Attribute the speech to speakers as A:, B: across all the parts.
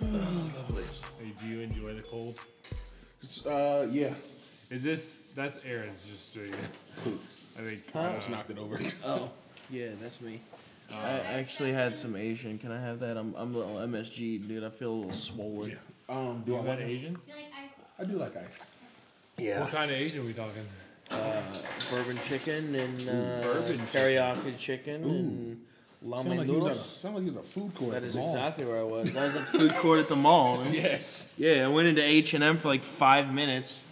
A: Lovely.
B: Hey, do you enjoy the cold?
A: It's, Uh, yeah.
B: Is this that's Aaron's just doing it? I think.
A: I
B: Uh,
A: almost knocked it over.
C: Oh, yeah, that's me.
A: Uh,
C: I actually had some Asian. Can I have that? I'm, I'm a little MSG, dude. I feel a little swollen.
A: yeah. Um, do I
B: is that
A: want
B: Asian?
D: Do you like ice?
A: I do like ice.
B: What kind of Asian are we talking?
C: Bourbon chicken and uh,
B: bourbon
C: teriyaki chicken and
A: Sound
C: ramen
A: like, he was at a,
C: noodles.
A: sound like he was at a food court.
C: That
A: at the
C: is
A: mall.
C: exactly where I was. I was at the food court at the mall. man.
A: Yes.
C: Yeah, I went into H and M for like five minutes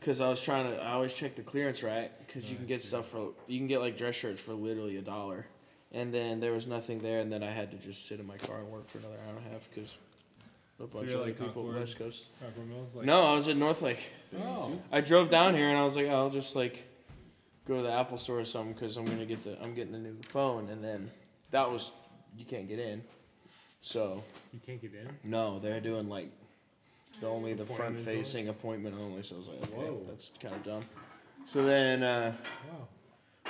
C: because I was trying to. I always check the clearance rack because you can get stuff for you can get like dress shirts for literally a dollar, and then there was nothing there, and then I had to just sit in my car and work for another hour and a half because a bunch
B: you're,
C: of other
B: like,
C: people
B: Concord?
C: West Coast.
B: Pepper Mills? Like,
C: No, I was at Northlake.
B: Oh.
C: I drove down here and I was like, I'll just like go to the Apple store or something because I'm gonna get the I'm getting a new phone, and then that was you can't get in, so
B: You can't get in.
C: no, they're doing like the only the front
B: Appointment
C: facing appointment only. So I was like, okay,
B: Whoa.
C: that's kind of dumb. So then, uh,
B: Wow.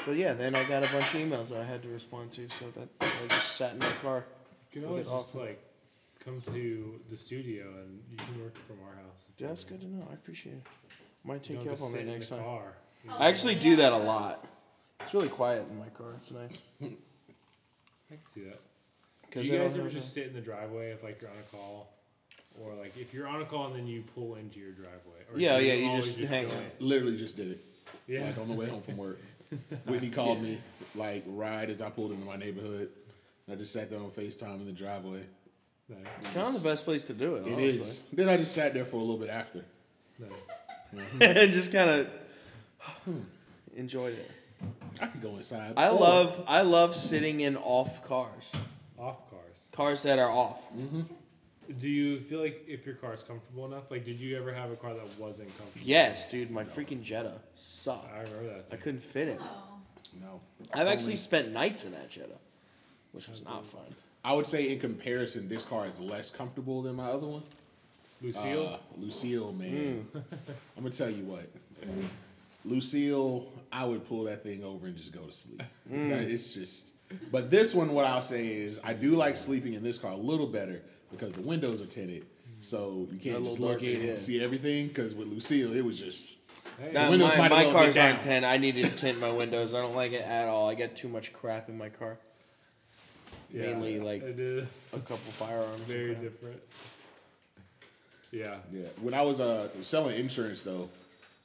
C: but yeah, then I got a bunch of emails that I had to respond to. So that I just sat in my car.
B: You can
C: We'll
B: always
C: get
B: just
C: off.
B: like come to the studio and you can work from our house. if you
C: Dude, that's
B: want.
C: good to know. I appreciate it. Might
B: You
C: take
B: don't
C: you
B: have
C: up
B: to
C: on
B: sit
C: that
B: in
C: next
B: the
C: time.
B: car.
D: oh,
C: I actually do that a lot. It's really quiet in my car. It's nice.
B: I can see that. Do
C: 'Cause
B: you
C: I don't
B: guys ever
C: have
B: just sit in the driveway if like you're on a call, or like if you're on a call and then you pull into your driveway? Or
C: Yeah,
B: do
C: yeah, you
B: always
C: just hang
B: go
C: out.
B: in?
A: Literally just did it.
B: Yeah.
A: Like on the way home from work. Whitney called me like right as I pulled into my neighborhood. And I just sat there on FaceTime in the driveway.
B: Nice.
C: a- kind of the best place to do it.
A: It is.
C: honestly.
A: Then I just sat there for a little bit after.
B: nice.
C: and just kind of enjoyed it.
A: I could go inside.
C: I
A: Or-
B: Oh.
C: love I love sitting in off cars,
B: Off cars.
C: cars that are off.
B: Do you feel like if your car's comfortable enough? Like, did you ever have a car that wasn't comfortable?
C: Yes, dude, my freaking Jetta sucked.
B: I remember
C: I
B: that.
C: couldn't fit it.
D: Oh.
A: No.
C: I've actually
A: Only-
C: spent nights in that Jetta, which was not fun.
A: I would say in comparison, this car is less comfortable than my other one.
B: Lucille.
A: Uh, Lucille, man.
C: Hmm.
A: I'm gonna tell you what. Lucille, I would pull that thing over and just go to sleep.
C: Hmm.
A: That- It's just. But this one, what I'll say is, I do like sleeping in this car a little better because the windows are tinted, so you
C: A
A: can't
C: little
A: just look
C: darker,
A: in
C: yeah.
A: and see everything. Because with Lucille, it was just.
B: hey,
C: Nah,
A: windows
C: my
A: might as
C: my
A: well be
C: cars
A: down.
C: aren't tint. I needed to tint my windows. I don't like it at all. I got too much crap in my car.
B: yeah,
C: mainly, like-
B: it is
C: A couple firearms. and
B: very
C: crap.
B: different. Yeah.
A: Yeah. When I was uh selling insurance though,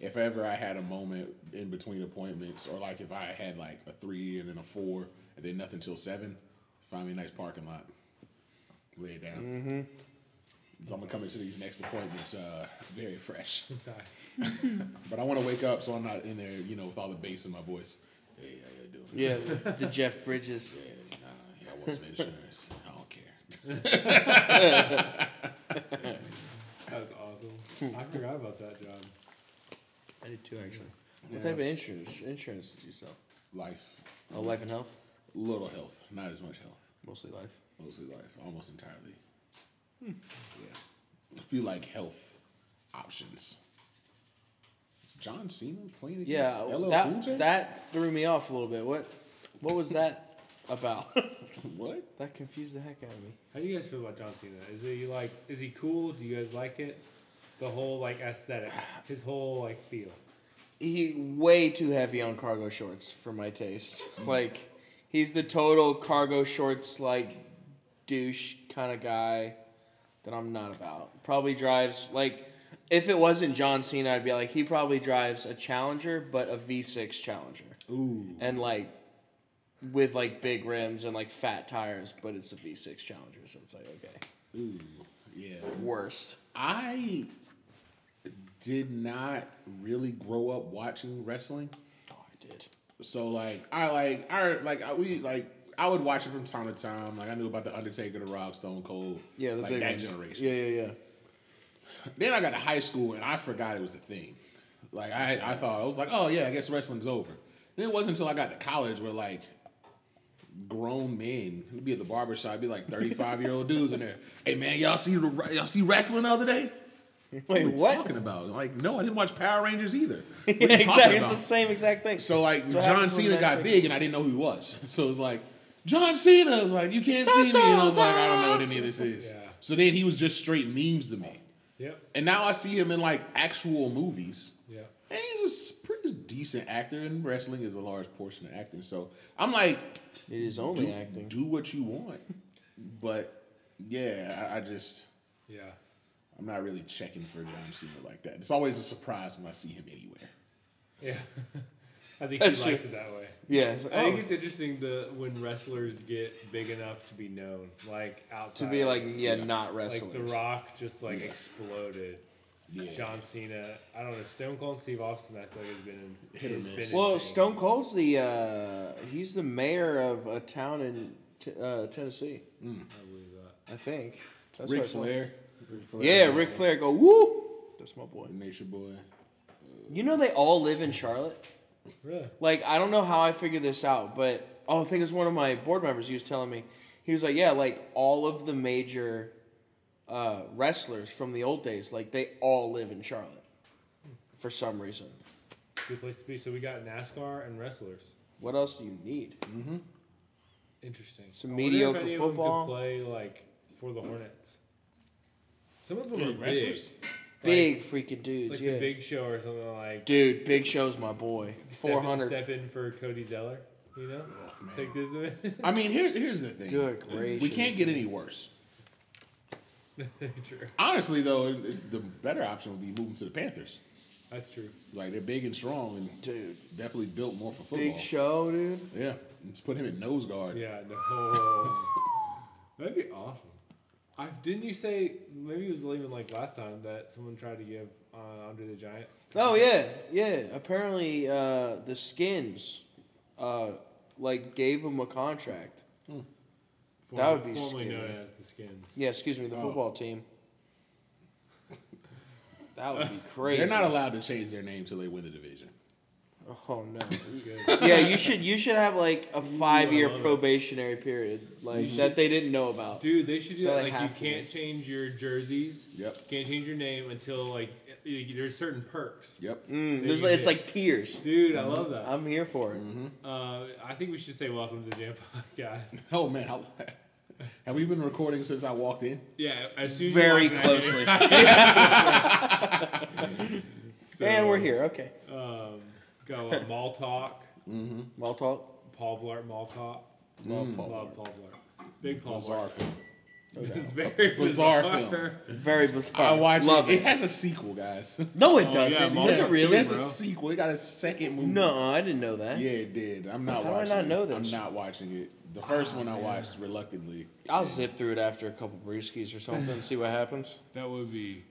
A: if ever I had a moment in between appointments, or like if I had like a three and then a four and then nothing till seven, find me a nice parking lot, lay it down. So I'm gonna come into these next appointments uh, very fresh,
B: Nice.
A: but I want to wake up so I'm not in there, you know, with all the bass in my voice. Hey, how you doing?
C: Yeah, the- the Jeff Bridges.
A: Yeah, nah, y'all want some insurance? I don't care.
B: That's awesome. I forgot about that job.
C: I did too, actually. What
A: Yeah.
C: type of insurance insurance did you sell?
A: Life,
C: Oh, life and health,
A: little health, not as much health.
C: mostly life.
A: mostly life, almost entirely. Yeah, a few like health options. John Cena playing
C: Yeah,
A: against LL Cool J?
C: that that threw me off a little bit. What what was that about?
A: what?
C: that confused the heck out of me.
B: How do you guys feel about John Cena? Is he like? Is he cool? Do you guys like it? The whole like aesthetic, his whole like feel.
C: He way too heavy on cargo shorts for my taste. Like he's the total cargo shorts like douche kind of guy that I'm not about. Probably drives like if it wasn't John Cena, I'd be like he probably drives a Challenger, but a V6 Challenger,
A: Ooh,
C: and like with like big rims and like fat tires, but it's a V6 Challenger, so it's like okay,
A: ooh, yeah.
C: worst.
A: I did not really grow up watching wrestling,
C: Oh, I did.
A: so like I like I like I, we like. I would watch it from time to time. Like I knew about the Undertaker, the Rock, Stone Cold,
C: Yeah, the
A: like
C: big
A: that
C: ones.
A: generation.
C: Yeah, yeah, yeah.
A: Then I got to high school and I forgot it was a thing. Like I, I thought I was like, oh yeah, I guess wrestling's over. And it wasn't until I got to college where like grown men would be at the barber shop, be like thirty five year old dudes in there. Hey man, y'all see the y'all see wrestling the other day?
C: Wait,
A: are you
C: what?
A: talking about? Like no, I didn't watch Power Rangers either. What are you
C: exactly.
A: talking
C: It's the
A: about?
C: same exact thing.
A: So like
C: what
A: John
C: happens when
A: Cena
C: that
A: got
C: takes-
A: big and I didn't know who he was. So it's like John Cena was like, you can't see me. And I was like, I don't know what any of this is.
B: Yeah.
A: So then he was just straight memes to me.
B: Yep.
A: And now I see him in like actual movies.
B: Yep.
A: And he's a pretty decent actor, and wrestling is a large portion of acting. So I'm like,
C: It is only
A: do,
C: acting.
A: do what you want. But yeah, I, I just,
B: Yeah.
A: I'm not really checking for John Cena like that. It's always a surprise when I see him anywhere.
B: Yeah. I think
C: That's
B: he
C: true.
B: likes it that way.
C: Yeah. it's like,
B: I think
C: oh,
B: it's interesting the when wrestlers get big enough to be known, like outside
C: to be like yeah,
A: Yeah.
C: not
B: like
C: wrestlers.
B: The Rock just like exploded.
A: Yeah.
B: John Cena, I don't know. Stone Cold Steve Austin, I feel like has been in.
A: Hit or
B: has
A: miss.
B: been in
C: Well,
B: things.
C: Stone Cold's the uh, he's the mayor of a town in t- uh, Tennessee,
B: I believe that.
C: I think. That's
A: Ric
C: what I saw.
A: Flair. Ric Flair.
C: Yeah, Ric Flair go woo. That's my boy.
A: Nature Boy.
C: You know they all live in Charlotte.
B: Really?
C: Like I don't know how I figured this out, but oh, I think it was one of my board members. He was telling me he was like, yeah, like all of the major uh, wrestlers from the old days, like they all live in Charlotte for some reason.
B: Good place to be. So we got NASCAR and wrestlers.
C: What else do you need?
B: Interesting.
C: Some
B: I wonder if
C: mediocre
B: any of them could
C: football.
B: play like for the Hornets. Some of them
A: Yeah,
B: are big,
A: wrestlers.
C: Big freaking dudes,
B: like
C: yeah.
B: the Big Show or something like.
C: Dude, Big Show's my boy.
B: step in-
C: Four hundred.
B: Step in for Cody Zeller. You know,
A: man.
B: take this.
A: I mean, here, here's the thing.
C: Good gracious.
A: We can't get any worse.
B: True.
A: Honestly, though, it's, the better option would be moving to the Panthers.
B: That's true.
A: Like they're big and strong, and
C: Dude,
A: definitely built more for football.
C: Big Show, dude.
A: yeah, let's put him in nose guard.
B: Yeah, no. That'd be awesome. I didn't you say maybe it was even like last time that someone tried to give uh, Andre the Giant.
C: Oh yeah, yeah. Apparently, uh, the Skins, uh, like gave him a contract. That would be
B: formerly known
C: scary.
B: as the Skins.
C: Yeah, excuse me, the
A: Oh.
C: football team. That would be crazy.
A: They're not allowed to change their name till they win the division.
C: oh no.
B: Good.
C: yeah, you should you should have like a five year
B: love it.
C: probationary period like that they didn't know about.
B: Dude, they should do that.
C: So they
B: Like you
C: have to.
B: can't change your jerseys.
A: Yep.
B: Can't change your name until like y- y- there's certain perks.
A: Yep.
C: Mm, there's, it's like tears.
B: Dude, I love that.
C: I'm here for it.
B: Uh, I think we should say welcome to the Jam Podcast.
A: Oh man, how, have we been recording since I walked in?
B: Yeah, as soon as you
C: Very
B: walk in, I hear-
C: closely.
B: So,
C: and we're here. Okay.
B: Um, got a lot of mall talk.
C: Mall talk.
B: Paul Blart mall talk.
A: Love Paul
B: Love Paul Blart. Big Paul
A: Bizarre film.
B: Blart. It's very
A: Bizarre
B: bizarre,
A: film.
C: Very bizarre.
A: I watched
C: Love
A: it.
C: it.
A: It has a sequel, guys.
C: No, it
B: Oh, yeah,
C: doesn't.
B: Mall
C: Does
B: Talk.
C: it really?
A: It has a
B: bro?
A: sequel. It got a second movie.
C: No, I didn't know that.
A: Yeah, it did. I'm not
C: How do I
A: watching
C: not
A: it.
C: know this? Ah,
A: I'm not watching it. The first one I watched reluctantly.
C: I'll zip through it after a couple brewskis or something and see what happens.
B: That would be.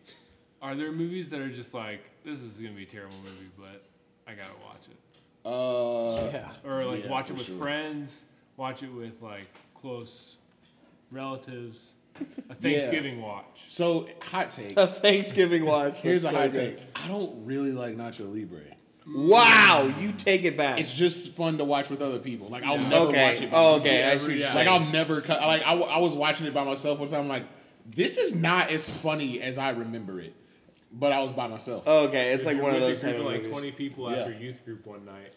B: Are there movies that are just like this is gonna be a terrible movie, but I gotta watch it,
A: Uh,
C: yeah.
B: or like
A: Yeah,
B: watch
A: for
B: it with
A: sure.
B: friends, watch it with like close relatives, a Thanksgiving watch.
A: So hot take.
C: A Thanksgiving watch.
A: Here's a
C: That's so
A: hot
C: good.
A: take. I don't really like Nacho Libre.
C: Wow, you take it back.
A: It's just fun to watch with other people. Like I'll
B: Yeah.
A: never
C: okay.
A: watch it.
C: oh,
A: by
C: okay. I
B: myself.
C: see. What you're
B: Yeah.
A: Like
C: saying.
A: I'll never cut. Like I, w- I was watching it by myself one time. I'm like, this is not as funny as I remember it. But I was by myself.
C: Oh, okay, it's
B: If
C: like
B: you're
C: one of
B: with a
C: those
B: group
C: type of
B: like
C: movies.
B: twenty people
A: Yeah.
B: after youth group one night.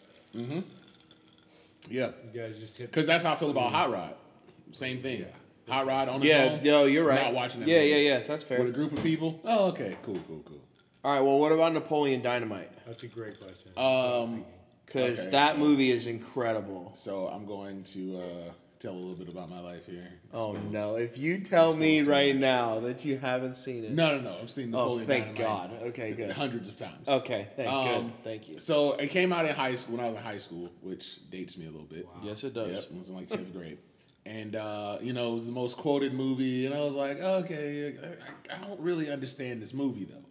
A: yeah,
B: You guys just hit.
A: because that's how I feel about Hot Rod. Same thing. Hot Rod on its
C: Yeah,
A: own.
C: no, you're right.
A: Not watching that
C: Yeah,
A: movie.
C: yeah, yeah. That's fair.
A: With a group of people. Oh, okay. Cool, cool, cool.
C: All right. Well, what about Napoleon Dynamite?
B: That's a great question.
A: Um,
C: Because
A: Okay,
C: that
A: so-
C: movie is incredible.
A: So I'm going to uh, tell a little bit about my life here.
C: Oh
A: Suppose.
C: no! If you tell me
A: Spells.
C: right now that you haven't seen it,
A: No, no, no. I've seen
C: oh
A: Napoleon
C: thank
A: Dynamite
C: God. Okay, good.
A: hundreds of times.
C: Okay, thank
A: Um,
C: good. Thank you.
A: So it came out in high school when I was in high school, which dates me a little bit.
C: Yes, it
A: Yep, it was in like tenth grade, and uh, you know it was the most quoted movie, and I was like, okay, I, I don't really understand this movie though.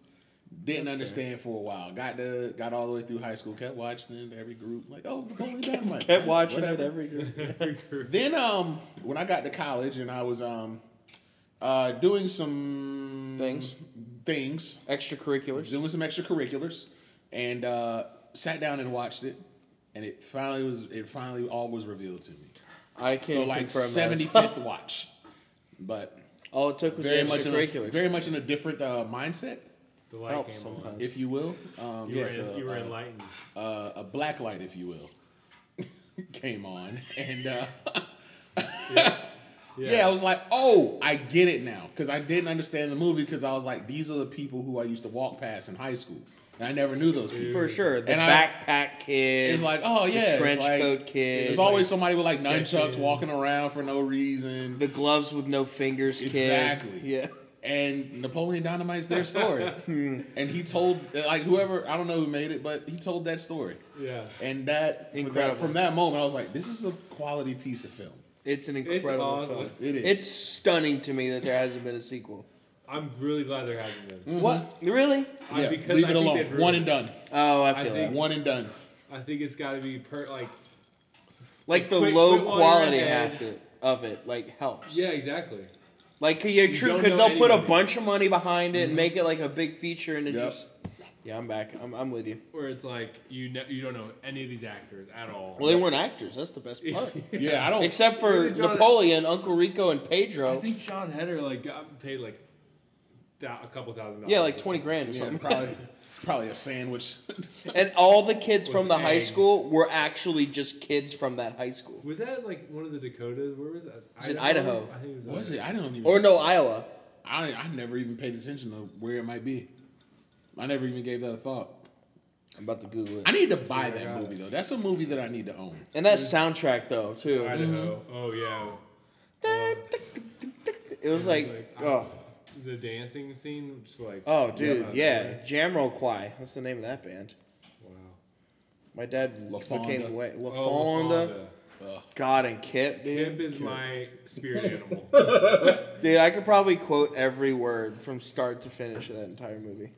A: Didn't understand for a while. Got the got all the way through high school, kept watching it every group. Like, oh, Napoleon Dynamite.
C: Kept watching it
A: Whatever.
C: every year.
A: Then um, when I got to college and I was um, uh, doing some
C: Things.
A: things,
C: Extracurriculars.
A: doing some extracurriculars, and uh, sat down and watched it, and it finally was it finally all was revealed to me.
C: I can
A: so like
C: confirm
A: seventy
C: that.
A: fifth watch, but
C: All it took was
A: very
C: the
A: much in a,
C: extracurriculars.
A: very much in a different uh, mindset,
B: the light
C: helps
B: came on.
C: sometimes.
A: if you will. Um,
B: You,
A: yes,
B: were,
A: uh,
B: you were
A: uh,
B: enlightened.
A: uh, a black light, if you will, came on, and uh, Yeah. I was like, oh, I get it now. Because I didn't understand the movie because I was like, these are the people who I used to walk past in high school. And I never knew those people.
C: For sure. The
A: And I-
C: backpack kid.
A: It's like, oh, yeah. it's
C: trench
A: like-
C: coat kid,
A: There's always somebody with like
B: sketchy.
A: nunchucks walking around for no reason.
C: the gloves with no fingers kid.
A: Exactly.
C: Yeah.
A: and Napoleon Dynamite's their story.
C: Hmm.
A: and he told like whoever I don't know who made it, but he told that story.
B: Yeah.
A: And that from,
C: Incredible.
A: that from that moment, I was like, this is a quality piece of film.
C: It's an incredible
B: awesome.
C: film.
A: It is.
C: It's stunning to me that there hasn't been a sequel.
B: I'm really glad there hasn't been.
C: What? Really?
B: I-
A: yeah,
B: because
A: leave
B: I
A: it
B: think they've
A: alone.
B: ruined
A: One
B: it.
A: and done.
C: Oh, I
B: I
C: feel
B: think-
C: that.
A: One and done.
B: I think it's got to be per like
C: Like the
B: Quit-
C: low
B: quit while you're
C: quality
B: ahead.
C: half it, of it, like helps.
B: yeah exactly.
C: Like you're true
B: don't
C: because
B: know
C: they'll put a
B: anybody.
C: bunch of money behind it and make it like a big feature, and it
A: Yep.
C: just yeah, I'm back. I'm, I'm with you.
B: Where it's like you know you don't know any of these actors at all.
C: Well, they weren't actors. That's the best part.
A: Yeah, I don't.
C: Except for
B: Maybe John-
C: Napoleon, Uncle Rico, and
B: I
C: Pedro.
B: think Sean Heder like got paid like thou- a couple thousand dollars.
C: Yeah,
B: or
C: like twenty grand or
A: yeah,
C: something.
A: probably, probably a sandwich.
C: And all the kids from the
B: With
C: high
B: eggs.
C: school were actually just kids from that high school.
B: Was that like one of the Dakotas? Where was that?
C: was in Idaho.
B: I think it was.
A: was
B: Idaho.
A: it? I don't even.
C: Or no, Iowa.
A: I I never even paid attention to where it might be. I never even gave that a thought.
C: I'm about to Google
A: I
C: it.
A: need to buy
B: Yeah, I
A: that
B: got
A: movie
B: it.
A: though. That's a movie that I need to own.
C: And that soundtrack though too.
B: Idaho. Oh yeah.
C: It was like
B: Like,
C: oh
B: The dancing scene, just like
C: oh dude yeah,
B: right.
C: Jamroquai. That's the name of that band.
B: Wow.
C: My dad
A: La
C: became
A: Fonda.
C: away. La
B: Oh,
C: Fonda.
B: Fonda.
C: God and Kip, dude.
B: Kip is my spirit animal.
C: Dude, I could probably quote every word from start to finish of that entire movie,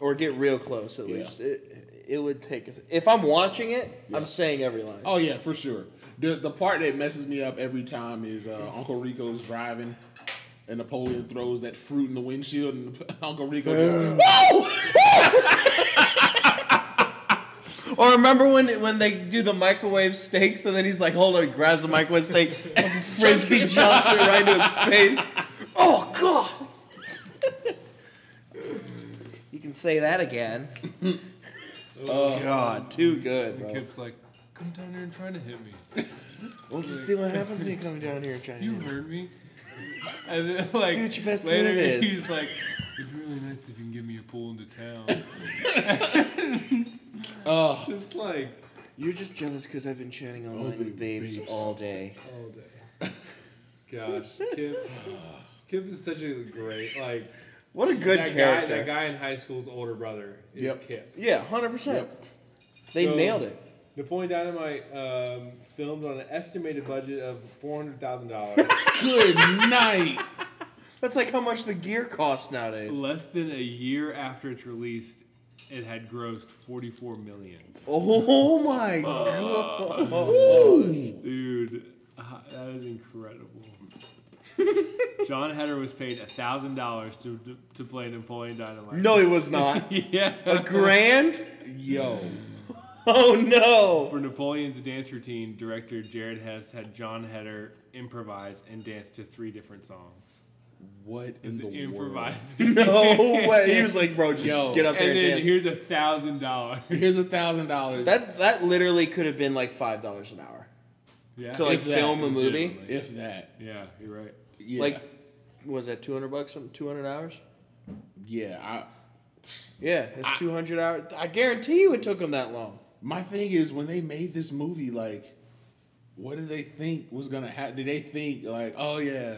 C: or get real close at
A: Yeah.
C: least. It, it would take if I'm watching it,
A: Yeah.
C: I'm saying every line.
A: Oh yeah, for sure. The the part that messes me up every time is uh, Uncle Rico's driving, and Napoleon throws that fruit in the windshield, and Uncle Rico just
C: Or remember when when they do the microwave steaks and then he's like, hold on, he grabs the microwave steak, and frisbee jumps it right into his face. Oh god. you can say that again. oh god, too good, bro.
B: Kip's like, come down here and try to hit me.
C: Let's just see what happens when you come down here and try to
B: You heard me. And then like
C: See what your best
B: later
C: move is.
B: he's like, it'd be really nice if you can give me a pull into town.
A: oh
B: Just like
C: You're just jealous because I've been chatting
B: Oh,
C: online
A: day
C: with babes,
A: babes.
C: all day.
B: all day. Gosh, Kip. Kip is such a great like
C: What a good
B: that
C: character.
B: guy. That guy in high school's older brother is
A: Yep.
B: Kip.
C: Yeah, 100%.
A: Yep.
C: They
B: So-
C: nailed it.
B: Napoleon Dynamite um, filmed on an estimated budget of four hundred thousand dollars,
A: good night.
C: That's like how much the gear costs nowadays.
B: less than a year after its released. It had grossed 44 million.
C: Oh my god. Woo.
B: Dude, uh, that is incredible. John Heder was paid $1,000 to, to play Napoleon Dynamite.
C: No, it was not.
B: Yeah.
C: A grand?
A: Yo,
C: Oh no.
B: For Napoleon's dance routine, director Jared Hess had John Heder improvise and dance to three different songs.
A: what in
B: It's
A: the world?
B: improvised.
C: No way. He was like, bro, just
A: Yo.
C: get up there
B: and
C: and,
B: then
C: dance.
B: here's a thousand dollars.
A: Here's a thousand dollars.
C: That that literally could have been like five dollars an hour.
B: Yeah.
C: To like
A: Exactly.
C: film a movie.
B: Legitimately.
A: If that,
B: Yeah, you're right.
A: yeah,
C: Like was that two hundred bucks something two hundred hours?
A: yeah. I,
C: Yeah, it's two hundred hours. I guarantee you it took him that long.
A: my thing is when they made this movie, like, what did they think was gonna happen? Did they think like, oh yeah,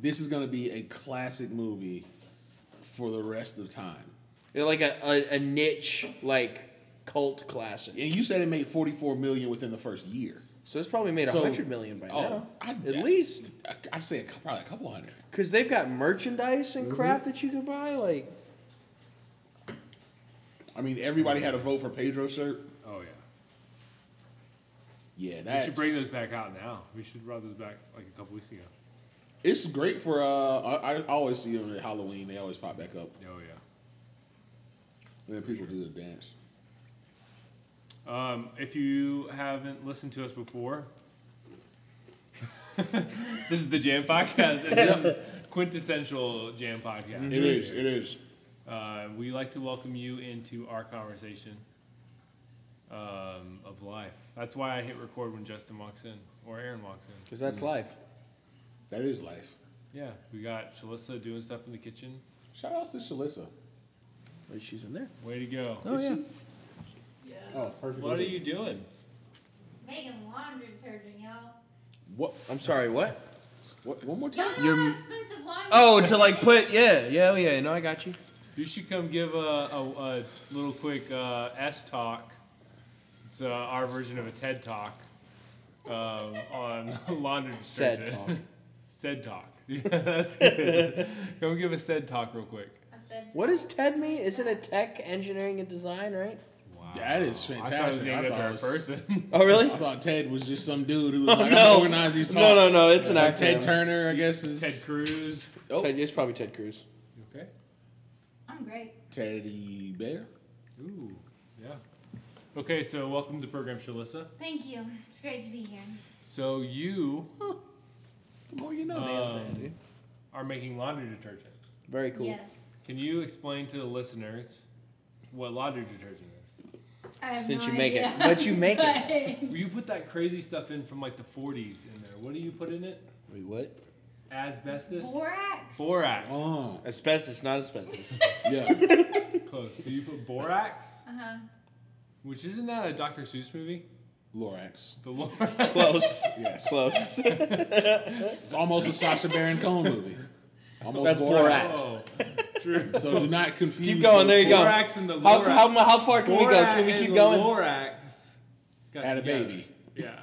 A: this is gonna be a classic movie for the rest of time?
C: They're like a, a, a niche like cult classic.
A: And you said it made 44 million within the first year.
C: So it's probably made a
A: So-
C: hundred million by
A: oh,
C: now,
A: I'd-
C: at least.
A: I- I'd say a, cou- probably a couple hundred.
C: Because they've got merchandise and crap that you can buy. Like
A: I mean, everybody had a vote for Pedro shirt.
B: Oh, yeah.
A: Yeah,
B: We
A: that's.
B: should bring those back out now. We should run those back like a couple weeks ago.
A: It's great for. Uh, I, I always see them at Halloween. They always pop back up.
B: Oh, yeah.
A: And then people do the dance.
B: Um, if you haven't listened to us before, this is the Jam Podcast, and this is quintessential Jam Podcast.
C: Mm-hmm.
A: It is. It is.
B: Uh, we like to welcome you into our conversation um, of life. That's why I hit record when Justin walks in. or Aaron walks in.
C: Because that's life.
A: That is life.
B: Yeah, we got Shalissa doing stuff in the kitchen.
A: Shout outs to Shalissa.
C: Wait, she's in there.
B: Way to go.
C: Oh, yeah.
D: Yeah.
A: Oh, perfect.
B: What are you doing?
D: Making laundry detergent, y'all.
A: What?
C: I'm sorry, what?
A: What? One more time.
D: Y'all know
C: You're-
D: how expensive laundry
C: Oh, to
D: detergent
C: like
D: is?
C: put, yeah, yeah, oh, yeah. No, I got you.
B: You should come give a, a, a little quick uh, S talk. It's uh, our version of a TED talk um, on laundry
C: Said
B: detergent. Said talk. Yeah, that's good. come give a said talk real quick.
D: I said,
C: What does TED mean? Isn't it tech, engineering, and design, right?
B: Wow.
A: That is
B: I thought it was
A: fantastic.
B: named
A: I
B: after
A: thought
B: a
A: it was-
B: person.
C: Oh, really?
A: I thought Ted was just some dude who was
C: Oh,
A: like,
C: no.
A: I'm organize these
C: No,
A: talks.
C: no, no, it's an
A: Like Ted
C: acronym.
A: Turner, I guess, is
B: Ted Cruz.
A: Oh.
C: Ted, it's probably Ted Cruz.
B: You okay?
D: I'm great.
A: Teddy Bear.
B: Ooh, yeah. Okay, so welcome to program, Shalissa.
D: Thank you. It's great to be here.
B: So you
C: The more you know,
B: Um,
C: dude.
B: are making laundry detergent.
C: Very cool.
D: Yes.
B: Can you explain to the listeners what laundry detergent is?
D: I have
C: Since
D: no
C: you make it.
D: idea.
C: But you make it.
D: But-
B: You put that crazy stuff in from like the 40s in there. What do you put in it?
C: Wait, what?
B: Asbestos?
D: Borax.
B: Borax.
A: Oh,
C: Asbestos, not asbestos.
A: yeah.
B: Close. So you put borax,
D: Uh huh.
B: which isn't that a Dr. Seuss movie?
A: Lorax.
B: The Lord.
C: Close.
A: Yes.
C: Close.
A: It's almost a Sasha Baron Cohen movie. Almost
C: That's Borat.
B: Oh, true.
A: So do not confuse.
C: Keep going,
A: those
C: there you
A: two.
C: go.
B: Borax and the
C: how,
B: Lorax.
C: how, how far can we go?
B: Borat
C: Can we
B: and
C: keep
B: the
C: going?
B: Lorax. got
A: Had a
B: together.
A: baby.
B: Yeah.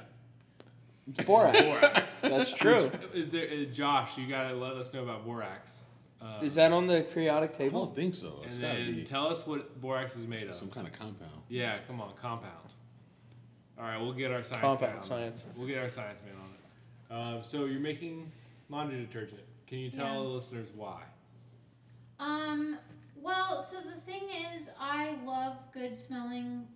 C: It's Borax.
B: Borax.
C: That's true.
B: Is there is Josh? You gotta let us know about borax. Uh,
C: Is that on the periodic
A: I don't
C: table?
A: think so.
B: and
A: It's gotta
B: then
A: be
B: tell us what borax is made of.
A: some kind of compound.
B: yeah, come on, compound. All right, we'll get our science man on
C: Compound
B: it.
C: science.
B: We'll get our science man on it. Um, so you're making laundry detergent. Can you tell
D: Yeah.
B: the listeners why?
D: Um. Well, so the thing is, I love good smelling,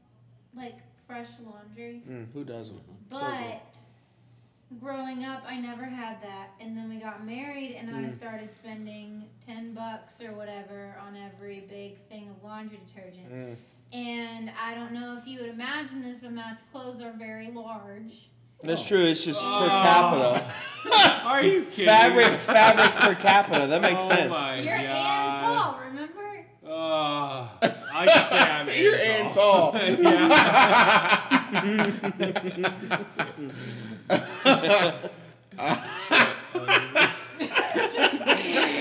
D: like fresh laundry.
C: Mm, who doesn't? So good.
D: But growing up, I never had that, and then we got married, and I started spending ten bucks or whatever on every big thing of laundry detergent.
C: Mm.
D: And I don't know if you would imagine this, but Matt's clothes are very large.
C: That's true. It's just
B: Oh.
C: per capita.
B: Are you kidding?
C: Fabric,
B: me?
C: fabric per capita. That makes
B: oh
C: sense.
B: My
D: You're
B: God.
D: and tall, remember?
B: Uh, I can say I'm
A: You're
B: and
A: and tall.
B: yeah.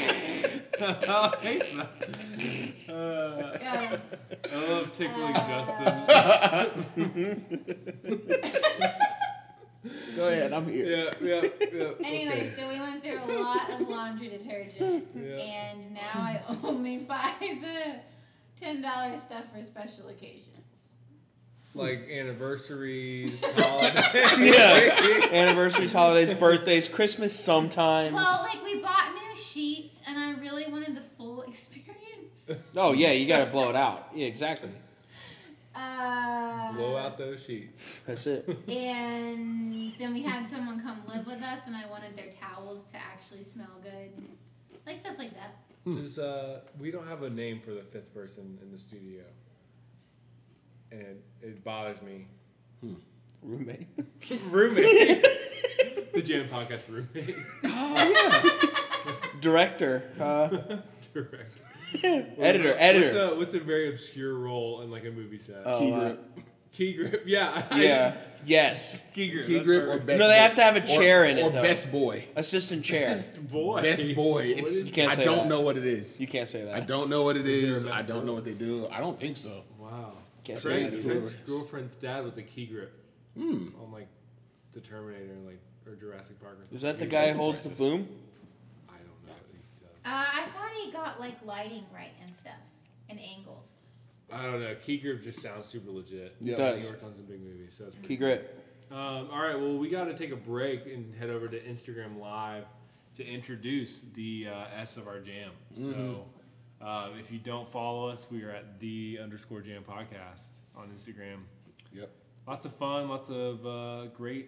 B: I like that. Uh,
D: Yeah.
B: I love tickling Justin.
A: Go ahead. I'm here.
B: Yeah, yeah, yeah.
D: anyway,
B: okay.
D: so we went through a lot of laundry detergent,
B: Yeah.
D: and now I only buy the ten dollar stuff for special occasions.
B: like anniversaries, holidays.
C: Yeah. Anniversaries, holidays, birthdays, Christmas sometimes.
D: Well, like we bought new sheets, and I really wanted the full experience.
C: Oh yeah, you gotta blow it out. Yeah, exactly.
D: Uh,
B: Blow out those sheets.
C: That's it.
D: And then we had someone come live with us, and I wanted their towels to actually smell good, like stuff like that.
B: Is, uh, we don't have a name for the fifth person in the studio, and it bothers me.
C: Roommate.
B: Roommate, the Jam Podcast roommate
C: Director. Uh,
B: director,
C: editor.
B: What's
C: Editor.
B: a, what's a very obscure role in like a movie set?
C: Oh,
A: Key
C: uh,
A: grip.
B: key grip, yeah,
C: Yeah. Yes.
B: key grip,
A: Key
B: that's
A: grip or
B: perfect.
A: best
C: No, they
A: boy.
C: have to have a chair
A: or,
C: in it,
A: Or
C: though.
A: best boy.
C: Assistant chair.
B: best boy,
A: Best
B: What
A: boy. It's
B: is-
C: You can't
A: I
C: say
A: don't
C: that.
A: know what it is.
C: You can't say that.
A: I don't know what it
B: there a
A: is.
B: best
A: I don't
B: boy?
A: know what they do. I don't think so.
B: wow.
C: Can't say
A: Right.
C: that.
B: Trent,
A: Brad
B: Trent's
A: Dourif.
B: girlfriend's dad was a key grip
A: Hmm.
B: on like the Terminator, like or Jurassic Park. Or something.
C: Is that the
B: He
C: guy
B: was
C: who holds the
B: impressive.
C: boom?
B: I don't know. what he does.
D: Uh, I thought he got like lighting right and stuff, and angles.
B: I don't know. Key grip just sounds super legit.
A: Yeah. It
C: does.
B: He worked on some big movies, so it's pretty
C: Key grip.
B: Um, all right, well, we got to take a break and head over to Instagram Live to introduce the uh, S of our jam. So
C: Mm-hmm.
B: um, if you don't follow us, we are at the underscore jam podcast on Instagram.
A: Yep.
B: Lots of fun, lots of uh, great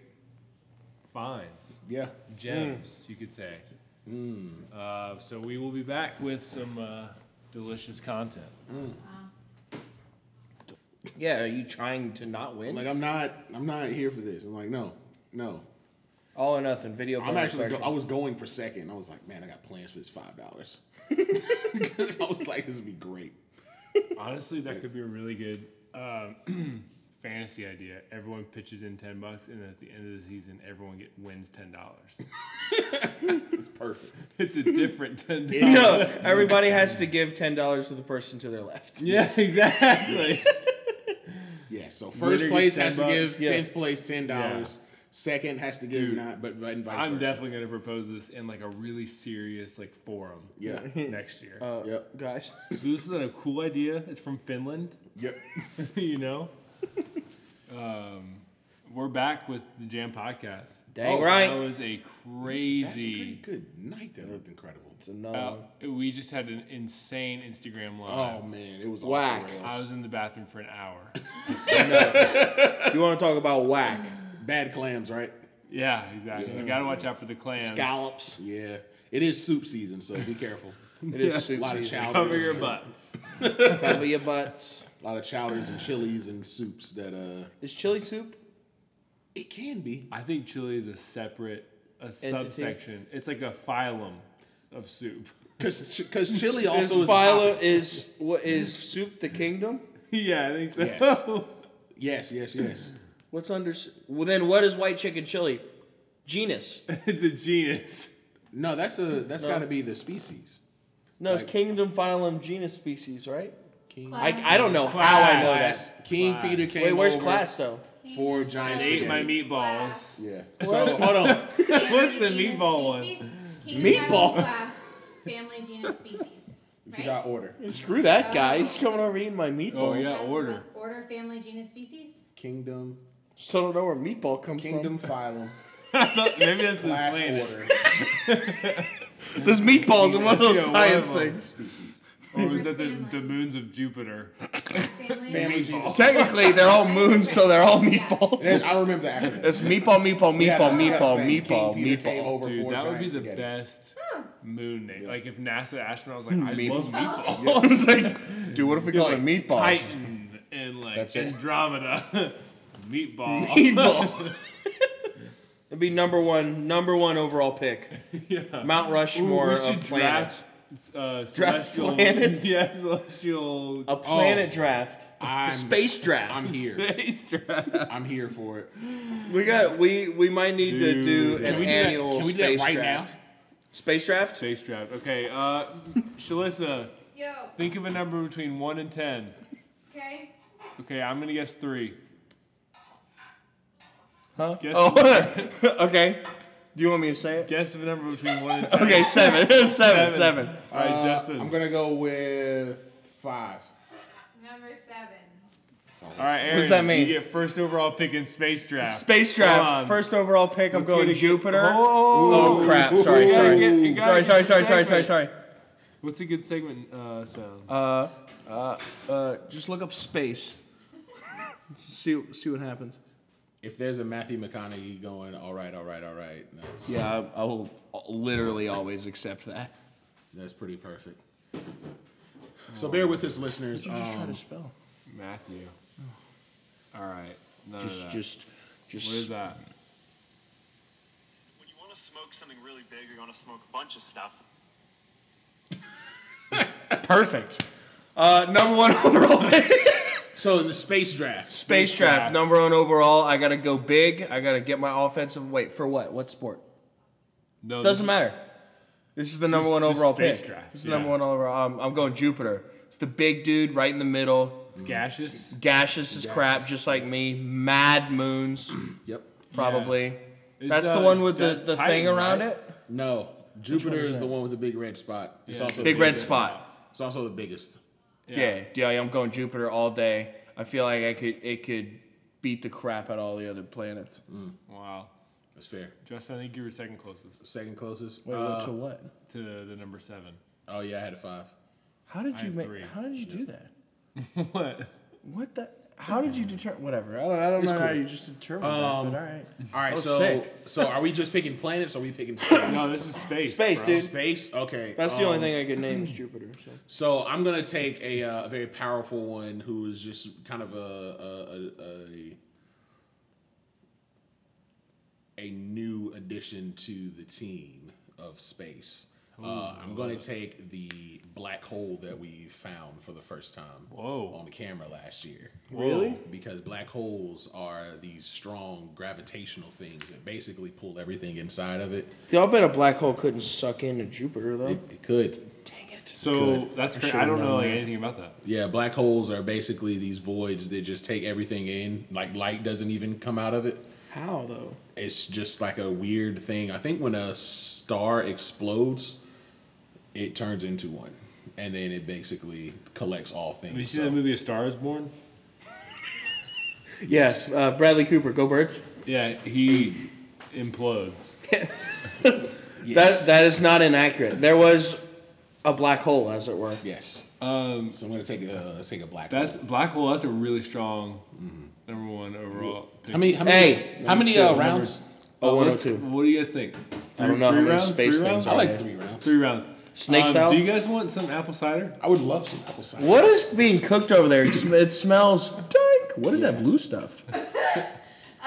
B: finds,
A: Yeah.
C: Mm.
B: gems, you could say. Uh, so we will be back with some uh, delicious content.
C: Yeah, are you trying to not win?
A: Like I'm not. I'm not here for this. I'm like no, no.
E: All or nothing. Video.
A: I'm
E: bonus
A: actually. Go,
E: section.
A: I was going for second. I was like, man, I got plans for this five dollars. Because I was like, this would be great.
B: Honestly, that could be a really good um, fantasy idea. Everyone pitches in ten bucks, and at the end of the season, everyone get, wins ten dollars.
A: It's perfect.
B: it's a different ten dollars.
C: No, everybody has to give ten dollars to the person to their left.
B: Yeah, exactly.
A: Yeah. So first
B: gets
A: place
B: 10
A: has to
B: bucks.
A: give
E: Yeah.
A: tenth place ten dollars. Second has to give
B: Dude,
A: not, but but and vice
B: I'm
A: versa.
B: definitely gonna propose this in like a really serious like forum.
A: Yeah. Uh,
B: Next year.
A: Yep.
C: Guys,
B: so this is a cool idea. It's from Finland.
A: Yep.
B: you know. um, we're back with the Jam Podcast.
C: dang
A: Oh,
C: right.
B: That was a
A: This is actually a pretty
B: crazy.
A: good night. That looked incredible.
E: It's a no.
B: Uh, we just had an insane Instagram live.
A: Oh man, it was off the
C: Whack.
A: rails.
B: I was in the bathroom for an hour.
C: you want to talk about whack?
A: Bad clams, right?
B: yeah, exactly. You gotta watch out for the clams.
C: Scallops.
A: Yeah. It is soup season, so be careful.
C: It is
A: a
C: soup
A: lot of
C: season.
B: Cover your
A: chowders,
B: butts.
C: Cover your butts.
A: a lot of chowders and chilies and soups that uh,
C: Is chili soup?
A: it can be.
B: I think chili is a separate, a subsection. It's like a phylum of soup.
A: Cause, ch- cause chili
C: Is
A: also is. a
C: phylum
A: topic.
C: is what is soup the kingdom?
B: yeah, I think so.
A: Yes. Yes, yes, yes.
C: What's under? s- Well, then what is white chicken chili? Genus.
B: it's a genus.
A: No, that's a that's got to be the species.
C: No, it's kingdom, phylum, genus, species, right?
A: King,
C: I, I don't know how I know that.
A: Class. King
B: Class.
A: Peter came
C: Wait, where's
A: over
C: class though?
A: for giant
B: I ate my
A: spaghetti.
B: meatballs.
A: Yeah. So hold on.
B: What's the meatball one?
D: Meatball. Family genus species.
A: If you
D: Right?
A: got order,
C: Screw that guy. He's coming over eating my meatballs.
B: Oh, yeah.
D: Show
B: order.
D: us Order family genus species.
A: kingdom,
C: Still don't know where meatball comes
A: kingdom, phylum,
B: I thought maybe that's the
A: class,
B: plan.
A: order,
C: from. There's meatballs in one of
B: Yeah,
C: those
B: one
C: science
B: of 'em.
C: things.
B: Or was that the,
D: Family.
B: the moons of Jupiter?
D: Family,
A: family genus.
C: Technically, they're all moons, so they're all meatballs.
A: There's- I remember the acronym.
C: It's meatball, meatball,
A: Yeah,
C: meatball,
A: that's what I'm saying.
C: meatball, meatball,
A: King Peter came
C: meatball.
A: over
B: Dude,
A: for
B: that would
A: giant
B: be the
A: spaghetti.
B: best moon name. Like if NASA astronaut was like, I love meatballs.
C: it's like, dude, what if we call it meatballs?
B: Titan and like
C: That's it.
B: Andromeda. Meatball.
C: Meatball. It'd be number one, number one overall pick. Mount Rushmore
B: we
C: of
B: should
C: planets.
B: draft, uh, celestial,
C: planets?
B: Yeah, celestial
C: A planet draft.
A: Oh, I'm,
C: Space draft.
A: I'm here.
B: space draft.
A: I'm here for it.
C: We got we we might need to
B: Dude.
C: do
B: Can
C: an
A: we do that-
C: annual
A: can we do that
C: space
A: right
C: draft. Space draft?
B: Space draft. Okay, uh, Shalissa,
D: Yo,
B: think of a number between 1 and 10.
D: okay.
B: Okay, I'm gonna guess 3.
C: Huh?
B: Guess,
C: Oh, okay. Do you want me to say it?
B: guess of a number between 1 and 10.
C: Okay, seven, seven, seven.
B: All right,
A: Uh,
B: Justin.
A: I'm gonna go with five.
D: Number seven.
A: That's all
B: All right, Aaron,
C: does that mean?
B: You get first overall pick in space draft.
C: Space
B: Hold
C: draft.
B: on.
C: First overall pick. I'm
B: Let's
C: going
B: get a-
C: Jupiter.
B: Oh,
C: Oh crap! Sorry,
A: You gotta
C: sorry,
A: get-
B: you gotta
C: sorry,
B: get
C: sorry,
B: the
C: sorry, sorry, sorry,
B: segment.
C: sorry.
B: What's a good segment uh, sound?
C: Uh, uh, uh, just look up space. see see what happens.
A: If there's a Matthew McConaughey going, all right, all right, all right, that's
C: Yeah, I, I will literally always accept that.
A: that's pretty perfect. So bear with us, listeners.
C: Just try to
A: Um,
C: spell.
B: Matthew. All right. None of
C: Just
B: that.
C: just just.
B: what is that?
F: When you want to smoke something really big, you're going to smoke a bunch of stuff.
C: Perfect. Uh, number one overall pick.
A: so in the space draft,
C: Space draft.
B: draft.
C: Number one overall. I gotta go big. I gotta get my offensive. Wait for what? What sport?
B: No.
C: Doesn't matter. This is the number
B: Just-
C: one
B: just
C: overall
B: space
C: pick.
B: draft,
C: This is the
B: yeah.
C: number one overall. Um, I'm going Jupiter. It's the big dude right in the middle.
B: It's gaseous.
C: Gaseous as crap, just like me. Mad moons,
A: yep.
C: probably.
B: It's,
C: That's the
B: uh,
C: one with the,
B: that's
C: the
B: Titan,
C: thing around
B: right?
C: it.
A: No, Jupiter
C: is
A: is the
C: that?
A: one with the big red spot. It's
B: Yeah.
A: also
C: Big
A: the
C: red spot.
A: It's also the biggest.
C: Yeah. yeah, I'm going Jupiter all day. I feel like I could it could beat the crap out of all the other planets.
B: Wow.
A: That's fair.
B: Justin, I think you were second closest
A: Second closest.
C: Wait,
A: Uh,
C: what to what?
B: to the, the number seven.
A: oh yeah, I had a five.
C: How did
B: I
C: you
B: had
C: make?
B: three.
C: How did you do that?
B: what?
C: What the? How did you determine? Whatever. I don't. I don't know how
A: cool.
C: you just determined
A: Um,
C: that. But all right.
A: All right,
C: was
A: so
C: sick.
A: so are we just picking planets? Or are we picking space?
B: No, this is space.
C: Space,
B: bro.
C: dude.
A: Space. Okay.
C: That's the
A: um,
C: only thing I could name is Jupiter. So.
A: So I'm gonna take a, uh, a very powerful one who is just kind of a a, a, a a new addition to the team of space. uh, I'm going to take the black hole that we found for the first time
B: Whoa.
A: on the camera last year.
B: Really?
A: Because black holes are these strong gravitational things that basically pull everything inside of it.
C: Y'all bet a black hole couldn't suck into Jupiter though.
A: It, it could.
C: Dang it.
B: So that's great. I
C: should've
B: don't know
C: known
B: like
C: that.
B: anything about that.
A: Yeah, black holes are basically these voids that just take everything in. Like light doesn't even come out of it.
C: How though?
A: it's just like a weird thing. I think when a star explodes, it turns into one, and then it basically collects all
B: Have you
A: things.
B: seen that
A: So,
B: movie A Star Is Born?
C: Yes, uh, Bradley Cooper, go birds.
B: Yeah, he implodes.
A: yes,
C: That that is not inaccurate. There was a black hole, as it were.
A: yes.
B: Um,
A: So I'm gonna take a uh, take a black.
B: that's black hole. That's a really strong number one overall. Pick.
A: how many? How many,
C: Hey,
A: how many uh,
B: two,
A: rounds?
C: A
B: Uh,
C: one oh
B: let's-
C: two.
B: What do you guys think?
C: I don't know how many space things
A: I
B: rounds?
C: are.
A: like three rounds.
B: Three rounds.
C: Snake
B: Um,
C: style?
B: Do you guys want some apple cider?
A: I would love some apple cider.
C: What is being cooked over there? It, sm- it smells dank. What is that blue stuff?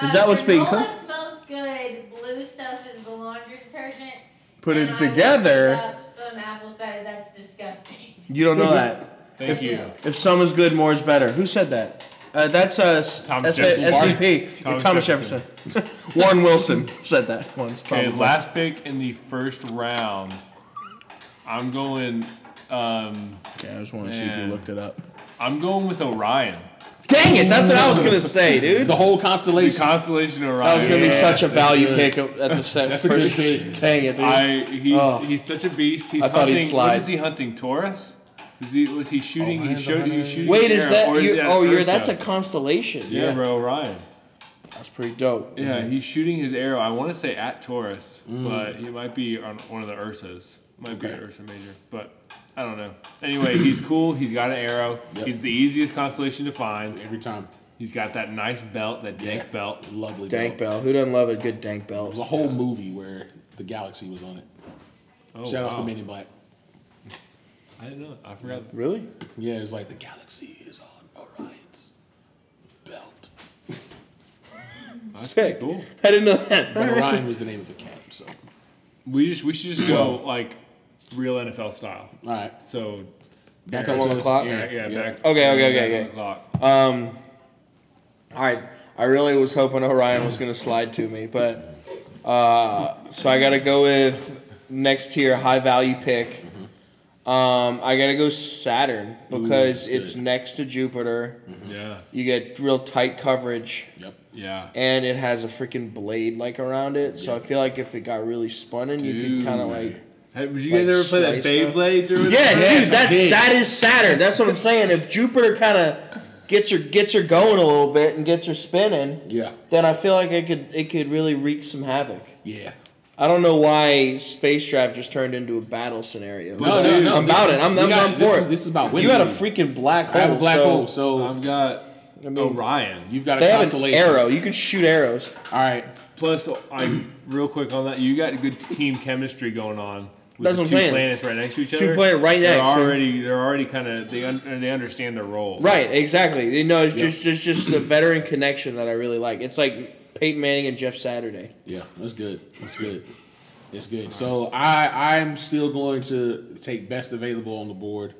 C: Is that what's being
D: Uh, granola
C: cooked?
D: smells good. Blue stuff is the laundry detergent.
C: Put it
D: and I whipped
C: together.
D: up some apple cider. That's disgusting.
C: You don't know that.
B: Thank
C: if,
B: you.
C: If some is good, more is better. Who said that? Uh, that's uh,
B: Thomas
C: Thomas
B: Jefferson.
C: SVP.
B: Thomas
C: Thomas, Jefferson. Warren Wilson said that once.
B: Okay,
C: Probably.
B: last pick in the first round. I'm going. Um,
C: yeah, I just want to see if you
B: Man.
C: looked it up.
B: I'm going with Orion.
C: Dang it! That's what I was gonna say, dude.
A: the whole
B: The
A: constellation?
B: constellation Orion.
C: That was gonna be
A: Yeah,
C: such a
A: that's
C: value
A: good.
C: pick at the set
A: That's a good
C: first. Dang it, dude.
B: I he's
C: Oh.
B: he's such a beast. He's
C: I thought he'd
B: hunting. What
C: slide.
B: is he hunting? Taurus? Is he was he
C: Oh,
B: shooting? he
A: Orion's
B: showed
A: the
B: he was shooting.
C: Wait,
B: in
C: is
B: the air,
C: that
B: or
C: you?
B: that
C: Oh, you're.
B: Ursa?
C: That's a constellation.
B: yeah, bro, Orion.
C: That's pretty dope.
B: Yeah, he's shooting his arrow. I want to say at Taurus,
C: Mm.
B: but he might be on one of the Ursas. Might be an Ursa Major, but I don't know. Anyway, he's cool. He's got an arrow.
A: Yep.
B: He's the easiest constellation to find.
A: Every time,
B: He's got that nice belt, that dank
A: Yeah.
B: belt.
A: lovely.
C: Dank
A: belt.
C: bell. Who doesn't love a good dank
A: There was a
C: bell?
A: whole movie where the galaxy was on it.
B: Oh,
A: Shout out
B: wow.
A: to Men in Black.
B: I didn't know. I forgot.
C: Really?
A: Yeah, it's like the galaxy is on Orion's belt.
B: That's
C: Sick.
B: Cool.
C: I didn't know that.
A: But Orion was the name of the camp, so.
B: We just we should just go like real NFL style.
A: All right.
B: So
A: Back
C: Yeah.
A: up
C: On
A: to
C: the clock?
B: yeah, yeah,
A: yeah.
B: back.
C: Okay, okay,
B: back
C: okay,
B: on
C: okay.
B: the clock.
C: Um, all right. I really was hoping Orion was going to slide to me, but uh, so I got to go with next tier high value pick. Um, I got to go Saturn because
A: Mm-hmm. that's
C: it's
A: good. Mm-hmm.
C: next to Jupiter.
B: Yeah,
C: You get real tight coverage,
A: Yep.
B: yeah.
C: and it has a freaking blade like around it. So I feel like if it got really spun in, you could
B: Dude.
C: kind of like.
B: Hey, would you
C: Like
B: guys ever play that
C: slice stuff?
B: Beyblades or
C: Yeah,
B: whatever?
C: dude, that's that is Saturn. That's what I'm saying. If Jupiter kind of gets her gets her going a little bit and gets her spinning,
A: Yeah.
C: then I feel like it could it could really wreak some havoc.
A: Yeah.
C: I don't know why space drive just turned into a battle scenario.
B: No, dude,
C: I'm
A: uh, this
C: about
A: is-
C: it. I'm,
A: we
C: I'm
A: got-
C: down
A: this
C: for
A: is-
C: it.
A: This is about winning.
C: you had a freaking black
A: I
C: hole.
A: have a black
C: so
A: hole, so
B: I've got
C: I mean,
B: Orion.
A: you've got a
C: They have an
A: constellation.
C: arrow. You can shoot arrows.
A: All right.
B: Plus, I real quick on that, you got good team chemistry going on. With
C: That's
B: the
C: what I'm
B: two
C: saying.
B: planets right next to each other.
C: planet right
B: they're
C: next, so-
B: Already, they're already kind of they un- they understand their role.
C: Right, exactly. You know, it's just just just the veteran connection that I really like. It's like Peyton Manning and Jeff Saturday.
A: Yeah, that's good. That's good. That's good. So I I'm still going to take best available on the board.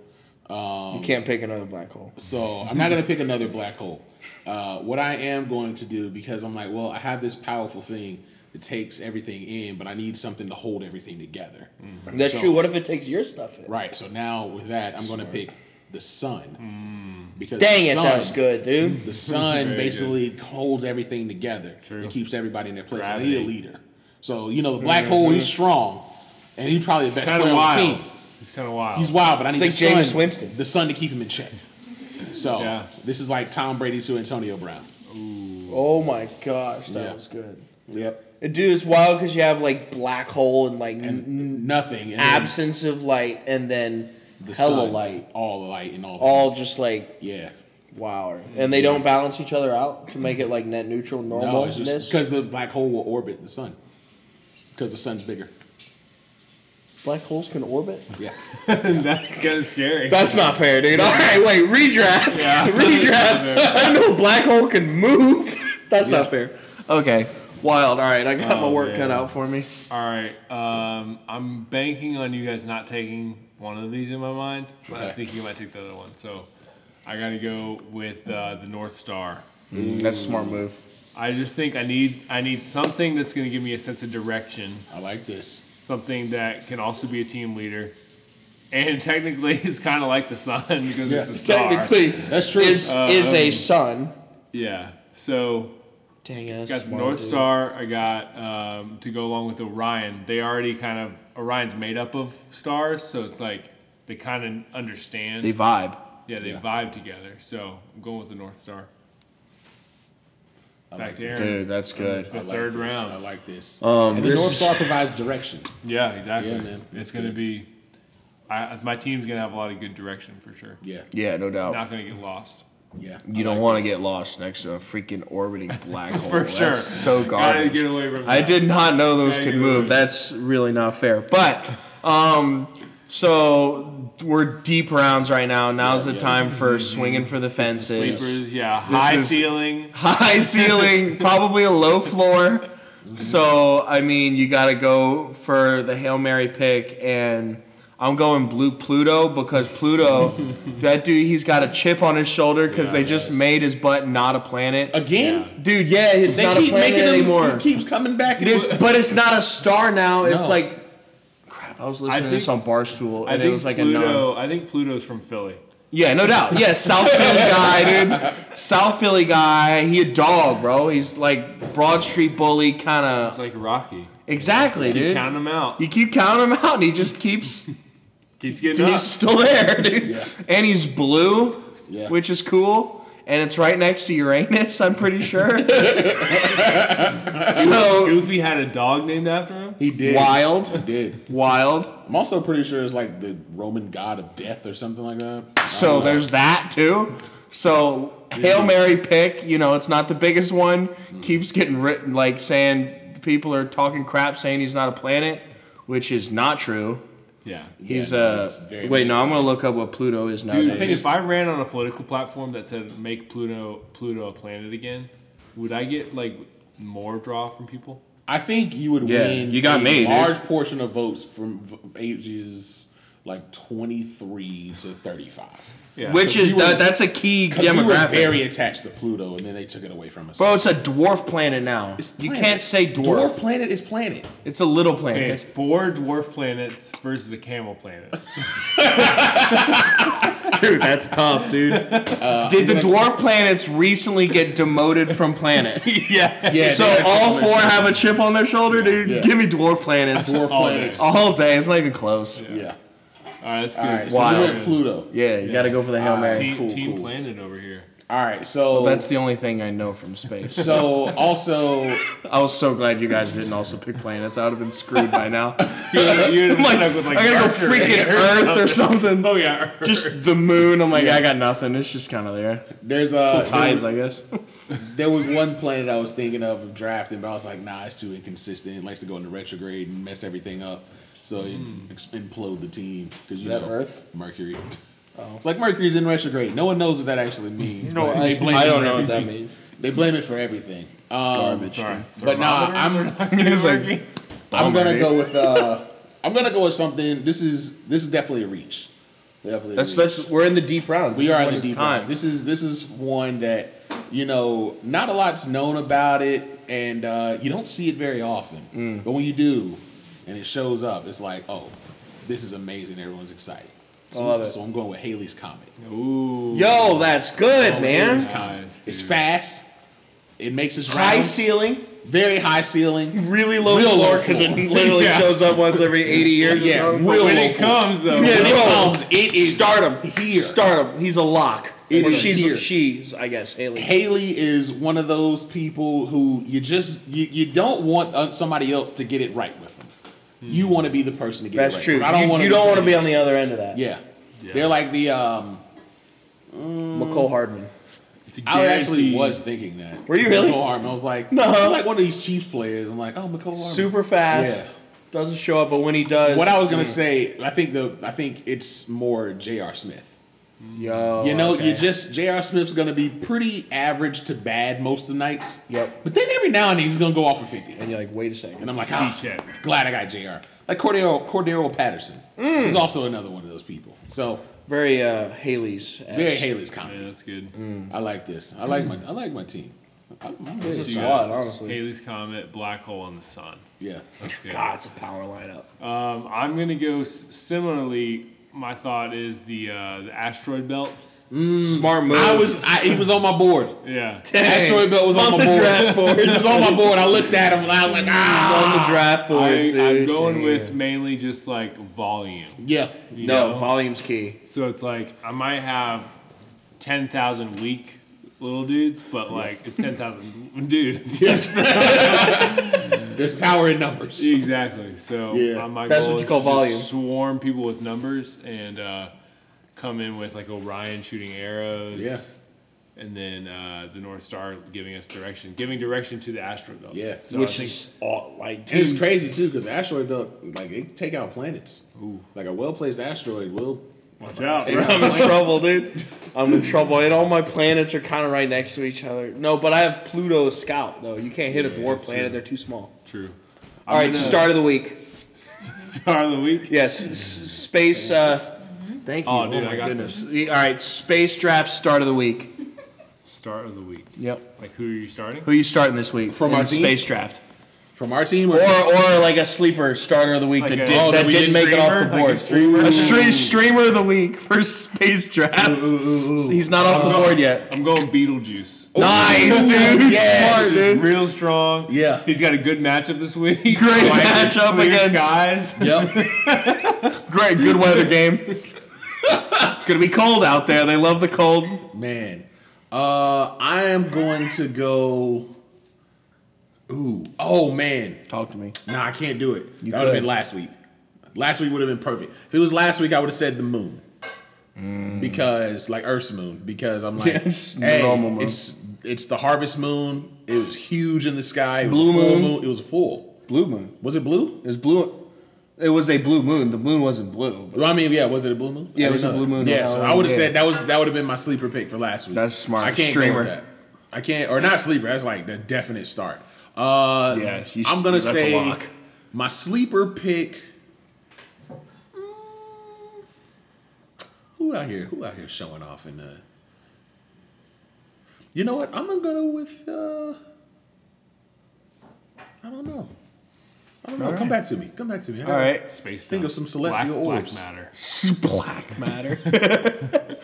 A: Oh.
C: You can't pick another black hole.
A: So I'm not gonna pick another black hole. Uh, what I am going to do because I'm like, well, I have this powerful thing that takes everything in, but I need something to hold everything together.
B: Mm.
C: That's
A: So-
C: true. What if it takes your stuff in?
A: Right. So now with that, I'm going to pick the sun because
C: Dang
A: the
C: it,
A: sun, Mm.
C: that was good, dude.
A: The sun
B: Mm. Very
A: basically holds everything together.
B: True.
A: It keeps everybody in their place. I need a
B: Gravity.
A: leader. So you know the black hole. He's strong, and he's probably the best
B: Kind
A: player
B: of
A: on the
B: wild.
A: team.
B: He's kind of wild.
A: He's wild, but I need
C: like
A: the
C: Jameis
A: sun,
C: Winston.
A: the sun to keep him in check. So
B: Yeah.
A: this is like Tom Brady to Antonio Brown.
C: Oh my gosh, that
A: Yeah.
C: was good.
A: Yep.
C: Dude, it's wild because you have like black hole and like n-
A: And nothing. And then
C: absence of light and then
A: the
C: hella
A: sun,
C: light.
A: all the light, and all.
C: All just like
A: yeah.
C: wow. And they don't balance each other out to make it like net neutral
A: No,
C: normalness.
A: it's just because the black hole will orbit the sun because the sun's bigger.
C: black holes can orbit.
A: Yeah.
B: That's kind of scary.
C: That's not fair, dude. All right, wait, redraft.
B: Yeah.
C: Redraft. I know a black hole can move. That's not fair. Okay. Wild. All right, I got my
B: Oh,
C: work
B: man.
C: cut out for me.
B: All right. Um, I'm banking on you guys not taking one of these in my mind, but I
A: Okay.
B: think you might take the other one. So I got to go with uh, the North Star.
C: That's a smart move.
B: I just think I need I need something that's going to give me a sense of direction,
A: I like this.
B: something that can also be a team leader, and technically it's kind of like the sun because it's
A: Yeah.
B: a star.
C: Technically,
A: That's true.
C: is is a sun.
B: yeah. So
C: Dang us.
B: got the North Star. I got um, to go along with Orion. They already kind of Orion's made up of stars, so it's like they kind of understand.
C: They vibe.
B: yeah, they
A: Yeah.
B: vibe together. So I'm going with the North Star.
A: I
B: Back
A: like
B: to
A: this.
B: Aaron.
C: that's good.
B: The
A: I like
B: third
A: this.
B: round.
A: I like this.
C: Um,
A: and the
C: this
A: North
C: is-
A: Star provides direction.
B: Yeah, exactly.
A: Yeah, man.
B: It's
A: That's
B: going to
A: good.
B: be. I, my team's going to have a lot of good direction for sure.
A: Yeah,
C: Yeah, no doubt.
B: Not going to get lost.
A: yeah.
C: you don't want to get lost next to a freaking orbiting black hole.
B: For
C: That's
B: sure.
C: so
B: Gotta
C: garbage.
B: get away from
C: I
B: that.
C: did not know those
B: Yeah,
C: could
B: you
C: move.
B: would.
C: That's really not fair. But um, so we're deep rounds right now. Now's the
A: yeah.
C: time for swinging for the fences.
B: Sleepers, yeah. High
C: is-
B: ceiling.
C: High ceiling, probably a low floor. So I mean, you got to go for the hail mary pick, and I'm going blue Pluto because Pluto, that dude, he's got a chip on his shoulder because they just made his butt not a planet.
A: Again,
C: Dude, yeah, it's
A: they
C: not a
A: keep
C: planet
A: making him.
C: anymore.
A: He keeps coming back.
C: It is, but it's not a star now. It's
A: No.
C: like crap. I was listening to this on
B: think-
C: Barstool,
B: I
C: and
B: think
C: it was like a non.
B: Pluto. I think Pluto's from Philly.
C: Yeah, no doubt. Yeah, South Philly guy, dude. South Philly guy. He a dog, bro. He's like Broad Street bully, kind
B: It's
C: of.
B: like Rocky.
C: Exactly,
B: Keep
C: dude.
B: counting them out.
C: You keep counting him out, and he just keeps.
B: Keeps getting
C: And
B: up.
C: he's still there, dude.
A: Yeah.
C: And he's blue,
A: Yeah.
C: which is cool. And it's right next to Uranus, I'm pretty sure. so
B: Goofy had a dog named after him.
A: he did. He
C: wild,
A: did.
C: wild.
A: I'm also pretty sure it's like the Roman god of death or something like that. I don't
C: So
A: know.
C: there's that too. So Hail Mary pick, you know, it's not the biggest one. Keeps getting written like saying people are talking crap saying he's not a planet, which is not true.
B: Yeah.
C: He's
A: no,
C: uh
A: it's very
C: wait,
A: much
C: no, I'm gonna look up what Pluto is
B: Dude,
C: nowadays.
B: I think if I ran on a political platform that said "Make Pluto Pluto a planet again," would I get like more draw from people?
A: I think you would
C: Yeah,
A: win.
C: you got
A: a
C: me, dude.
A: Large portion of votes from v- ages like 23 to 35.
B: Yeah.
C: which is
A: you were-
C: that that's a key
A: Because we were
C: demographic.
A: very attached to Pluto, and then they took it away from us.
C: Bro, it's a dwarf planet now.
A: It's
C: You
A: planet.
C: can't say dwarf.
A: Dwarf planet is planet.
C: It's a little
B: Okay,
C: planet.
B: four dwarf planets versus a camel planet.
C: Dude, that's tough, dude. Did
A: Uh,
C: the dwarf planets recently get demoted from planet?
B: yeah.
A: Yeah.
C: so all four have a chip on their shoulder, dude.
A: Yeah.
C: Give me dwarf planets
A: dwarf
B: all
A: planets.
C: all day. It's not even close. Oh, Yeah,
A: Yeah.
B: All right, that's good.
A: All right. So
C: Wild.
A: we went Pluto.
C: you gotta go for the hail mary.
B: Team,
A: Cool,
B: team
A: cool.
B: planet over here.
A: All right. So
C: That's the only thing I know from space.
A: so also
C: I was so glad you guys didn't also pick planets. I would have been screwed by now.
B: You would've- you would've
C: I'm like,
B: stuck with, like,
C: I gotta go
B: Archer
C: freaking
B: and-
C: Earth or something.
B: Oh yeah.
C: Just the moon. I'm like, I got nothing. It's just kind of there.
A: there's a
C: Tides, I guess.
A: There was one planet I was thinking of drafting, but I was like, nah, it's too inconsistent. It likes to go into retrograde and mess everything up. So it
C: Hmm.
A: ex- implode the team. Cause you
C: that
A: know,
C: Earth? Oh.
A: Mercury. It's like Mercury's in retrograde. No one knows what that actually means. but
C: I,
B: it
C: don't
B: for
C: know what that means.
A: They blame it for everything. Um,
C: Garbage.
B: Sorry.
A: but nah,
B: Thermometers
A: I'm
B: are not gonna
C: It's like-
B: work.
A: I'm
C: Bummer,
A: gonna
C: dude.
A: go with uh, I'm gonna go with something. This is this is definitely a reach. Definitely. a
C: That's,
A: reach.
C: that's we're in the deep rounds.
A: We
C: This
A: are in
C: is
A: the
C: when it's
A: deep
C: time.
A: time. This is this is one that you know not a lot's known about it, and uh, you don't see it very often.
C: Mm.
A: But when you do, and it shows up, it's like, oh, this is amazing. Everyone's excited. So,
C: I love it.
A: so I'm going with Haley's Comet.
B: Ooh.
C: Yo, that's good, man.
A: Haley's Comet.
B: Nice,
A: it's
B: dude.
A: fast. It makes its
C: High
A: rounds.
C: ceiling.
A: very high ceiling.
C: really low
A: Real
C: floor
A: low
C: because it
A: floor.
C: literally
B: Yeah.
C: shows up once every 80 years.
A: Yeah,
C: or so.
A: real
B: When
A: low
B: it comes though.
C: Yeah,
A: When it
C: no.
A: comes, it is
C: Stardom.
A: here.
C: Stardom. He's a lock.
A: It
C: Or
A: is
C: she's,
A: here.
C: she's, I guess, Haley.
A: Haley is one of those people who you just you, you don't want uh, somebody else to get it right with them. You want to be the person to get
C: Hmm. That's
A: it right.
C: true.
A: 'cause
C: you
A: wanna
C: you don't want to be on
A: famous.
C: the other end of that.
A: Yeah.
B: Yeah.
A: they're like the um.
C: McCole Hardman.
B: It's
A: I actually
B: guaranteed.
A: was thinking that.
C: Were you really?
A: McCole Hardman. I was like,
C: No.
A: no, he's like one of these Chiefs players. I'm like, oh, McCole Hardman.
C: Super fast. Doesn't show up, but when he does.
A: What I was gonna
C: Mm.
A: say, I think the I think it's more J.R. Smith.
C: Yo.
A: You know,
C: Oh, okay.
A: you just J.R. Smith's gonna be pretty average to bad most of the nights.
C: Yep.
A: But then every now and then he's gonna go off for fifty,
C: And you're like, wait a second.
A: and I'm like, ah,
B: check.
A: glad I got J.R. Like Cordero Cordero Patterson
C: Mm.
A: is also another one of those people. So
C: Very uh, Haley's.
A: very Haley's comedy.
B: Yeah, that's good.
A: I like this. I like my I like my team. I'm, I'm with
C: This is
A: you.
C: solid, honestly.
B: Haley's Comet, Black Hole in the Sun.
A: Yeah.
B: That's good.
C: God, it's a power lineup.
B: Um, I'm gonna go s- similarly. My thought is the uh, the asteroid belt.
C: Mm. Smart move.
A: I was I, he was on my board.
B: Yeah,
C: Dang.
A: Asteroid Belt was on,
C: On
A: my
C: the
A: board.
C: draft board.
A: he was on my board. I looked at him. I was like, ah.
C: on the draft
B: I,
C: boards,
B: I'm
C: dude.
B: going
C: Damn.
B: with mainly just like volume.
A: Yeah.
B: you
C: no
B: know?
C: volume's key.
B: so it's like I might have ten thousand weak little dudes, but like it's ten thousand dudes.
A: Yes. There's power in numbers.
B: Exactly. So
A: Yeah.
B: uh, my
C: That's
B: goal
C: what you
B: is
C: call
B: to just
C: volume.
B: Swarm people with numbers and uh, come in with like Orion shooting arrows.
A: Yeah.
B: And then uh, the North Star giving us direction, giving direction to the astro belt.
A: Yeah.
B: So I
C: Which
B: think,
C: is all like
A: And it's
C: dude,
A: crazy too, because asteroid belt like it take out planets. Like a well placed asteroid will.
B: watch out,
A: Take
B: bro.
A: out
C: I'm in
A: planets.
C: trouble, dude. I'm in trouble, and all my planets are kind of right next to each other. No, but I have Pluto scout though. You can't hit a dwarf planet; they're too small.
B: True.
C: All right,
B: gonna-
C: start of the week.
B: Star of the week.
C: Yes, s- space. Uh, thank you.
B: Oh,
C: Oh,
B: dude,
C: my
B: I got
C: goodness. All right, space draft start of the week.
B: Start of the week.
C: Yep.
B: Like who are you starting?
C: Who you starting this week
A: From
C: in
A: our
C: the
A: team?
C: space draft,
A: From our team,
C: or or like a sleeper starter of the week
B: Like
C: that
B: a-
C: did
B: Oh,
A: that
C: that
A: we did
C: didn't make it off
B: streamer?
C: the
B: Like a
C: board.
B: streamer?
C: a stream, streamer of the week for space draft. So he's not off the
B: Uh,
C: board yet.
B: I'm going Beetlejuice.
C: Nice, dude.
A: Yes.
C: Smart, dude.
B: Real strong.
A: Yeah.
B: He's got a good matchup this week. Great
C: matchup against-
B: guys.
A: yep.
C: Great, good weather game. it's gonna be cold out there. They love the cold.
A: Man, uh, I am going to go. Ooh, oh man,
C: Talk to me.
A: nah, I can't do it. that would have
C: could.
A: been last week. Last week would have been perfect. If it was last week, I would have said the moon
C: Mm.
A: because, like Earth's moon, because I'm like,
C: Yes,
A: hey,
C: normal moon.
A: it's it's the harvest moon. It was huge in the sky. It was
C: Blue
A: a full
C: moon.
A: moon. It was a full.
C: Blue moon.
A: Was it blue?
C: It was blue. It was a blue moon. The moon wasn't blue.
A: Well, I mean, yeah, was it a blue moon?
C: Yeah, it
A: I
C: was
A: didn't
C: a
A: know
C: blue
A: that.
C: moon
A: Yeah,
C: on
A: so I
C: Halloween,
A: would have
C: yeah.
A: said that was that would have been my sleeper pick for last week.
C: That's smart.
A: I can't go
C: Streamer.
A: with that. I can't, or not sleeper. That's like the definite start. Uh,
C: Yeah, you-
A: I'm gonna
C: that's a
A: say
C: lock.
A: my sleeper pick. Who out here? Who out here showing off in the? You know what? I'm gonna go with. Uh, I don't know. I don't know. Come back to me. Come back to me. I
C: All
A: gotta-
C: right.
B: Space.
A: Think of
B: stuff.
A: some celestial
B: black,
A: orbs.
B: Black matter.
C: Black matter.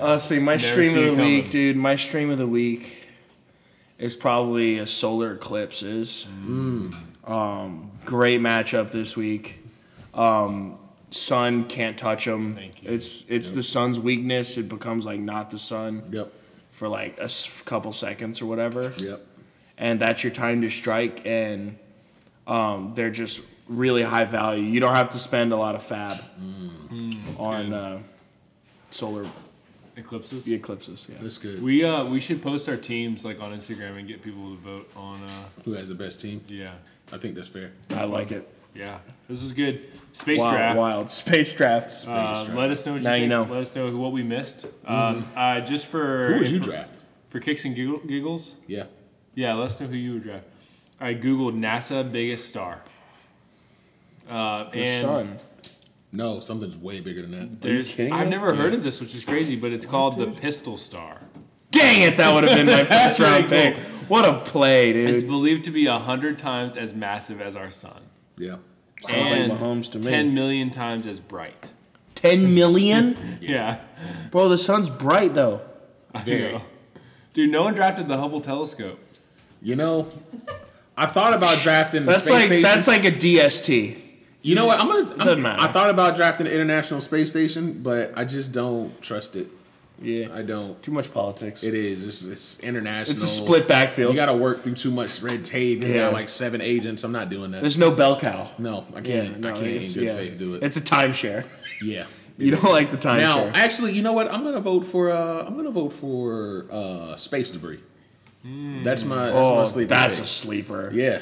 C: uh, see, my
B: see
C: stream
B: it
C: of the
B: coming.
C: week, dude. My stream of the week is probably a solar eclipses. Hmm. Um, great matchup this week. Um, sun can't touch them.
B: Thank you.
C: It's it's the sun's weakness. It becomes like not the sun
A: Yep.
C: for like a s- couple seconds or whatever
A: Yep.
C: and that's your time to strike and um, they're just really high value you don't have to spend a lot of fab on
B: good.
C: uh, solar
B: Eclipses.
C: eclipses yeah.
A: That's good.
B: We uh we should post our teams like on Instagram and get people to vote on uh
A: Who has the best team?
B: yeah.
A: I think that's fair.
C: i like it
B: Yeah. This is good. Space
C: wild
B: draft.
C: wild space draft
B: Uh,
A: Space draft.
B: let us know what you
C: Now you
B: think.
C: know. Mm-hmm.
B: Let us know what we missed. Um, uh, just for
A: Who would you
B: for,
A: draft?
B: for kicks and giggle- giggles?
A: Yeah.
B: Yeah, let us know who you would draft. I googled NASA biggest star. Uh,
C: the
B: and
C: sun
A: No, something's way bigger than that.
B: There's,
C: kidding
B: I've
C: me?
B: never heard of this, which is crazy, but it's called the Pistol Star.
C: dang it that would have been my first
B: That's
C: round
B: pretty
C: pick what a play
B: It's
C: dude
B: believed to be a hundred times as massive as our sun,
A: Yeah.
C: Sounds like
B: and
C: Mahomes to me.
B: ten million times as bright.
C: 10 million
B: Yeah,
C: bro the sun's bright though
B: I
A: Very.
B: know. Dude, no one drafted the Hubble telescope.
A: You know, I thought about drafting the
C: that's
A: space
C: like
A: station.
C: that's like a dst
A: you know what? I'm gonna. I'm,
C: doesn't matter.
A: I thought about drafting the International Space Station, but I just don't trust it.
C: yeah
A: I don't.
C: too much politics
A: It is. It's, it's international.
C: it's a split backfield
A: You got to work through too much red tape. You
C: Yeah.
A: got like seven agents. I'm not doing that.
C: there's no bell cow
A: No, I can't. I can't in
C: it's-
A: good
C: yeah.
A: faith do it.
C: It's a timeshare.
A: yeah.
C: You don't like the
A: Now,
C: timeshare.
A: actually, you know what? I'm gonna vote for. Uh, I'm gonna vote for uh, space debris. That's my. That's
C: oh,
A: my
C: that's,
A: sleep.
C: a sleeper.
A: Yeah,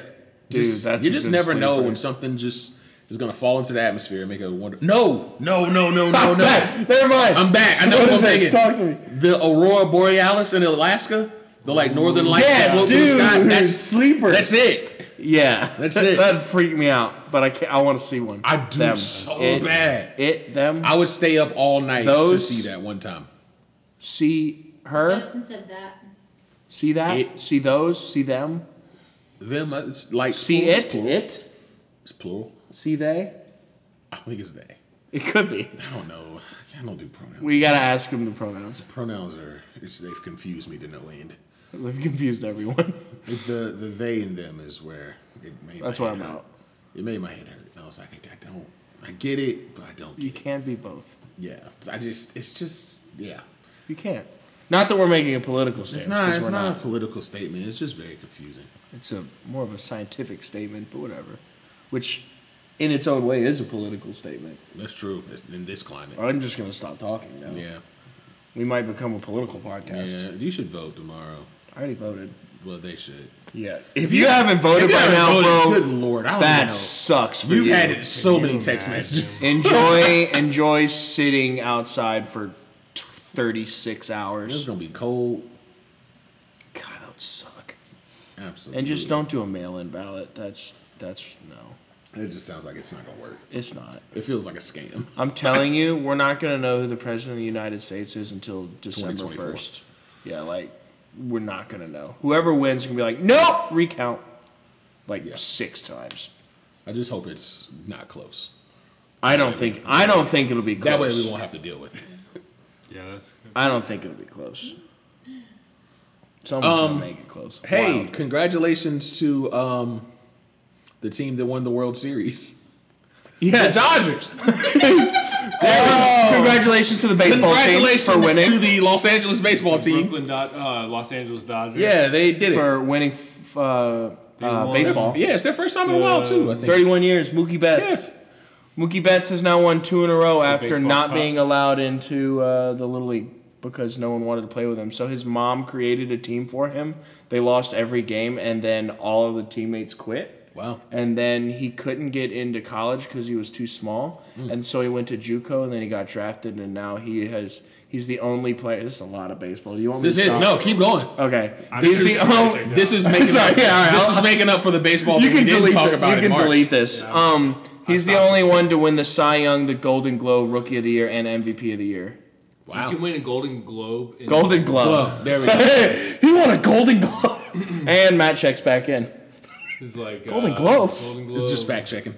C: Dude,
A: Just-
C: that's
A: you
C: a
A: just
C: good
A: never know
C: sleeper.
A: when something just is gonna fall into the atmosphere and make a wonder. No, no, no, no, no, no.
C: Never mind.
A: I'm back. I know
C: What
A: what I'm
C: is it?
A: thinking.
C: Talk to me.
A: The aurora borealis in Alaska, the like northern lights
C: Yes,
A: that float through the
C: dude.
A: sky. That's
C: Sleeper.
A: That's it.
C: yeah,
A: That's it.
C: That'd freak me out, but I can't, I want to see one.
A: I do so
C: It-
A: bad.
C: It them
A: I would stay up all night to
C: Those-
A: see that one time.
C: see her
D: Justin said that.
C: see that
A: It-
C: see those see them
A: Them, uh, it's like
C: see
A: plural,
C: it
A: It's plural.
C: it
A: It's plural.
C: see they.
A: I think it's they.
C: It could be.
A: I don't know. I don't do pronouns.
C: We gotta ask them the pronouns.
A: pronouns are it's, they've confused me to no end.
C: They've confused everyone.
A: It's the the they and them is where it made.
C: That's
A: my
C: why
A: head
C: I'm
A: hurt.
C: out.
A: It made my head hurt. And I was like, I don't. I get it, but I don't.
C: You
A: Get it.
C: can't be both.
A: Yeah. I just. It's just. Yeah.
C: You can't. Not that we're making a political stance.
A: It's not.
C: 'cause
A: It's
C: we're
A: not, a political statement. It's just very confusing.
C: It's a more of a scientific statement, but whatever. Which, in its own way, is a political statement.
A: That's true. It's in this climate.
C: I'm just gonna stop talking now.
A: Yeah.
C: We might become a political
A: Yeah.
C: podcast.
A: You should vote tomorrow.
C: I already voted.
A: Well, they should.
C: Yeah. If you haven't voted
A: If you
C: by
A: haven't
C: now,
A: voted,
C: bro,
A: Good lord. I don't
C: that
A: know.
C: sucks. For
A: You've
C: you.
A: had so many text
B: imagine?
A: messages.
C: Enjoy, enjoy sitting outside for t- 36
A: It's
C: hours.
A: gonna be cold.
C: God, that would suck.
A: Absolutely.
C: And just don't do a mail-in ballot. That's that's no.
A: It just sounds like it's not gonna work.
C: It's not.
A: It feels like a scam.
C: I'm telling you, we're not gonna know who the president of the United States is until December
A: 2024.
C: first. Yeah, like we're not gonna know. Whoever wins can be like, nope, recount, like
A: Yeah.
C: six times.
A: I just hope it's not close.
C: I don't think. I don't think it'll be close.
A: That way we won't have to deal with it.
B: Yeah, that's
C: I don't think it'll be close. Someone's
A: Um,
C: gonna make it close.
A: Hey,
C: Wild.
A: congratulations to um, the team that won the World Series.
C: yes.
A: Dodgers.
C: Congratulations to the baseball team for
A: Congratulations
C: winning
A: to the Los Angeles baseball team.
B: Brooklyn Dod- uh, Los Angeles Dodgers.
A: Yeah, they did it.
C: for winning f- uh, uh,
B: won.
C: baseball.
A: yeah, it's their first time in a while too. I think.
C: 31 years, Mookie Betts. Mookie Betts has now won two in a row after
B: baseball
C: not
B: cup.
C: being allowed into uh, the Little League because no one wanted to play with him. So his mom created a team for him. They lost every game, and then all of the teammates quit.
A: Wow.
C: And then he couldn't get into college because he was too small,
A: Mm.
C: and so he went to JUCO, and then he got drafted, and now he has. He's the only player. This is a lot of baseball. You want me
A: This
C: to
A: is
C: stop?
A: no. Keep going.
C: Okay.
A: This
C: He's the
A: is,
C: only-
A: this is making
C: Sorry,
A: up,
C: yeah, all right,
A: this
C: I'll-
A: is making up for the baseball.
C: you
A: that we
C: can
A: didn't
C: delete
A: talk
C: the-
A: about
C: you
A: in
C: can
A: March.
C: delete this. Um, he's the only one to win the Cy Young, the Golden Globe, Rookie of the Year, and MVP of the Year.
B: You
A: Wow.
B: can win a Golden Globe. In
C: Golden Glove.
A: Well, there we go.
C: he won a Golden Glove. and Matt checks back in.
B: It's like
C: Golden
B: uh,
C: Globes?
B: Golden Globe.
A: It's just fact checking.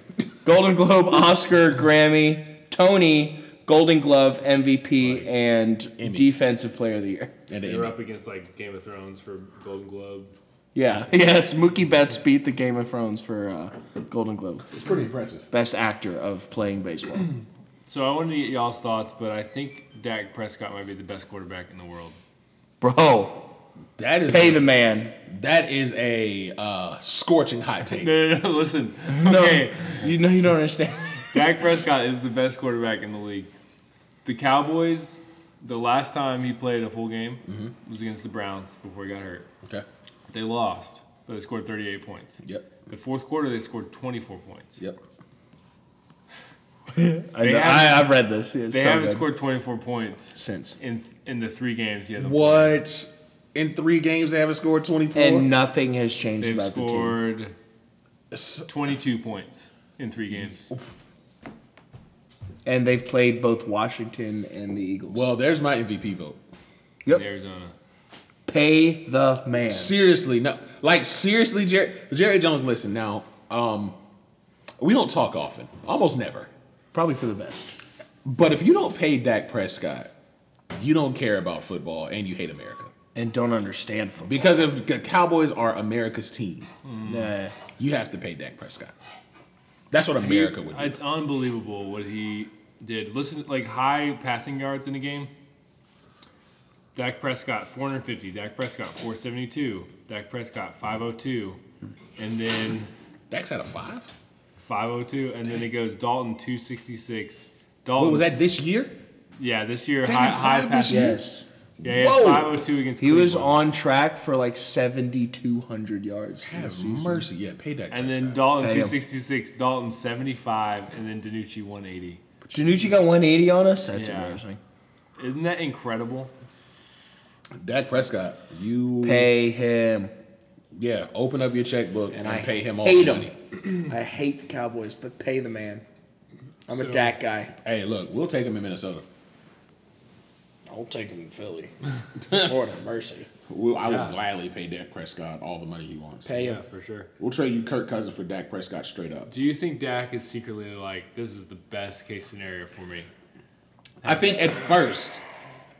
C: Golden Globe, Oscar, Grammy, Tony, Golden Glove, MVP, and
A: Emmy.
C: Defensive Player of the Year.
A: And
B: They were
A: the
B: up against like Game of Thrones for Golden Globe.
C: Yeah. Yes. Mookie Betts beat the Game of Thrones for uh, Golden Globe.
A: it's pretty impressive.
C: Best actor of playing baseball.
B: So I wanted to get y'all's thoughts, but I think Dak Prescott might be the best quarterback in the world.
C: Bro,
A: That is
C: pay the man.
A: that is a uh, scorching hot take.
B: No, no, no. Listen.
C: No,
B: Okay.
C: you know you don't understand.
B: Dak Prescott is the best quarterback in the league. The Cowboys, the last time he played a full game
C: Mm-hmm.
B: was against the Browns before he got hurt.
A: Okay.
B: They lost, but they scored 38 points.
A: Yep.
B: The fourth quarter, they scored 24 points.
A: Yep.
C: I
B: They
C: know, I,
B: haven't-
C: I've read this. It's
B: They
C: so
B: haven't
C: good.
B: scored 24 points
C: since
B: in in the three games he had them.
A: What? In three games, they haven't scored 24?
C: and nothing has changed
B: They've
C: about the team.
B: scored
A: S-
B: 22 points in three games.
C: And they've played both Washington and the Eagles.
A: well, there's my MVP vote.
C: Yep.
B: In Arizona.
C: pay the man.
A: Seriously, no. Like, seriously, Jerry, Jerry Jones, listen, now, um, we don't talk often, almost never.
C: Probably for the best.
A: But if you don't pay Dak Prescott, you don't care about football and you hate America.
C: And don't understand football.
A: Because if the Cowboys are America's team,
B: Mm.
C: Nah.
A: you have to pay Dak Prescott. That's what America would do.
B: It's unbelievable what he did. Listen, like high passing yards in a game. Dak Prescott 450, Dak Prescott 472, Dak Prescott 502, and then
A: Dak's at a five?
B: 502, and then it goes Dalton 266. Dalton
A: What was that this year?
B: Yeah, this year
A: They
B: high,
A: had
B: high
A: five this
B: passing.
A: year?
C: Yes.
B: Yeah, he had
A: Whoa!
B: 502 against
E: He was
B: Cleveland.
E: on track for like 7,200 yards.
A: Have mercy. Yeah, pay that.
B: And
A: guy
B: then
A: stat.
B: Dalton
E: Damn.
B: 266, Dalton 75, and then Danucci 180.
E: Janucci got 180 on us? That's
B: Yeah.
E: embarrassing.
B: Isn't that incredible?
A: Dak Prescott, you
E: Pay him.
A: yeah, open up your checkbook and,
C: I
A: pay him all
C: hate
A: the
C: him.
A: money.
C: I hate the Cowboys, but pay the man. I'm
B: So-
C: a Dak guy.
A: Hey, look, we'll take him in Minnesota.
C: I'll take him in Philly. Lord have mercy.
A: We'll, I
B: Yeah.
A: will gladly pay Dak Prescott all the money he wants.
C: Pay him.
B: for sure.
A: We'll trade you Kirk Cousins for Dak Prescott straight up.
B: Do you think Dak is secretly like, this is the best case scenario for me?
A: I think at first,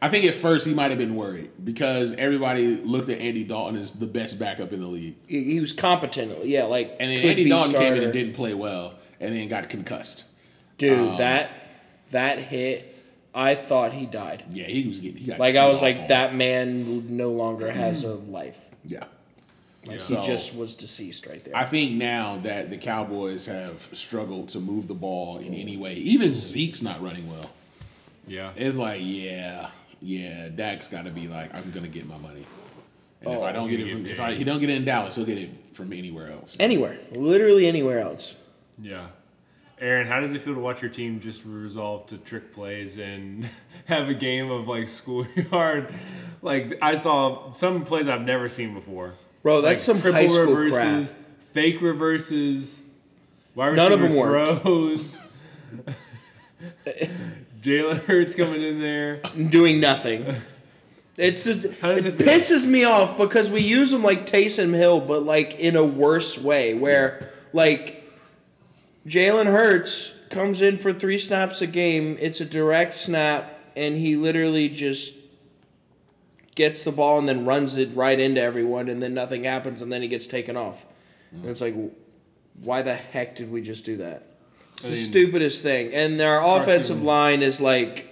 A: I think at first he might have been worried because everybody looked at Andy Dalton as the best backup in the league,
C: He, he was competent. Yeah, like
A: and then
C: could
A: Andy
C: be
A: Dalton came in
C: starter.
A: and didn't play well, and then got concussed.
C: Dude,
A: um,
C: that that hit, I thought he died.
A: Yeah, he was getting. He got
C: Like
A: teed
C: I was
A: off
C: like,
A: on.
C: that man no longer has a life.
A: Yeah.
C: Like
A: So-
C: he just was deceased right there.
A: I think now that the Cowboys have struggled to move the ball in any way, even Zeke's not running well.
B: Yeah.
A: It's like, yeah, yeah, Dak's got to be like, I'm gonna get my money. And if I don't get it from, if I, he don't get it in Dallas, he'll get it from anywhere else.
C: anywhere, literally anywhere else.
B: Yeah. Aaron, how does it feel to watch your team just resolve to trick plays and have a game of like schoolyard? Like I saw some plays I've never seen before.
C: Bro, that's
B: like,
C: some high school crap.
B: fake reverses, wide
C: None of
B: receiver
C: them worked.
B: throws. Jalen Hurts coming in there.
C: doing nothing. It's just,
B: How does
C: it
B: it feel?
C: pisses me off because we use him like Taysom Hill, but like in a worse way, where like Jalen Hurts comes in for three snaps a game. It's a direct snap, and he literally just gets the ball and then runs it right into everyone, and then nothing happens, and then he gets taken off. And it's like, why the heck did we just do that? It's the
B: mean-
C: stupidest thing. And their offensive line is like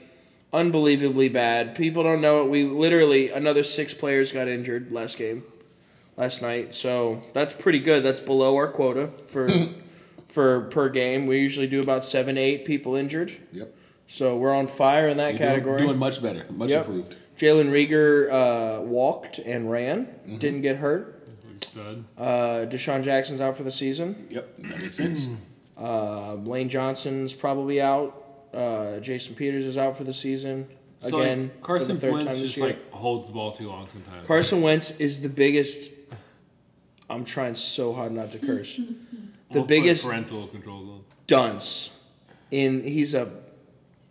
C: unbelievably bad. People don't know it. We literally another six players got injured last game, last night. So that's pretty good. That's below our quota for for per game. We usually do about seven, eight people injured.
A: Yep.
C: So we're on fire in that
A: You're doing-
C: category.
A: Doing, much better, much
C: Yep.
A: improved.
C: Jalen Rieger uh, walked and ran,
B: Mm-hmm.
C: didn't get hurt.
B: Stud.
C: Uh, Deshaun Jackson's out for the season.
A: Yep, that makes
C: Mm.
A: sense.
C: Uh, Lane Johnson's probably out. Uh, Jason Peters is out for the season
B: So
C: again.
B: like, Carson
C: for the third
B: Wentz
C: time this
B: just
C: year.
B: like holds the ball too long sometimes.
C: Carson Wentz is the biggest. I'm trying so hard not to curse. The
B: We'll put
C: biggest
B: parental controls on.
C: dunce. In he's a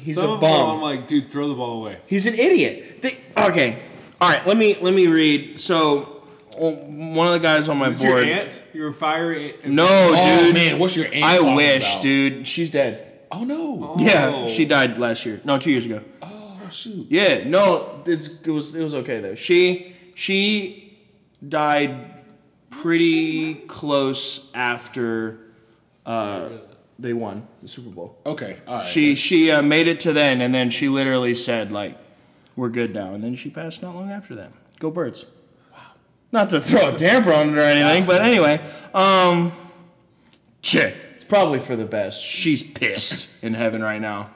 C: he's
B: Some
C: a
B: of them, I'm
C: bum.
B: like, dude, throw the ball away.
C: He's an idiot. They, okay, all right. Let me let me read. So o- one of the guys on my
B: Is your
C: board.
B: aunt? Your fire aunt?
E: No,
A: oh
E: dude.
A: man, what's your aunt
E: I
A: talking
E: wish,
A: about?
E: dude. She's dead.
A: Oh no.
E: Yeah,
B: Oh.
E: she died last year. No, two years ago.
A: Oh shoot.
E: Yeah, no, it's, it was it was okay though. She she died pretty close after uh, they won the Super Bowl.
A: Okay. All right.
E: She she uh, made it to then, and then she literally said like, "We're good now," and then she passed not long after that. Go Birds! Wow. Not to throw a damper on it or anything, but anyway, um, shit, it's probably for the best. She's pissed in heaven right now.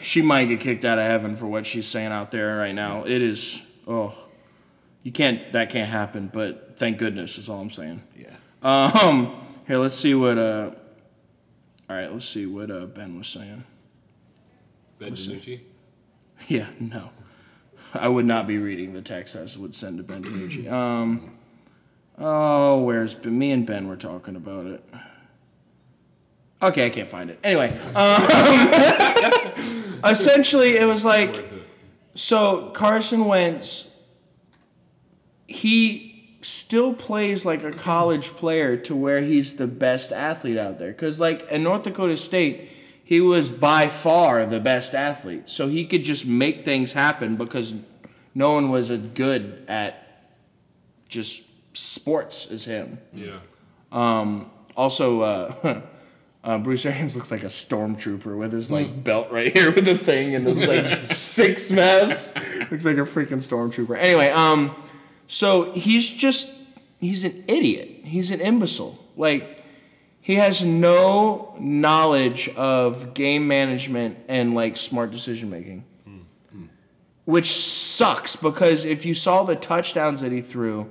E: she might get kicked out of heaven for what she's saying out there right now. It is oh, you can't that can't happen. But thank goodness is all I'm saying.
A: Yeah.
E: Um, here, let's see what. Uh, all right, let's see what uh, Ben was saying.
B: Ben DiNucci.
E: Yeah, no. I would not be reading the text I would send to Ben DiNucci. Um, oh, where's Ben? Me and Ben were talking about it. Okay, I can't find it. Anyway, um, essentially, it was like
B: Where is it?
E: so Carson Wentz, he still plays like a college player to where he's the best athlete out there. Because, like, at North Dakota State, he was by far the best athlete. So he could just make things happen because no one was as good at just sports as him.
B: Yeah.
E: Um, also, uh, uh, Bruce Arians looks like a stormtrooper with his like belt right here with the thing and those like six masks. Looks like a freaking stormtrooper. Anyway, um, so he's just he's an idiot. He's an imbecile. Like he has no knowledge of game management and like smart decision making.
C: which sucks because if you saw the touchdowns that he threw,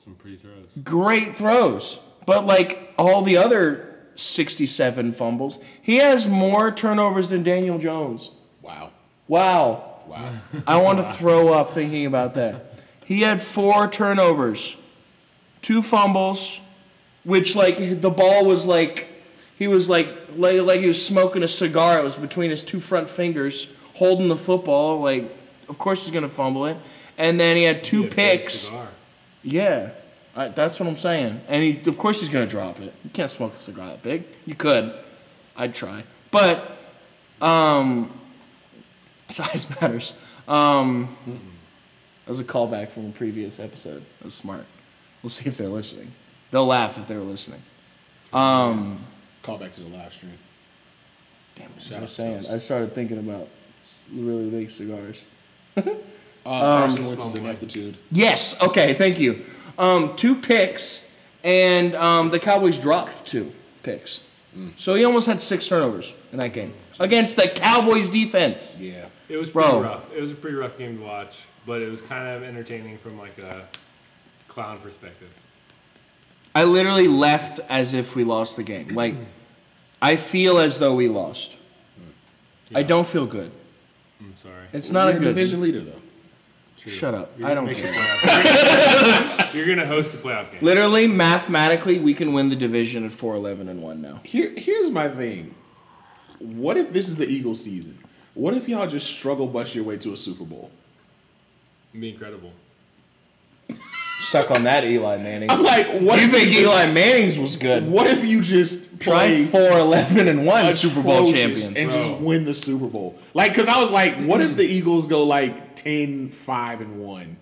B: Some pretty throws.
C: great throws. But like all the other 67 fumbles, he has more turnovers than Daniel Jones.
A: Wow.
C: Wow.
A: Wow.
C: I want to throw up thinking about that. He had four turnovers, two fumbles, which like the ball was like he was like like, like he was smoking a cigar. It was between his two front fingers, holding the football. Like of course he's gonna fumble it. And then he had two
B: Yeah, big
C: picks.
B: cigar.
C: Yeah, I, that's what I'm saying. And he, of course, he's gonna drop it. You can't smoke a cigar that big. You could. I'd try, but um, size matters. Um, that was a callback from a previous episode. That's smart. We'll see if they're listening. They'll laugh if they're listening. Um,
A: Call back to the live stream.
C: damn, what was
A: Shout out
C: I
A: to
C: saying?
A: Toast.
C: I started thinking about really big cigars. Um,
A: Uh, Carson Wentz's ineptitude.
C: Yes. Okay. Thank you. Um, two picks, and um, the Cowboys dropped two picks. So he almost had six turnovers in that game against the Cowboys defense.
A: Yeah.
B: It was
C: Bro.
B: pretty rough. It was a pretty rough game to watch, but it was kind of entertaining from like a clown perspective.
C: I literally left as if we lost the game. Like, I feel as though we lost. I don't feel good.
B: I'm sorry.
C: It's not a
A: You're
C: good.
A: division leader though.
C: Shut up.
B: You're
C: I
B: gonna
C: don't
B: make the
C: care.
B: playoff. You're gonna host a playoff game.
C: Literally, mathematically, we can win the division at four eleven and one now.
A: Here, here's my thing. What if this is the Eagles season? What if y'all just struggle bust your way to a Super Bowl?
B: It'd be incredible.
C: Suck on that, Eli Manning.
A: I'm like, what
C: you
A: if
C: think
A: you
C: Eli Manning's was good?
A: Just, what if you just
C: Try
A: play
C: four eleven and one Super Bowl
A: atrocious
C: champions.
A: and just
B: Bro.
A: win the Super Bowl? Like, because I was like, what if the Eagles go like 10, 5, and 1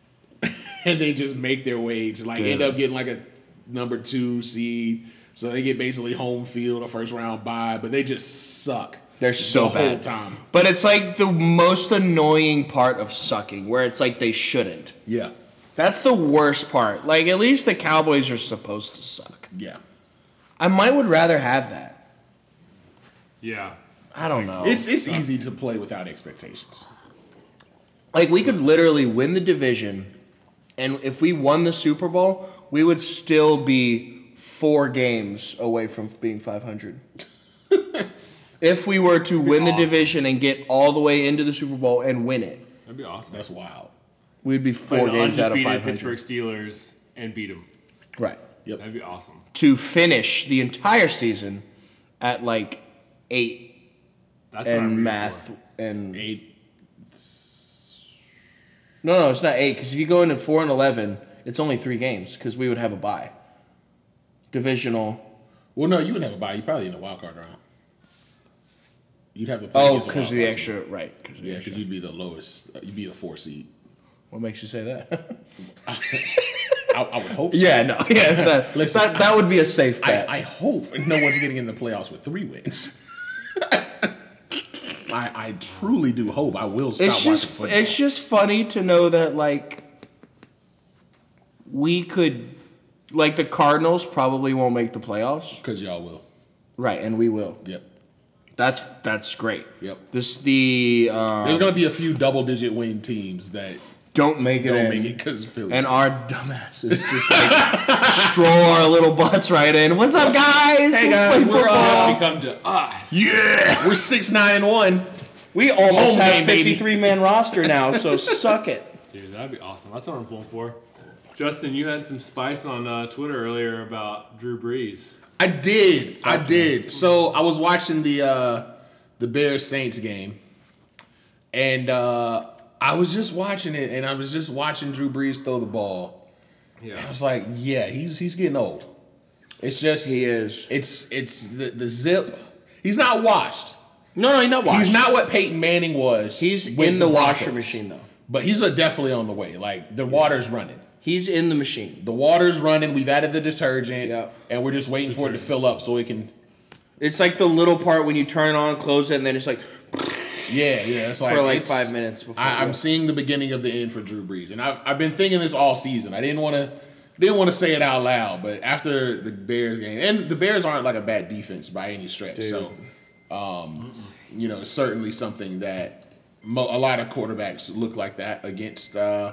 A: and they just make their way to like end
C: Dude.
A: up getting like a number two seed? So they get basically home field, a first round bye, but they just suck.
C: They're so
A: the whole
C: bad.
A: time.
C: But it's like the most annoying part of sucking, where it's like they shouldn't.
A: Yeah.
C: That's the worst part. Like at least the Cowboys are supposed to suck.
A: Yeah.
C: I might would rather have that.
B: Yeah.
C: I don't know.
A: It's it's easy to play without expectations.
C: like we could literally win the division, and if we won the Super Bowl, we would still be four games away from being five hundred. if we were to win the
B: awesome.
C: division and get all the way into the Super Bowl and win it,
B: That'd be awesome.
A: That's wild.
C: we'd be four
B: Play the
C: games out of
B: undefeated
C: five
B: Pittsburgh
C: hundred.
B: Steelers and beat them.
C: Right.
B: That'd be awesome.
C: to finish the entire season at like eight
B: That's what I'm
C: and
B: rooting
C: math
B: for.
C: and
A: Eight.
C: no no it's not eight because if you go into four and eleven it's only three games because we would have a bye divisional
A: Well, no, you would have a bye. You probably in a wild card round. You'd have to play.
C: oh
A: against a
C: because of
A: wild
C: the
A: card
C: extra right 'cause of
A: team.
C: the
A: Yeah,
C: extra.
A: because you'd be the lowest. uh, You'd be the four seed.
C: what makes you say that
A: I, I would hope. so.
C: yeah no yeah that,
A: Listen,
C: that, that would be a safe bet
A: I, I hope no one's getting in the playoffs with three wins. I, I truly do hope I will stop
C: it's
A: watching
C: just
A: football.
C: it's just funny to know that like we could like the Cardinals probably won't make the playoffs
A: because y'all will.
C: right and we will
A: Yep.
C: That's that's great.
A: Yep.
C: This the uh,
A: There's gonna be a few double digit win teams that
C: don't make it
A: don't
C: in,
A: make it because Philly.
C: and our dumbasses just like stroll our little butts right in. What's up, guys? Hey
A: guys, we're
B: Now they come to us.
A: yeah, we're six nine and one.
C: We almost
A: Home
C: have
A: game, baby.
C: fifty three man roster now, so suck it.
B: Dude, that'd be awesome. That's what I'm pulling for. Justin, you had some spice on uh, Twitter earlier about Drew Brees.
A: I did. I did. So I was watching the uh the Bears Saints game. And uh I was just watching it and I was just watching Drew Brees throw the ball. I
B: Yeah.
A: was like, yeah, he's he's getting old. It's just
C: He is.
A: It's it's the, the zip. He's not washed.
C: No, no, you're not watching.
A: He's not what Peyton Manning was.
C: He's
A: with
C: in the washer
A: Broncos.
C: machine though.
A: But he's uh, definitely on the way. Like the water's running.
C: He's in the machine.
A: The water's running. We've added the detergent,
C: Yeah.
A: and we're just waiting for it to fill up so it can.
C: It's like the little part when you turn it on, close it, and then it's like
A: Yeah, yeah. It's like
C: for like
A: it's-
C: five minutes before.
A: I, I'm seeing the beginning of the end for Drew Brees, and I've, I've been thinking this all season. I didn't want to didn't want to say it out loud, but after the Bears game, and the Bears aren't like a bad defense by any stretch, so um, you know, it's certainly something that mo- a lot of quarterbacks look like that against uh,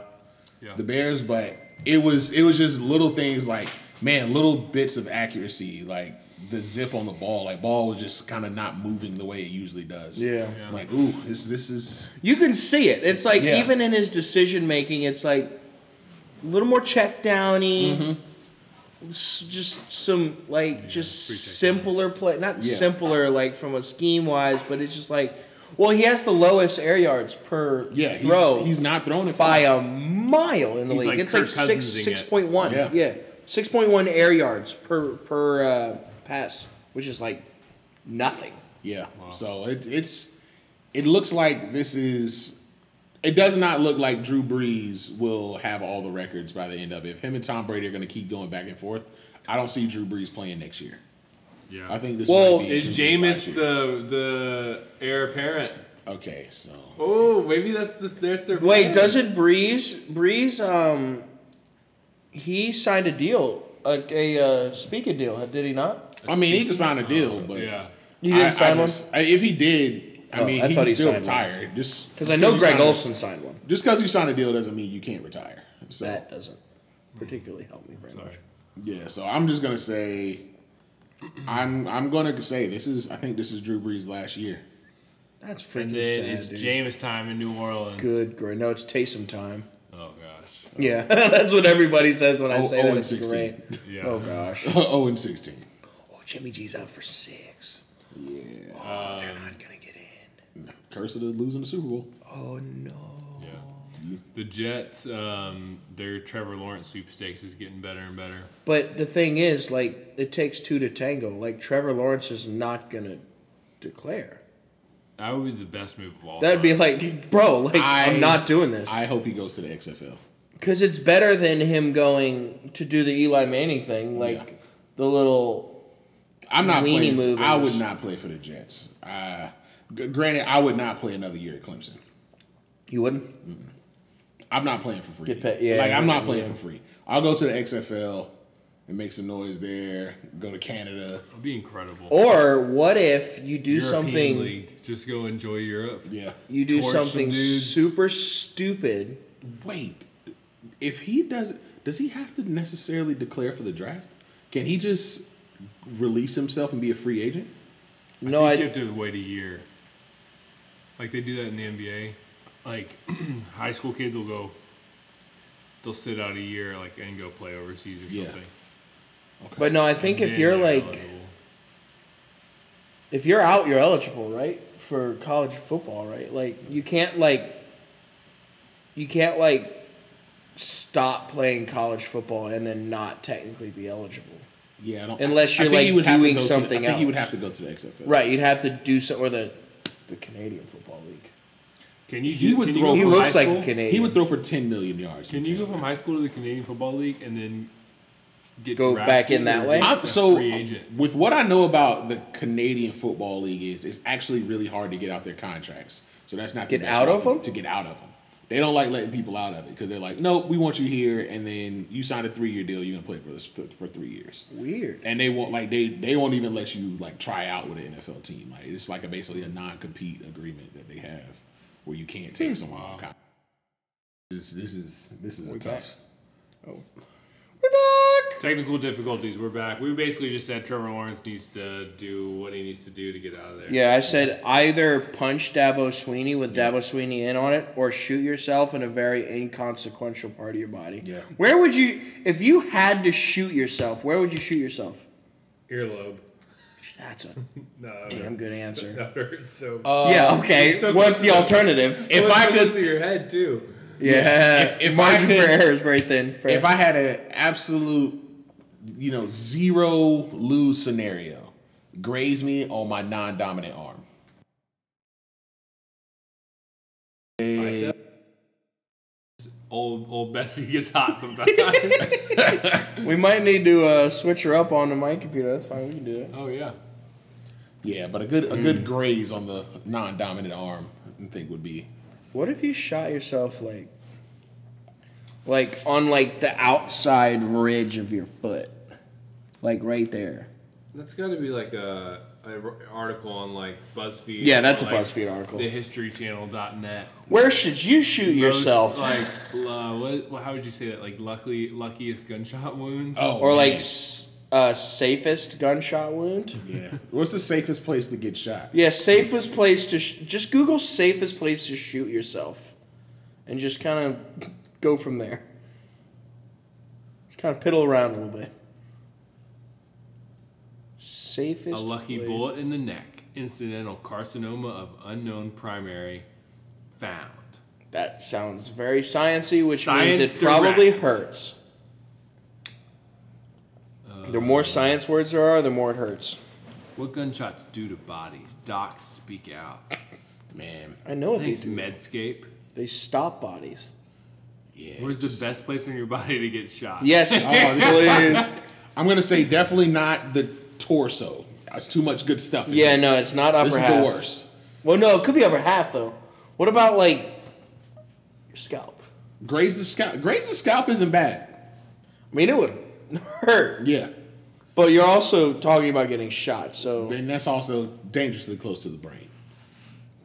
B: Yeah.
A: the Bears, but it was it was just little things like man, little bits of accuracy, like the zip on the ball, like ball was just kind of not moving the way it usually does.
E: Yeah.
B: Yeah.
A: like ooh, this this is
C: You can see it. It's like
A: Yeah.
C: even in his decision making, it's like a little more check downy. S- just some like just
B: free check-down.
C: simpler play, not
A: Yeah.
C: simpler like from a scheme wise, but it's just like, well, he has the lowest air yards per
A: yeah. He's,
C: throw
A: he's not throwing it
C: by a mile in the
B: He's
C: league.
B: like
C: it's
B: Kirk
C: like six
B: Cousins-ing
C: six
B: it.
C: point one.
A: Yeah.
C: Yeah. six point one air yards per per uh, pass, which is like nothing.
A: Yeah. So it, it's it looks like this is it does not look like Drew Brees will have all the records by the end of it. If him and Tom Brady are going to keep going back and forth, I don't see Drew Brees playing next year.
B: Yeah.
A: I think this
C: Well,
A: might be
B: is
A: Drew Brees last
B: Jameis
A: year.
B: the the heir apparent?
A: okay? So
B: Oh, maybe that's the there's their plan.
C: Wait, doesn't Breeze Breeze um he signed a deal a a uh, speaking deal? Did he not?
A: I mean, he could sign a deal, but
B: Yeah.
C: He didn't
A: I- I
C: sign one?
A: just- I- if he did, I
C: Oh,
A: mean,
C: I
A: he
C: thought
A: he's
C: he
A: still
C: signed one.
A: retired. Just
C: Because I know
A: you
C: Greg
A: signed a-
C: Olson signed one.
A: Just because you sign a deal doesn't mean you can't retire. So
C: That doesn't particularly help me very much.
A: Yeah, so I'm just gonna say, I'm I'm gonna say this is I think this is Drew Brees last year.
C: That's freaking
B: And then it's
C: sad. dude.
B: Jameis time in New Orleans.
C: Good, great. No, it's Taysom time.
B: Oh gosh.
C: Yeah, that's what everybody says when I
A: Oh,
C: say
A: oh,
C: that.
A: and
C: It's
A: 16.
C: great.
B: Yeah.
C: Oh gosh.
A: oh and sixteen.
C: Oh, Jimmy G's out for six.
A: Yeah,
C: Oh, they're not gonna get in.
A: curse of the losing the Super Bowl.
C: Oh no.
B: Yeah. The Jets, um, their Trevor Lawrence sweepstakes is getting better and better.
C: But the thing is, like, it takes two to tango. Like Trevor Lawrence is not gonna declare.
B: That would be the best move of all.
C: That'd be
B: time.
C: like, bro, like I,
A: I-
C: am not doing this
A: I hope he goes to the XFL.
C: because it's better than him going to do the Eli Manning thing, like
A: Yeah.
C: the little.
A: I'm not
C: Weenie
A: playing.
C: movers.
A: I would not play for the Jets. Uh, g- granted, I would not play another year at Clemson.
C: You wouldn't.
A: I'm not playing for free.
C: Get paid, yeah,
A: like I'm not
C: yeah.
A: playing for free. I'll go to the XFL and make some noise there. Go to Canada.
B: That'd be incredible.
C: Or what if you do
B: European
C: something?
B: League. Just go enjoy Europe.
A: Yeah.
C: You do
B: Torch some
C: something
B: dudes.
C: super stupid.
A: Wait, if he does, does he have to necessarily declare for the draft? Can he just release himself and be a free agent?
C: No,
B: I think you
C: I.
B: have to wait a year. Like they do that in the NBA. Like high school kids will go, they'll sit out a year like and go play overseas or
A: Yeah.
B: something.
C: But no, I think
B: And
C: if
B: then
C: you're
B: they're
C: like,
B: eligible.
C: if you're out, you're eligible, right, for college football, right? Like you can't like. You can't like, stop playing college football and then not technically be eligible.
A: Yeah, I don't.
C: Unless you're,
A: think
C: like,
A: he would have to
C: doing
A: go to the-
C: something
A: I think he
C: else.
A: would have to go to the XFL.
C: Right, you'd have to do so, or the the Canadian Football League.
B: can you?
A: he
B: do-
A: would
B: can you
A: throw-
B: go
A: He
B: from
C: looks
B: high
C: like a
B: school?
C: Canadian.
A: He would throw for ten million yards.
B: Can you go from high school to the Canadian Football League and then get
C: Go
B: drafted
C: back in that
B: or
C: way?
B: get
A: I'm,
B: a
A: so,
B: free agent?
A: with what I know about the Canadian Football League, is it's actually really hard to get out their contracts. So that's not the
C: Get
A: best
C: out
A: way
C: of 'em?
A: to get out of them. They don't like letting people out of it because they're like, nope, we want you here, and then you sign a three year deal, you're gonna play for this for three years.
C: Weird.
A: and they won't like they they won't even let you like try out with an NFL team. Like it's like a basically a non compete agreement that they have where you can't take someone off. con- This this is this is a tough.
B: Technical difficulties. We're back. We basically just said Trevor Lawrence needs to do what he needs to do to get out of there.
C: Yeah, I said either punch Dabo Sweeney with Dabo Sweeney in on it, or shoot yourself in a very inconsequential part of your body.
A: Yeah.
C: Where would you, if you had to shoot yourself, where would you shoot yourself?
B: Earlobe.
C: That's a
B: No, that
C: damn good
B: hurts.
C: answer.
B: That hurts so.
C: yeah. Okay.
B: so
C: What's the
B: close.
C: alternative?
A: If
B: Well,
A: I
B: it's
A: could-
B: close to your head too.
C: yeah.
A: If- if I
C: margin
A: could-
C: for error is very thin. Fred.
A: If I had an absolute, you know, zero lose scenario, graze me on my non dominant arm.
B: Old old Bessie gets hot sometimes.
C: we might need to uh, switch her up onto my computer. That's fine. We can do it.
B: oh yeah.
A: Yeah, but a good a
B: Mm.
A: good graze on the non dominant arm, I think would be
C: What if you shot yourself like, like on like the outside ridge of your foot, like right there?
B: That's got to be like a an article on like BuzzFeed.
C: Yeah, that's
B: or,
C: a
B: like,
C: BuzzFeed article.
B: The HistoryChannel.net.
C: Where should you shoot yourself?
B: Most, like, uh, what, what, how would you say that? Like, luckily, luckiest gunshot wounds.
A: Oh,
C: or
A: man.
C: like s- uh, safest gunshot wound?
A: yeah. What's the safest place to get shot?
C: Yeah, safest place to sh- just Google safest place to shoot yourself, and just kind of go from there. Just kind of piddle around a little bit.
B: a
C: Safest.
B: lucky
C: place-
B: bullet in the neck. Incidental carcinoma of unknown primary found.
C: That sounds very sciency, which means
B: Science
C: it probably
B: direct.
C: hurts.
B: Uh,
C: the more science words there are, the more it hurts.
B: What gunshots do to bodies? Docs speak out.
A: Man,
C: I
B: I
C: know what
B: think
C: they
B: it's
C: do.
B: Medscape.
C: They stop bodies.
A: yeah.
B: Where's
A: just-
B: the best place on your body to get shot?
C: Yes.
A: Oh, this-
C: please.
A: I'm gonna say definitely not the torso. That's too much good stuff. In
C: yeah,
A: there.
C: no, it's not upper
A: this is
C: half.
A: the worst.
C: Well, no, it could be upper half though. What about like your scalp?
A: Graze the scalp. Graze the scalp isn't bad.
C: I mean, it would hurt,
A: Yeah,
C: but you're also talking about getting shot, so
A: and that's also dangerously close to the brain.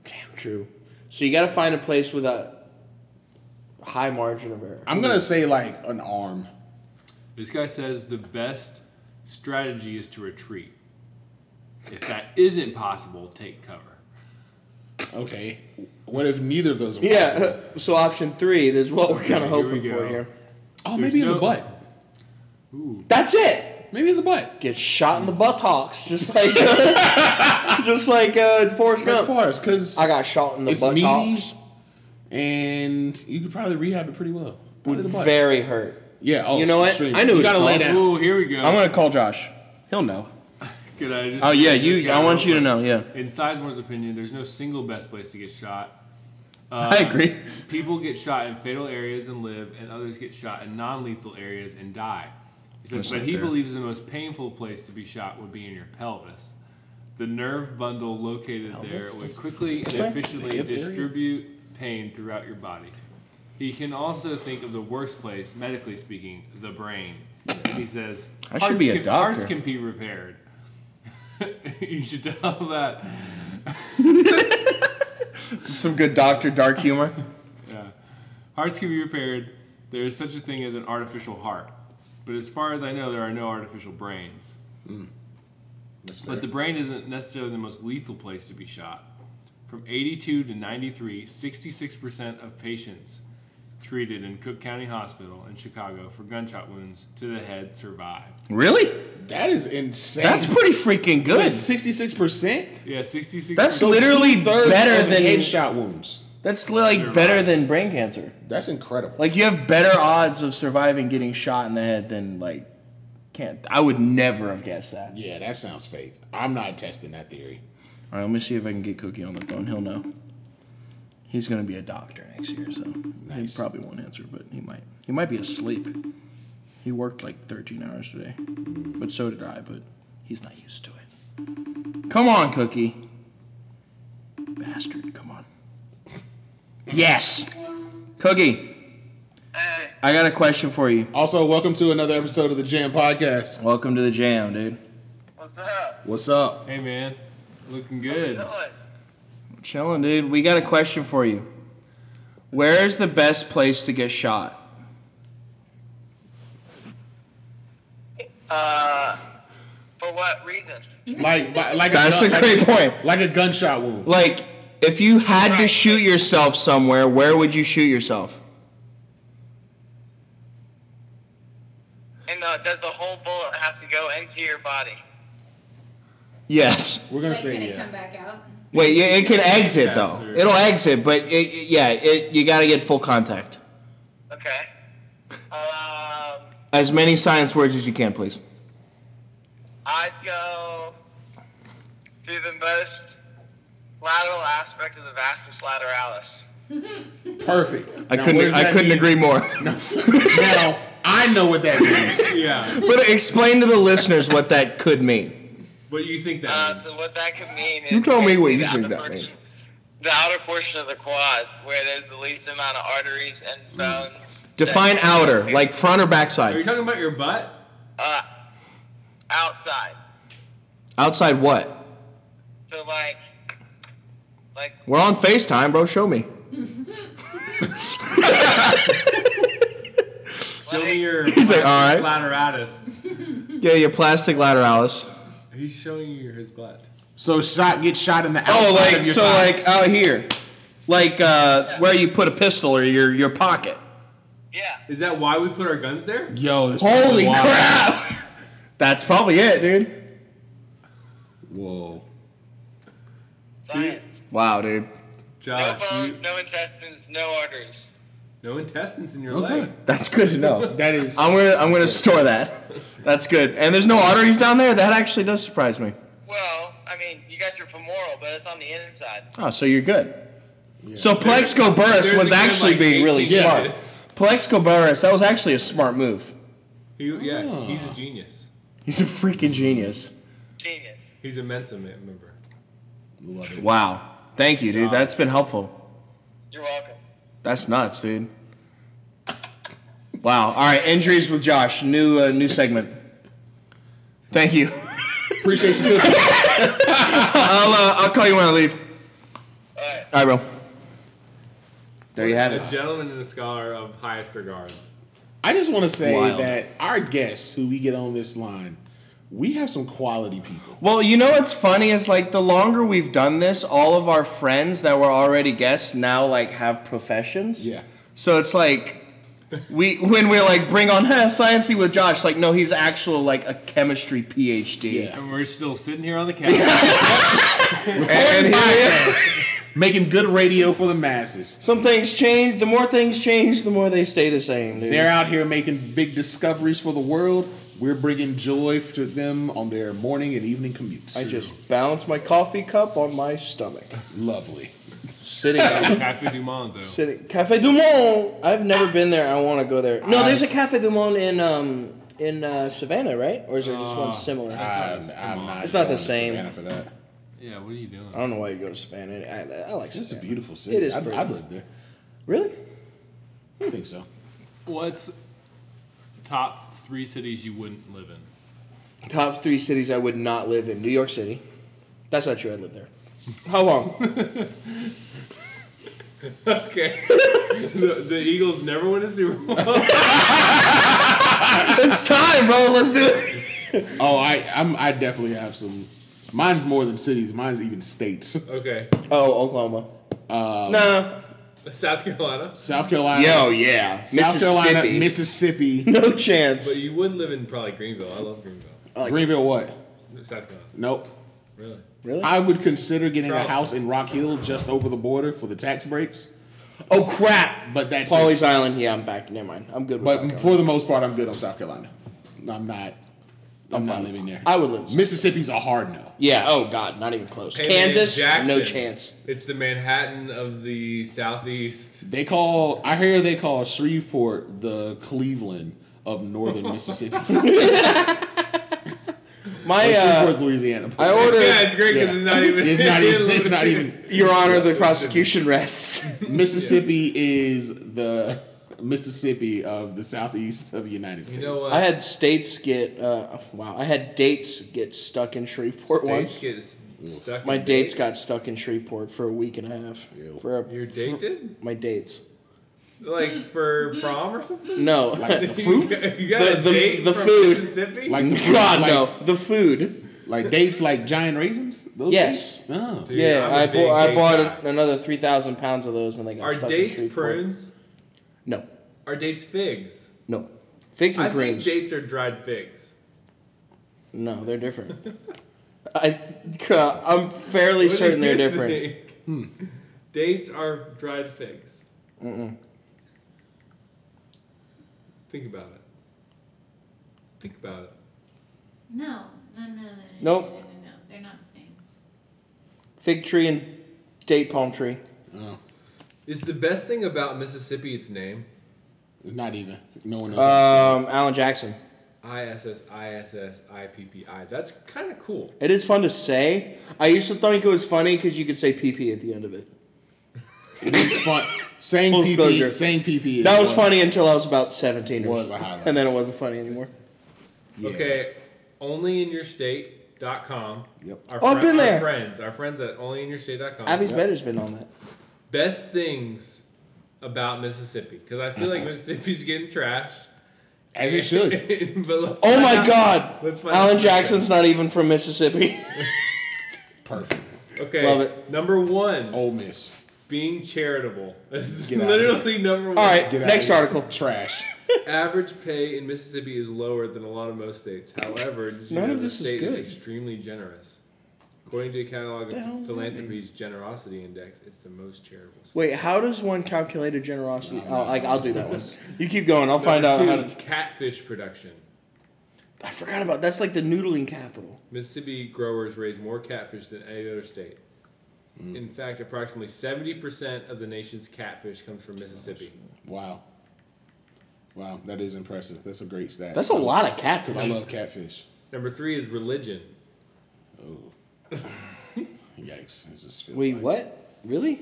C: damn true. So you got to find a place with a high margin of error.
A: I'm gonna say like an arm.
B: This guy says the best strategy is to retreat. If that isn't possible, take cover.
A: Okay. What if neither of those? Are
C: Yeah.
A: possible?
C: So option three, this is what we're kind of
B: Okay, here we
C: hoping for
B: go.
C: here.
A: Oh,
B: There's
A: maybe in
B: no-
A: the butt.
C: That's it.
A: Maybe in the butt.
C: Get shot in the buttocks, just like just like uh, Forrest
A: Like
C: Gump.
A: Forrest, because
C: I got shot in the
A: it's meaty,
C: buttocks.
A: and you could probably rehab it pretty well. Probably the butt.
C: Very hurt.
A: yeah. Oh,
C: You know what?
A: extreme.
C: I knew
A: you
C: it.
A: gotta lay down.
B: Oh, here we go.
E: I'm gonna call Josh. He'll know.
B: Could I just
E: Oh yeah,
B: read this
E: you.
B: guy
E: I want
B: real
E: you to
B: quick?
E: know. Yeah,
B: In Sizemore's opinion, there's no single best place to get shot. Uh,
E: I agree.
B: People get shot in fatal areas and live, and others get shot in non-lethal areas and die. He says,
E: That's
B: but
E: not
B: he
E: fair.
B: believes the most painful place to be shot would be in your pelvis. The nerve bundle located there would quickly and
A: like the
B: efficiently
A: hip area.
B: distribute pain throughout your body. He can also think of the worst place, medically speaking, the brain. And he says,
E: I should be a
B: can, Hearts
E: doctor.
B: can be repaired. you should tell that.
E: Some good Doctor Dark humor.
B: Hearts can be repaired. There is such a thing as an artificial heart. But as far as I know, there are no artificial brains.
A: That's fair.
B: But the brain isn't necessarily the most lethal place to be shot. From 82 to 93, 66% of patients treated in Cook County Hospital in Chicago for gunshot wounds to the head survived.
E: Really?
A: that is insane.
E: That's pretty freaking good.
A: sixty-six percent.
B: Yeah, 66%.
E: That's literally
A: Two-thirds
E: better
A: of
E: than
A: headshot wounds.
E: that's like better than brain cancer.
A: That's incredible.
E: Like you have better odds of surviving getting shot in the head than like can't. I would never have guessed that.
A: Yeah, that sounds fake. I'm not testing that theory.
E: All right, let me see if I can get Cookie on the phone. He'll know. He's gonna be a doctor next year, so he probably won't answer, but he might. He might be asleep. He worked like 13 hours today, but so did I. But he's not used to it. Come on, Cookie. Bastard, come on. Yes, Cookie. I got a question for you.
A: Also, welcome to another episode of the Jam Podcast.
E: Welcome to the jam, dude.
G: What's up?
A: What's up?
B: Hey, man. Looking
G: How's it
B: good.
G: going?
E: Chilling, dude. We got a question for you. Where is the best place to get shot?
G: Uh, for what reason?
A: Like, by- like
E: That's a
A: gun-
E: great
A: like,
E: point.
A: Like a gunshot wound.
E: Like, if you had to shoot yourself somewhere, where would you shoot yourself?
G: And uh, does the whole bullet have to go into your body?
E: Yes.
A: We're gonna
D: Like, can
A: say
D: it
A: yeah.
D: come back out?
E: Wait, yeah, it can exit though.
B: Faster.
E: It'll exit, but it, it- yeah, it, you got to get full contact.
G: Okay. Um,
E: As many science words as you can, please.
G: I'd go through the most lateral aspect of the vastus lateralis.
A: Perfect.
E: I
A: Now, what
E: couldn't.
A: does
E: I
A: that
E: couldn't
A: mean?
E: agree more.
A: Now I know what that means.
B: Yeah.
E: but explain to the listeners what that could mean.
B: What do you think that
G: Uh,
B: means?
G: so what that could mean is
E: You tell me what
G: basically
E: you
G: the
E: think
G: outer
E: that
G: portion-
E: means.
G: The outer portion of the quad, where there's the least amount of arteries and bones. that-
E: Define outer, like front or
B: Are you
E: backside.
B: talking about your butt?
G: uh, outside.
E: Outside what?
G: to like, like
C: We're on FaceTime, bro. Show me.
B: Show me your
C: He's like, all right.
B: Flateratus.
C: Yeah, your plastic lateralis.
B: He's showing you his butt.
A: So shot get shot in the outside
C: Oh, like
A: of your
C: so,
A: thigh.
C: like out here, like uh, where you put a pistol or your your pocket.
G: yeah.
B: Is that why we put our guns there?
A: yo, this
C: Holy
A: wow.
C: crap! That's probably it, dude.
A: Whoa,
G: Science.
C: Wow, dude.
G: No
B: Josh, Uh, you-
G: bones, no intestines, no arteries.
B: no intestines in your
A: Okay.
B: leg.
C: That's good to know.
A: that is
C: I'm gonna I'm gonna store that. That's good. And there's no arteries down there. That actually does surprise me.
G: Well, I mean, you got your femoral, but it's on the inside.
C: Oh, so you're good. So Plexco Burris
B: There's
C: was
B: a good,
C: actually
B: like,
C: being really
B: 18
C: smart.
B: minutes.
C: Plexco Burris, that was actually a smart move.
B: He, yeah, he's a genius.
C: He's a freaking genius.
G: Genius.
B: He's a Mensa me- member.
A: love it.
C: Wow. Thank you, dude. That's been helpful.
G: You're welcome.
C: That's nuts, dude. Wow. All right, injuries with Josh. New uh, new segment. Thank you.
A: Appreciate you.
C: I'll uh, I'll call you when I leave.
G: All right.
C: All right, bro. There you have
B: A
C: it.
B: gentleman and a scholar of highest regards.
A: I just want to say
C: Wild.
A: that our guests who we get on this line, we have some quality people.
C: Well, you know what's funny is like the longer we've done this, all of our friends that were already guests now like have professions.
A: Yeah.
C: So it's like we when we're like bring on huh, sciencey with Josh, like no, he's actual like a chemistry PhD.
A: Yeah.
B: And we're still sitting here on the couch.
C: And, and here he is.
A: Making good radio for the masses.
C: some things change. The more things change, the more they stay the same. Dude.
A: They're out here making big discoveries for the world. We're bringing joy to them on their morning and evening commutes.
C: I just balance my coffee cup on my stomach,
A: lovely.
C: sitting. up.
B: Cafe du Monde, though.
C: City. Cafe du Monde. I've never been there. I want to go there. No, there's a Cafe du Monde in um in uh, Savannah, right? Or is there just one similar?
A: I'm,
B: Come
A: I'm
B: on.
A: not.
C: It's not the
A: going to
C: same.
A: Savannah for that.
B: Yeah, what are you doing?
C: I don't know why you go to Savannah. I, I like
A: It's just a
C: Savannah.
A: beautiful city.
C: It is
A: I've,
C: pretty.
A: I've lived there.
C: Really?
A: I think so.
B: What's top three cities you wouldn't live in?
C: Top three cities I would not live in: New York City. That's not true. I'd live there. How long?
B: Okay. the, the Eagles never win a Super Bowl.
C: it's time, bro. Let's do it.
A: Oh, I I'm, I definitely have some. Mine's more than cities. Mine's even states.
B: Okay.
C: Oh, Oklahoma. nah.
B: South Carolina.
A: South Carolina.
C: yeah.
A: South
C: Mississippi.
A: Carolina, Mississippi,
C: no chance.
B: But you wouldn't live in probably Greenville. I love Greenville.
A: Greenville. What?
B: South Carolina.
A: Nope.
B: Really?
C: Really?
A: I would consider getting a
B: Charleston.
A: house in Rock Hill just over the border for the tax breaks,
C: oh crap.
A: but that's it.
C: Polly's Island. Yeah, I'm back. Never mind. I'm good. With South
A: But
C: Carolina.
A: for the most part, I'm good on South Carolina. I'm not. I'm not living there.
C: I would lose.
A: Mississippi's a hard no.
C: Yeah. Oh God, not even close.
B: Hey, man,
C: Kansas,
B: Jackson.
C: no chance.
B: It's the Manhattan of the Southeast.
A: They call. I hear they call Shreveport the Cleveland of northern Mississippi.
C: My,
A: Or
C: uh,
A: Shreveport, Louisiana.
C: I
B: Yeah,
C: ordered.
B: it's great because
A: Yeah.
B: it's not even.
A: It's not even. It's not even.
C: Your Honor, the prosecution rests.
A: Mississippi is the Mississippi of the southeast of the United States.
B: You know what?
C: I had states get. Uh, wow, I had dates get stuck in Shreveport
B: States
C: once.
B: get s- stuck
C: My
B: in
C: dates got stuck in Shreveport for a week and a half.
A: Ew.
C: For a,
B: Your date did?
C: my dates.
B: Like for prom or something?
C: No.
A: Like the fruit,
B: you got
C: The-
B: a
C: the-
B: date
C: the
B: from
C: food.
B: Mississippi?
A: like the fruit,
C: God
A: like,
C: no. The food.
A: like dates, like giant raisins. Those
C: Yes.
A: dates? Oh.
B: Dude,
C: yeah,
B: I'm a
C: I,
B: big
C: bo- I
B: date
C: bought
B: guy.
C: a- another three thousand pounds of those, and they got
B: Are
C: stuck in
B: dates
C: Shreveport.
B: prunes?
C: No,
B: Are dates figs?
C: no. Figs
B: I
C: and prunes.
B: think dates are dried figs.
C: No, they're different. I, I'm fairly
B: What do
C: certain they're
B: you
C: different.
B: think? Hmm. Dates are dried figs. Mm-mm. Think about it. Think about it.
D: No, no, no, no, no.
C: Nope.
D: No, no, no, no. They're not the same.
C: Fig tree and date palm tree.
A: Oh.
B: Is the best thing about Mississippi its name?
A: Not even. No one knows.
C: Um, Alan Jackson.
B: I S S I S S I P P I. That's kind of cool.
C: It is fun to say. I used to think it was funny because you could say PP at the end of it.
A: it's fun. Saying
C: Full
A: PP,
C: disclosure.
A: saying PP.
C: That was,
A: is-
C: funny until I was about 17 or
A: was a
C: so.
A: highlight.
C: And then it wasn't funny anymore.
A: Yeah.
B: Okay, only in your state Dot com.
A: Yep.
B: Our
C: Oh, I've been
B: our
C: there.
B: friends, our friends at onlyinyourstate.com.
C: Abby's better's been on that.
B: Best things about Mississippi because I feel like Mississippi's getting trashed.
A: As it should.
B: But let's
C: Oh
B: find
C: my
B: out-
C: God!
B: Let's find
C: Alan
B: out.
C: Jackson's not even from Mississippi.
A: Perfect.
B: Okay.
C: Love it.
B: Number one,
A: Ole Miss.
B: being charitable. This is
A: Get out of
B: literally number one.
C: All right,
A: Get out
C: next
A: of here.
C: article.
A: Trash.
B: Average pay in Mississippi is lower than a lot of most states. However, did you
C: None
B: know
C: of
B: the
C: this is
B: state is,
C: good.
B: extremely generous. According to the catalog
C: The hell
B: of philanthropy's generosity index, it's the most charitable. State.
C: Wait, how does one calculate a generosity? Oh, like I'll do that one. You keep going. I'll find out
B: Number
C: how
B: two,
C: to.
B: catfish production.
C: I forgot about that's like the noodling capital.
B: Mississippi growers raise more catfish than any other state.
C: Mm.
B: In fact, approximately 70% of the nation's catfish comes from Mississippi.
A: Wow. Wow, that is impressive. That's a great stat.
C: That's a lot of
A: I
C: catfish.
A: love catfish.
B: Number three is religion.
A: Yikes. This just feels
C: Wait,
A: like-
C: what? Really?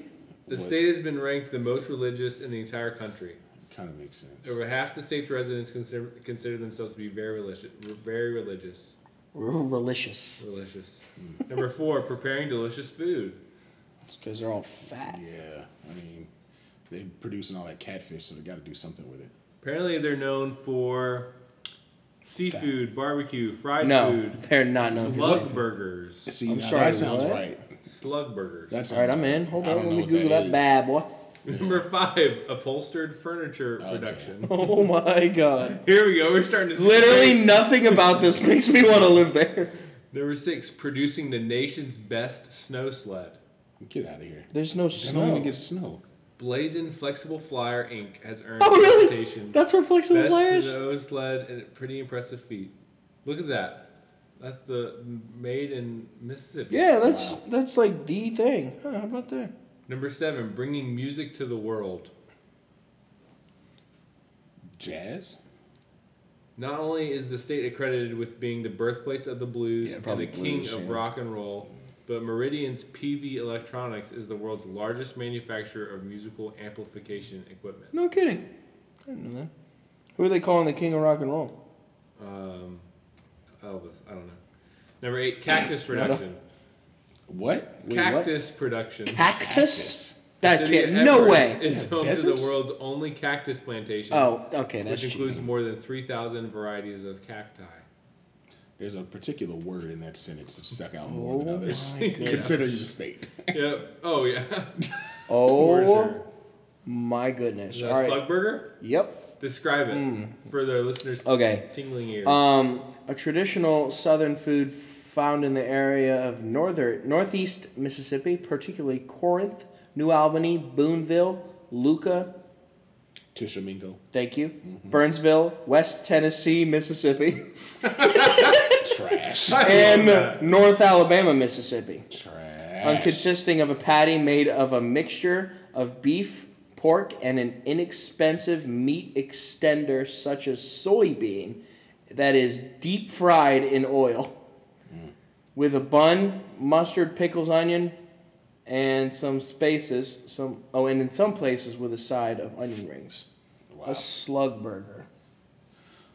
B: The
A: What?
B: state has been ranked the most religious in the entire country.
A: Kind of makes sense.
B: Over half the state's residents consider, consider themselves to be very religious. Very religious.
C: R- Relicious.
B: Delicious.
C: Hmm.
B: Number four, preparing delicious food.
C: Because they're all fat.
A: Yeah, I mean, they producing all that catfish, so they got to do something with it.
B: Apparently, they're known for seafood, barbecue, fried
C: No,
B: food,
C: they're not known. for
B: slug
C: seafood.
B: burgers.
A: See,
C: I'm
A: now
C: sorry,
A: that sounds
C: what?
A: right.
B: Slug burgers.
A: That sounds
C: All right, I'm in. Hold
A: I
C: on,
A: don't
C: let
A: know
C: me
A: what
C: Google that,
A: is.
C: bad boy.
B: Number five, upholstered furniture production.
C: Oh my god.
B: Here we go. We're starting to see-
C: Literally nothing about this makes me want to live there.
B: Number six, producing the nation's best snow sled.
A: Get out of here.
C: There's no
A: I don't
C: snow.
A: even get snow.
B: Blazon Flexible Flyer Inc. has earned
C: Oh
B: the
C: really?
B: reputation
C: That's where flexible
B: best
C: players.
B: snow sled and a pretty impressive feat. Look at that. That's the made in Mississippi.
C: Yeah, that's that's like the thing. Huh, how about that?
B: Number seven, bringing music to the world.
A: Jazz?
B: Not only is the state accredited with being the birthplace of the blues
A: Yeah,
B: and
A: probably
B: the king
A: blues,
B: of
A: yeah.
B: rock and roll, but Meridian's PV Electronics is the world's largest manufacturer of musical amplification equipment.
C: No kidding. I didn't know that. Who are they calling the king of rock and roll?
B: Um, Elvis, I don't know. Number eight, cactus production.
A: What?
C: Wait, what?
B: Cactus production.
C: Cactus?
B: The
C: That
B: city of
C: can't. No
B: Everett
C: way.
B: Is home to the
A: deserts?
B: world's only cactus plantation,
C: Oh, okay, that's
B: which includes
C: cheating.
B: more than 3,000 varieties of cacti.
A: There's a particular word in that sentence that stuck out more than
C: Oh
A: others.
C: my goodness.
A: Considering the state.
B: yep. Oh, yeah. For
C: Oh
B: sure.
C: my goodness!
B: Is
C: All
B: that
C: right.
B: slug burger?
C: Yep.
B: Describe it for the listeners.
C: Okay.
B: Tingling ears.
C: Um, a traditional Southern food found in the area of northern northeast Mississippi, particularly Corinth, New Albany, Boonville, Luca.
A: Tishomingo.
C: Thank you.
B: Mm-hmm.
C: Burnsville, West Tennessee, Mississippi,
A: Trash.
C: and North Alabama, Mississippi. on
A: Trash.
C: consisting of a patty made of a mixture of beef, pork, and an inexpensive meat extender such as soybean that is deep fried in oil with a bun, mustard, pickles, onion, and some spaces, some oh, and in some places with a side of onion rings.
A: Wow.
C: A slug burger.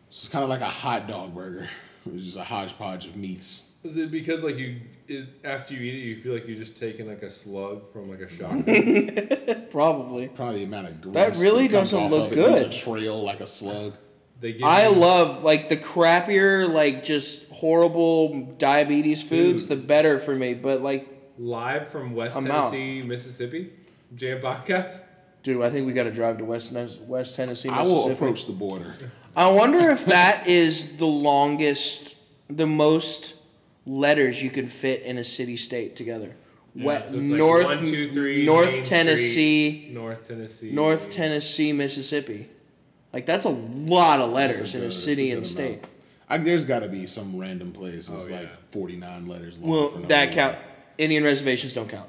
A: It's kind of like a hot dog burger. It was just a hodgepodge of meats.
B: Is it because like you it, after you eat it you feel like you're just taking like a slug from like a shotgun?
C: Probably.
A: Probably the amount of grease
C: really
A: comes
C: doesn't
A: off
C: look
A: of it. It leaves
C: good.
A: a trail like a slug.
B: they give
C: I
B: you-
C: love like the crappier, like just horrible diabetes foods, the better for me. But like,
B: live from West
C: I'm out.
B: Tennessee, Mississippi. Jam podcast.
C: dude, I think we got to drive to West Nes- West Tennessee,
A: I
C: Mississippi.
A: will approach the border.
C: I wonder if that is the longest, the most letters you can fit in a city state together. West,
B: so it's like
C: North,
B: one, two, three, Main
C: North Tennessee,
B: North Tennessee.
C: North Tennessee, Mississippi. Like that's a lot of letters
A: That's
C: in
A: good-
C: a
A: that's
C: city
A: good
C: and state.
A: amount. I, there's got to be some random place that's
B: Oh, yeah.
A: like 49 letters long.
C: Well,
A: for no
C: that
A: reason.
C: count. Indian reservations don't count.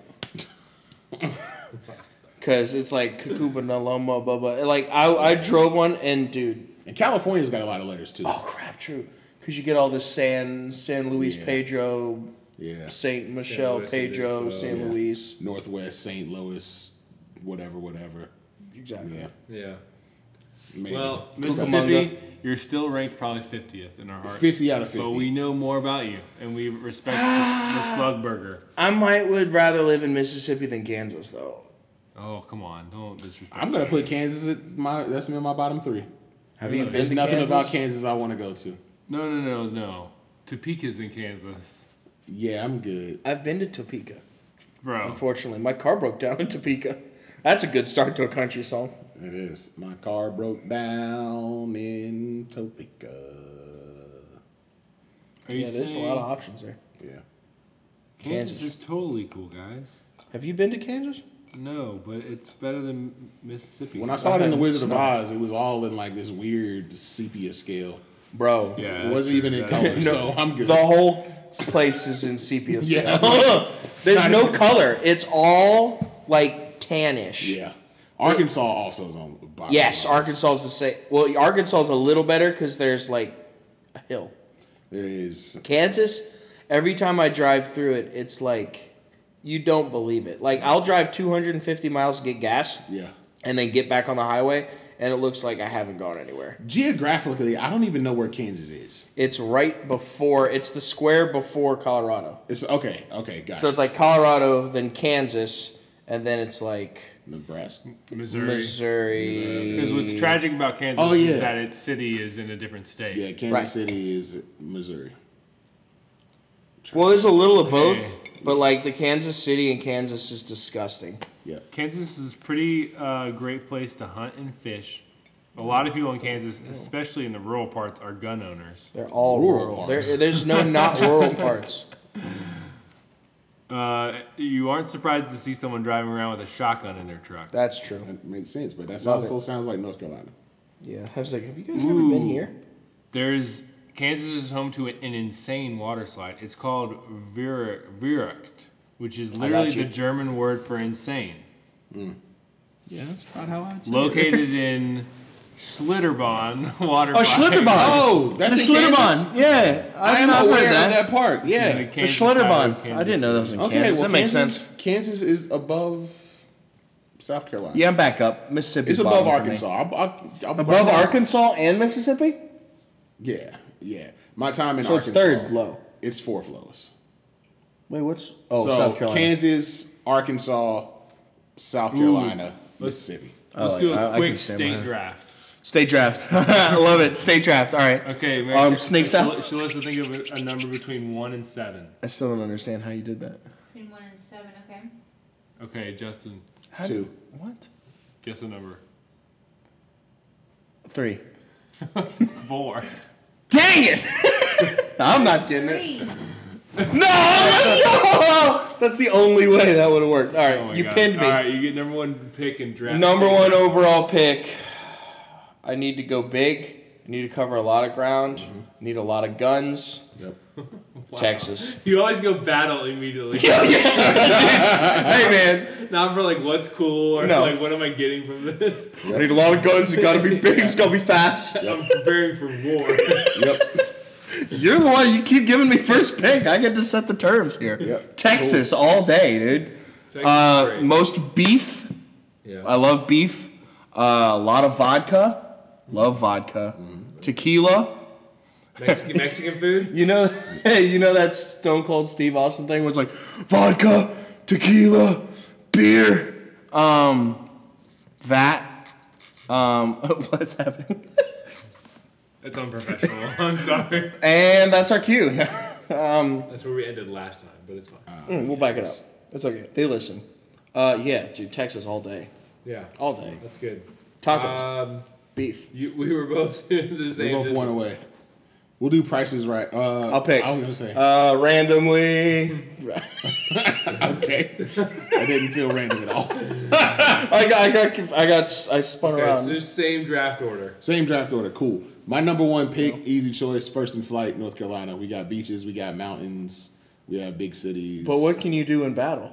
C: Cause it's like Kukuba Naloma Bubba. Like I, I drove one and dude,
A: And California's got a lot of letters too.
C: oh crap, true. Cause you get all this San San Luis
A: Yeah.
C: Pedro,
A: Yeah.
C: Saint Michelle
B: Luis and
C: Pedro,
B: Obispo,
C: San
A: yeah.
C: Luis.
A: Northwest, St. Louis, whatever, whatever.
C: Exactly.
A: Yeah.
B: Yeah.
A: Maybe.
B: Well, Mississippi, you're still ranked probably 50th in our hearts.
A: 50 out of 50.
B: But we know more about you, and we respect the, the slug burger.
C: I might would rather live in Mississippi than Kansas though.
B: Oh, come on. Don't disrespect
A: I'm gonna put Kansas at my. That's me on my bottom three.
C: Have you been
A: There's
C: to
A: nothing
C: Kansas?
A: about Kansas I want to go to.
B: No, no, no, no. Topeka's in Kansas.
A: Yeah, I'm good.
C: I've been to Topeka.
B: Bro.
C: Unfortunately, my car broke down in Topeka. That's a good start to a country song.
A: It is. My car broke down in Topeka.
B: Are you
C: Yeah, there's a
B: saying
C: lot of options there.
A: Yeah.
B: Kansas is totally cool, guys?
C: Have you been to Kansas?
B: No, but it's better than Mississippi.
A: When I saw it in The Wizard of Oz, it was all in like this weird sepia scale.
C: Bro.
B: yeah,
A: It wasn't even in color, so I'm good.
C: The whole place is in sepia.
A: Yeah.
C: scale. There's
A: not
C: no
A: even-
C: color. It's all like tannish.
A: yeah. Arkansas also is on. the bottom
C: Yes,
A: of the list.
C: Arkansas is the same. Well, Arkansas is a little better because there's like a hill.
A: There is
C: Kansas, every time I drive through it, it's like you don't believe it. Like I'll drive 250 miles to get gas
A: yeah.
C: and then get back on the highway, and it looks like I haven't gone anywhere.
A: Geographically, I don't even know where Kansas is.
C: It's right before. It's the square before Colorado.
A: It's okay. Okay, gotcha.
C: So it's like Colorado, then Kansas, and then it's like
A: Nebraska.
B: Missouri.
C: Missouri.
B: Because what's tragic about Kansas
A: Oh, yeah.
B: is that its city is in a different state.
A: Yeah, Kansas
C: Right.
A: City is Missouri.
C: Well, there's a little of
B: Hey.
C: both, but like the Kansas City and Kansas is disgusting.
A: Yeah.
B: Kansas is a pretty uh, great place to hunt and fish. A lot of people in
H: Oh.
B: Kansas, especially in the rural parts, are gun owners.
C: They're all
A: Rural
C: rural.
A: parts.
C: There, there's no not rural parts.
B: Uh, you aren't surprised to see someone driving around with a shotgun in their truck.
C: That's true.
A: That makes sense, but that
C: Love
A: also sounds like North Carolina.
C: Yeah, I was like, have you guys
B: Ooh.
C: ever been here?
B: There's Kansas is home to an insane water slide. It's called Vir- Viracht, which is literally
C: you.
B: the German word for insane.
H: Yeah, that's about how I'd say
B: Located in Schlitterbahn water.
H: Oh, Schlitterbahn.
A: Oh, that's
H: The
A: in Kansas?
H: Schlitterbahn. Yeah,
A: I
H: I've
A: am
H: not
A: aware
H: heard that.
A: of Oh, that park. Yeah.
H: The Schlitterbahn. I didn't know that was in
A: Okay,
H: Kansas.
A: well,
H: that makes
A: Kansas,
H: sense.
A: Kansas is above South Carolina.
H: Yeah, I'm back up. Mississippi.
A: It's above Arkansas. I'll, I'll, I'll
H: Above
A: Arkansas?
H: Arkansas and Mississippi.
A: Yeah, yeah. My time in
H: So it's
A: Arkansas.
H: third low.
A: It's fourth lowest.
H: Wait, what's? Oh,
A: so
H: South Carolina.
A: Kansas, Arkansas, South Carolina, Mississippi.
B: Let's
H: Oh,
B: do
H: I- I
B: a
H: can
B: quick
H: stand
B: state
H: behind.
B: draft.
H: State draft. I love it. State draft. All right.
B: Okay, man.
H: Um, snake style.
B: She lets us think of a number between one and seven.
H: I still don't understand how you did that.
D: Between one and seven, okay?
B: Okay, Justin,
H: How
A: Two.
H: did- what?
B: guess a number.
H: Three.
B: Four.
H: Dang it! I'm not getting it.
D: Three.
H: No, let's go. Oh, That's the only way that would have worked. All right,
B: Oh my
H: you
B: God.
H: pinned me.
B: All right, you get number one pick in draft.
C: Number one overall pick. I need to go big. I need to cover a lot of ground.
H: Mm-hmm.
C: I need a lot of guns.
A: Yep.
C: Texas.
B: You always go battle immediately.
H: Hey man,
B: Not for like what's cool or
H: No.
B: like what am I getting from this.
H: I need a lot of guns. It got to be big. It's got to be fast.
B: I'm preparing for war.
A: Yep.
H: You're the one. You keep giving me first pick. I get to set the terms here.
A: Yep.
H: Texas all day, dude.
B: Texas
H: Uh,
B: break.
H: most beef.
B: yeah.
H: I love beef. Uh, a lot of vodka. Love vodka. Tequila.
B: Mexican, Mexican food.
H: Mm-hmm. You know, hey, you know that Stone Cold Steve Austin thing was like vodka, tequila, beer. Um, that. Um, what's happening?
B: That's unprofessional. I'm sorry.
H: And that's our cue. um,
B: That's where we ended last time, but it's fine.
H: we'll back it up. That's okay.
C: They listen. Uh, yeah, dude, Texas all day.
B: yeah.
C: All day.
B: That's good.
C: Tacos.
B: Um,
C: Beef.
B: you, we were both the
A: We
B: same.
A: both
B: this-
A: one away. We'll do prices right. Uh,
C: I'll pick.
A: I was gonna say
C: Uh, randomly.
A: okay. I didn't feel random at all.
C: I got, I got, conf- I got, s- I spun
B: Okay, so
H: Um,
C: around.
B: just same draft order.
A: Same draft order. Cool. My number one pick, easy choice, first in flight, North Carolina. We got beaches, we got mountains, we have big cities.
C: But what can you do in battle?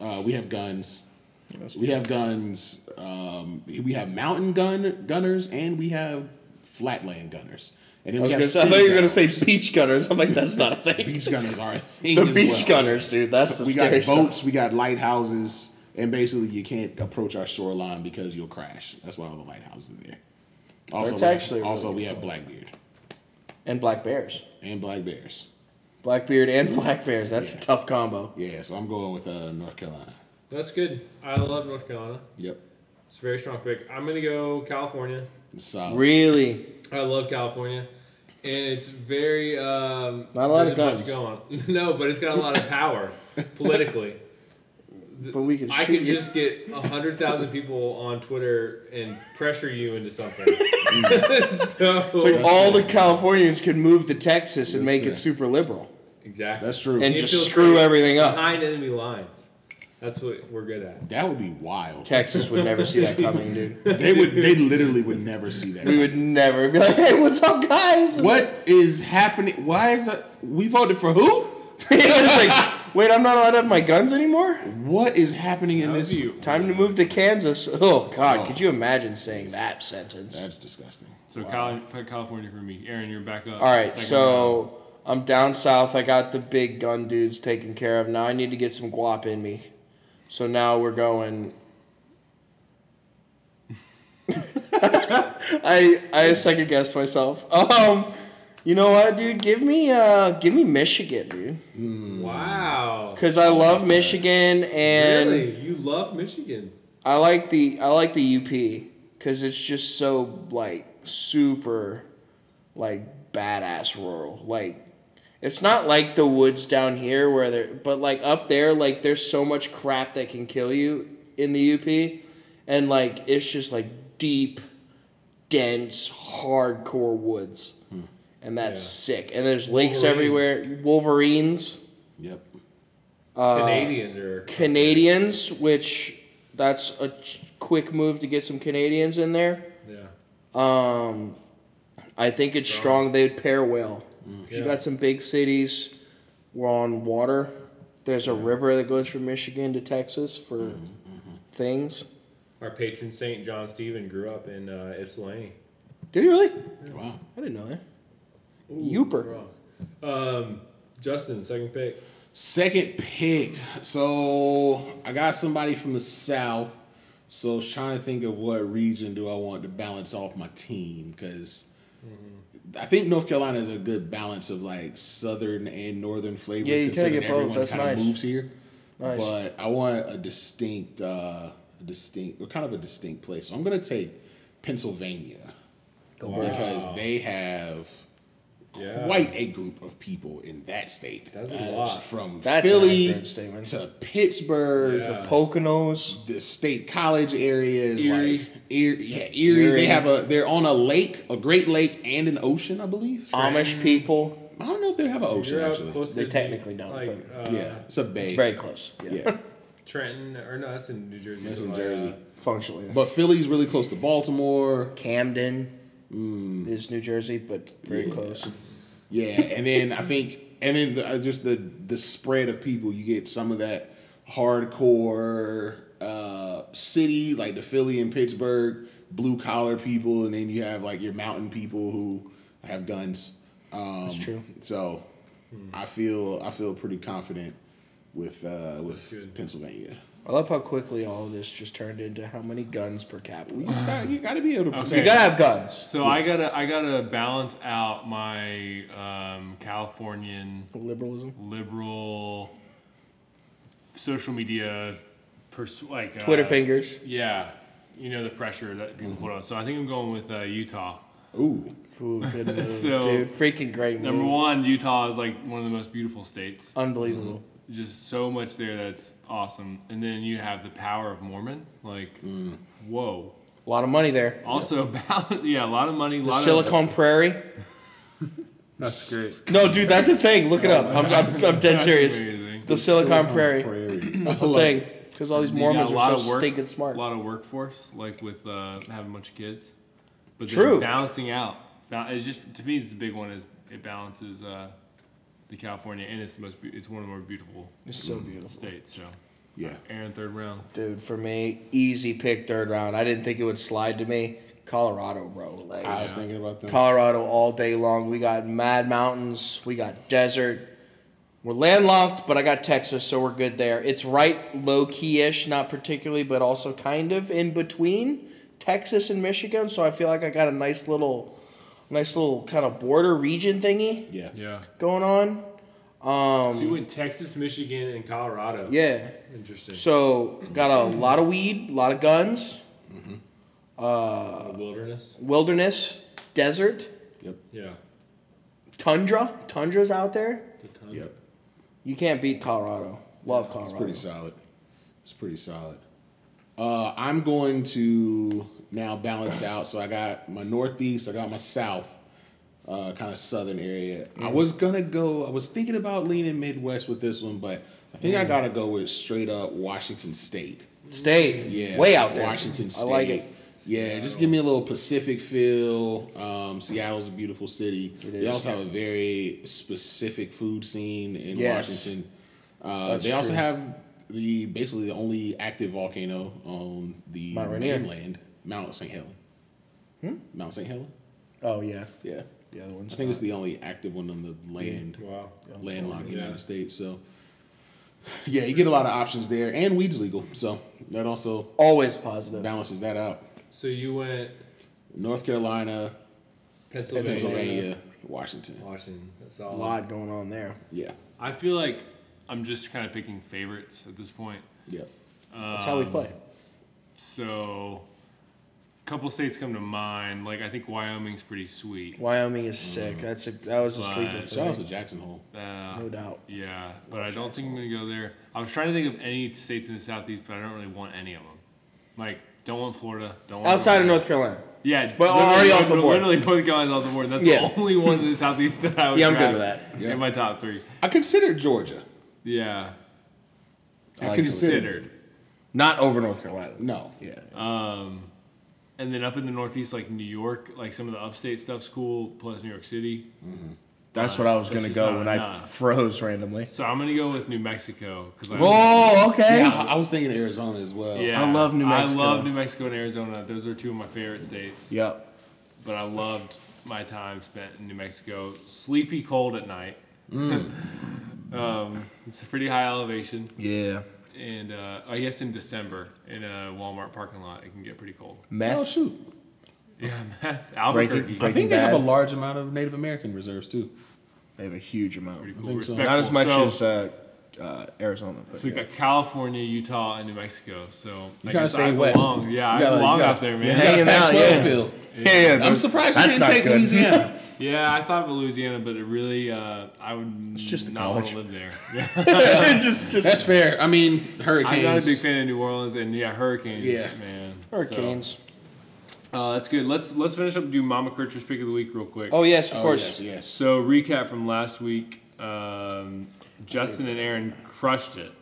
A: Uh, we have guns. We have guns. Um, we have mountain gun gunners, and we have flatland gunners. And then
C: I,
A: we
C: was
A: have
C: gonna say, I
A: city
C: thought you were gonna
A: gunners.
C: say beach gunners. I'm like, that's not a thing.
A: beach gunners are a thing
C: The
A: as
C: beach
A: well.
C: gunners, dude. That's the
A: We got
C: scary
A: boats.
C: stuff.
A: We got lighthouses, and basically you can't approach our shoreline because you'll crash. That's why all the lighthouses are there. Also,
C: That's
A: we-
C: actually really
A: also we have Blackbeard
C: and black bears.
A: and Black Bears.
C: Blackbeard and black bears. That's a tough combo.
A: Yeah, so I'm going with uh, North Carolina.
B: That's good. I love North Carolina.
A: Yep.
B: It's a very strong pick. I'm gonna go California.
A: Solid.
C: Really,
B: I love California, and it's very um,
C: Not a lot
B: there's
C: of
B: much
C: guns.
B: going on. no, but it's got a lot of power politically.
C: but we can
B: I
C: shoot
B: could
C: you.
B: just get hundred thousand people on Twitter and pressure you into something.
C: It's
B: so
C: like all the Californians could move to Texas and
A: That's
C: make
A: fair.
C: it super liberal
B: exactly
A: That's true.
C: and
B: It
C: just
B: feels
C: screw
B: great.
C: everything up.
B: behind enemy lines. That's what we're good at.
A: that would be wild.
C: Texas would never see that coming, dude.
A: They would. They literally would never see that.
C: We would never be like, "Hey, what's up, guys?"
A: What is happening? Why is that? We voted for who?
C: it's like, wait, I'm not allowed to have my guns anymore.
A: What is happening in this?
C: Time to move to Kansas. Oh God, could you imagine saying that sentence?
A: That's disgusting.
B: So Cali- California for me. Aaron, you're back up.
C: All right,
B: Second round.
C: so I'm down south. I got the big gun dudes taken care of. Now I need to get some guap in me. So now we're going. I I second guessed myself. Um, you know what, dude? Give me uh, give me Michigan, dude,
B: wow.
C: because I love Michigan and
B: Oh, Really, you love Michigan.
C: I like the I like the UP because it's just so like super, like badass rural. Like it's not like the woods down here where they're but like up there like there's so much crap that can kill you in the UP, and like it's just like deep, dense, hardcore woods, and that's sick. And there's lakes
B: Hmm. Wolverines.
C: everywhere. Wolverines.
A: Yep.
C: Uh,
B: Canadians are
C: Canadians, which that's a ch- quick move to get some Canadians in there.
B: yeah.
C: Um, I think it's strong. They'd pair well. 'Cause You
B: Yeah.
C: got some big cities. We're on water. There's a river that goes from Michigan to Texas for things.
B: Our patron saint John Stephen grew up in uh, Ypsilanti.
C: Did you really?
A: Wow.
C: I didn't know that. Youper.
B: Um, Justin, second pick.
A: Second pick. So I got somebody from the south. So I was trying to think of what region do I want to balance off my team because I think North Carolina is a good balance of like southern and northern flavor.
C: Yeah, you kinda
A: considering
C: get both.
A: everyone
C: That's
A: kinda
C: nice.
A: Moves here,
C: Nice.
A: but I want a distinct, uh, a distinct, or kind of a distinct place. So I'm gonna take Pennsylvania because they have
B: Yeah.
A: quite a group of people in that state
B: That's a lot.
A: from
C: That's an
A: Philly
C: accurate statement.
A: to Pittsburgh,
B: Yeah.
C: Poconos.
A: the state college areas,
B: Erie.
A: like Erie, yeah, Erie.
C: Erie.
A: They have a they're on a lake, a great lake, and an ocean, I believe.
C: Amish people.
A: I don't know if they have an ocean
B: You're out
A: actually.
B: close
C: They
B: to
C: technically don't,
B: Like, uh,
A: yeah, it's a bay.
C: It's very close. Yeah.
A: yeah,
B: Trenton or no, that's in New Jersey. uh,
A: that's
B: so,
A: in
B: like,
A: Jersey.
C: Functionally.
A: But Philly's really close to Baltimore.
C: Camden is New Jersey, but very close.
A: Yeah, and then I think, and then the, uh, just the the spread of people, you get some of that hardcore uh, city, like the Philly and Pittsburgh, blue collar people, and then you have like your mountain people who have guns. Um, That's
C: true.
A: So I feel I feel pretty confident with uh, with
B: good.
A: Pennsylvania.
C: I love how quickly all of this just turned into how many guns per capita.
A: You just got you got to be able to protect.
C: You gotta have guns.
B: So I gotta I gotta balance out my um, Californian
C: Liberalism.
B: liberal social media pers- like uh,
C: Twitter fingers.
B: Yeah, you know the pressure that people
A: Mm-hmm.
B: put on. So I think I'm going with uh, Utah.
A: Ooh,
C: Ooh, good move,
B: So-
C: dude. Freaking great move.
B: Number one, Utah is like one of the most beautiful states.
C: Unbelievable.
B: Just so much there that's awesome. And then you have the power of Mormon. Like,
C: Mm.
B: whoa.
C: A lot of money there.
B: Also, about yeah, a lot of money.
C: The
B: lot Of,
C: Silicon Prairie.
B: that's great.
C: No, dude, that's a thing. Look it up. I'm, I'm, I'm dead serious.
B: amazing.
C: The Silicon Prairie.
A: That's
C: It's a thing. Because all these
B: You got
C: Mormons
B: a
C: are
B: lot
C: so
B: of work,
C: stinking smart.
B: A lot of workforce, like with uh, having a bunch of kids. But then
C: True.
B: Balancing out. Ba- It's just to me, it's a big one. Is it balances uh, the California and it's the most. be- It's one of the more beautiful
C: It's so beautiful.
B: states. So,
A: Yeah,
B: Aaron, third round.
C: Dude, for me, easy pick third round. I didn't think it would slide to me. Colorado, bro. Like,
A: I was thinking about that.
C: Colorado all day long. We got mad mountains. We got desert. We're landlocked, but I got Texas, so we're good there. It's right low key ish, not particularly, but also kind of in between
I: Texas and Michigan, so I feel like I got a nice little, nice little kind of border region thingy
A: Yeah.
B: Yeah.
I: going on.
B: So you went Texas, Michigan, and Colorado.
I: Yeah.
B: Interesting.
I: So got a lot of weed, a lot of guns, Uh,
B: The wilderness.
I: wilderness, desert,
A: Yep.
B: Yeah.
I: tundra. Tundra's out there.
B: The tundra.
A: Yep.
I: You can't beat Colorado. Love Colorado.
A: It's pretty solid. It's pretty solid. Uh, I'm going to now balance out. So I got my northeast, I got my south, uh, kind of southern area. I was gonna go. I was thinking about leaning Midwest with this one, but I think I gotta go with straight up Washington State.
I: State.
A: Yeah,
I: Way out there.
A: Washington State.
I: I like it.
A: Yeah, just give me a little Pacific feel. Um, Seattle's a beautiful city. They also have a very specific food scene in
I: Yes.
A: Washington. Uh,
I: That's
A: they also
I: true.
A: have the basically the only active volcano on the
I: Mount Rainier.
A: mainland, Mount St. Helens. Hmm? Mount St. Helens.
I: Oh yeah.
A: Yeah,
I: The other
A: I
I: one's
A: think it's the only active one on the land
B: Wow.
A: landlocked
B: Yeah.
A: United States. So, yeah, you get a lot of options there, and weed's legal, so that also
I: always positive.
A: balances that out.
B: So you went
A: North Carolina,
B: Pennsylvania,
A: Pennsylvania, Washington.
B: Washington. That's all.
I: A lot going on there.
A: Yeah,
B: I feel like I'm just kind of picking favorites at this point.
A: yeah.
I: That's how we
E: Um,
I: play.
B: So, a couple states come to mind. Like I think Wyoming's pretty sweet.
I: Wyoming is sick.
E: mm.
I: That's a that was a
B: But-
I: sleeper
A: Shout
I: for
A: out
I: me.
A: to Jackson Hole.
B: Uh,
I: No doubt.
B: yeah, but I don't think I'm gonna go there. I was trying to think of any states in the southeast, but I don't really want any of them. Like, don't want Florida. Don't want
I: Outside of
B: Florida.
I: North Carolina.
B: Yeah,
I: But already
B: literally-
I: off the board.
B: Literally North Carolina's off the board. That's
I: Yeah.
B: the only one in the southeast that I would.
I: Yeah, I'm good
B: grab
I: with that.
A: Yeah.
B: In my top three.
A: I considered Georgia.
B: Yeah,
E: Oh,
A: I,
B: considered.
E: Not over North Carolina.
A: No. Yeah.
B: And then up in the northeast, like New York, like some of the upstate stuff's cool. Plus New York City.
E: That's what I was
B: This
E: gonna
B: is
E: go
B: not-
E: when
B: nah.
E: I froze randomly.
B: So I'm gonna go with New Mexico because I.
E: Oh, okay.
A: Yeah, I I was thinking Arizona as well.
B: Yeah.
E: I love New Mexico.
B: I love New Mexico and Arizona. Those are two of my favorite states.
E: Yep.
B: But I loved my time spent in New Mexico. Sleepy cold at night.
E: Mm.
B: um, it's a pretty high elevation.
E: Yeah.
B: And uh, I guess in December in a Walmart parking lot, it can get pretty cold.
E: Meth.
A: Oh shoot!
B: Yeah, Matt.
E: Breaking-
B: Albuquerque.
A: I
E: breaking-
A: think they have a
E: Bad.
A: large amount of Native American reserves too.
E: They have a huge amount.
B: pretty cool.
A: think so.
B: Respectful.
E: Not as much
B: So-
E: as uh, uh, Arizona. But
B: So we got California, Utah, and New Mexico. So you
A: gotta stay west.
B: Belong. Yeah, I
A: You gotta-
B: belong
A: you gotta-
B: out there,
E: you're
B: man.
E: hanging out,
A: Pac-12
E: yeah.
A: feel.
E: yeah, yeah,
A: I'm
E: those-
A: surprised you
E: that's
A: didn't
E: not
A: take
E: good.
A: Louisiana.
B: Yeah, I thought of Louisiana, but it really, uh, I would
E: just the
B: not want
E: college.
B: to live there.
E: just, just
A: That's fair. I mean,
B: I'm not a big
A: hurricanes.
B: fan of New Orleans, and yeah, hurricanes,
A: Yeah.
B: man.
I: Hurricanes.
B: So, uh, that's good. Let's let's finish up and do Mama Kircher's pick of the week real quick.
I: Oh yes, of
A: Oh,
I: course.
A: yes, yes.
B: So recap from last week. Um, Justin and Aaron crushed it.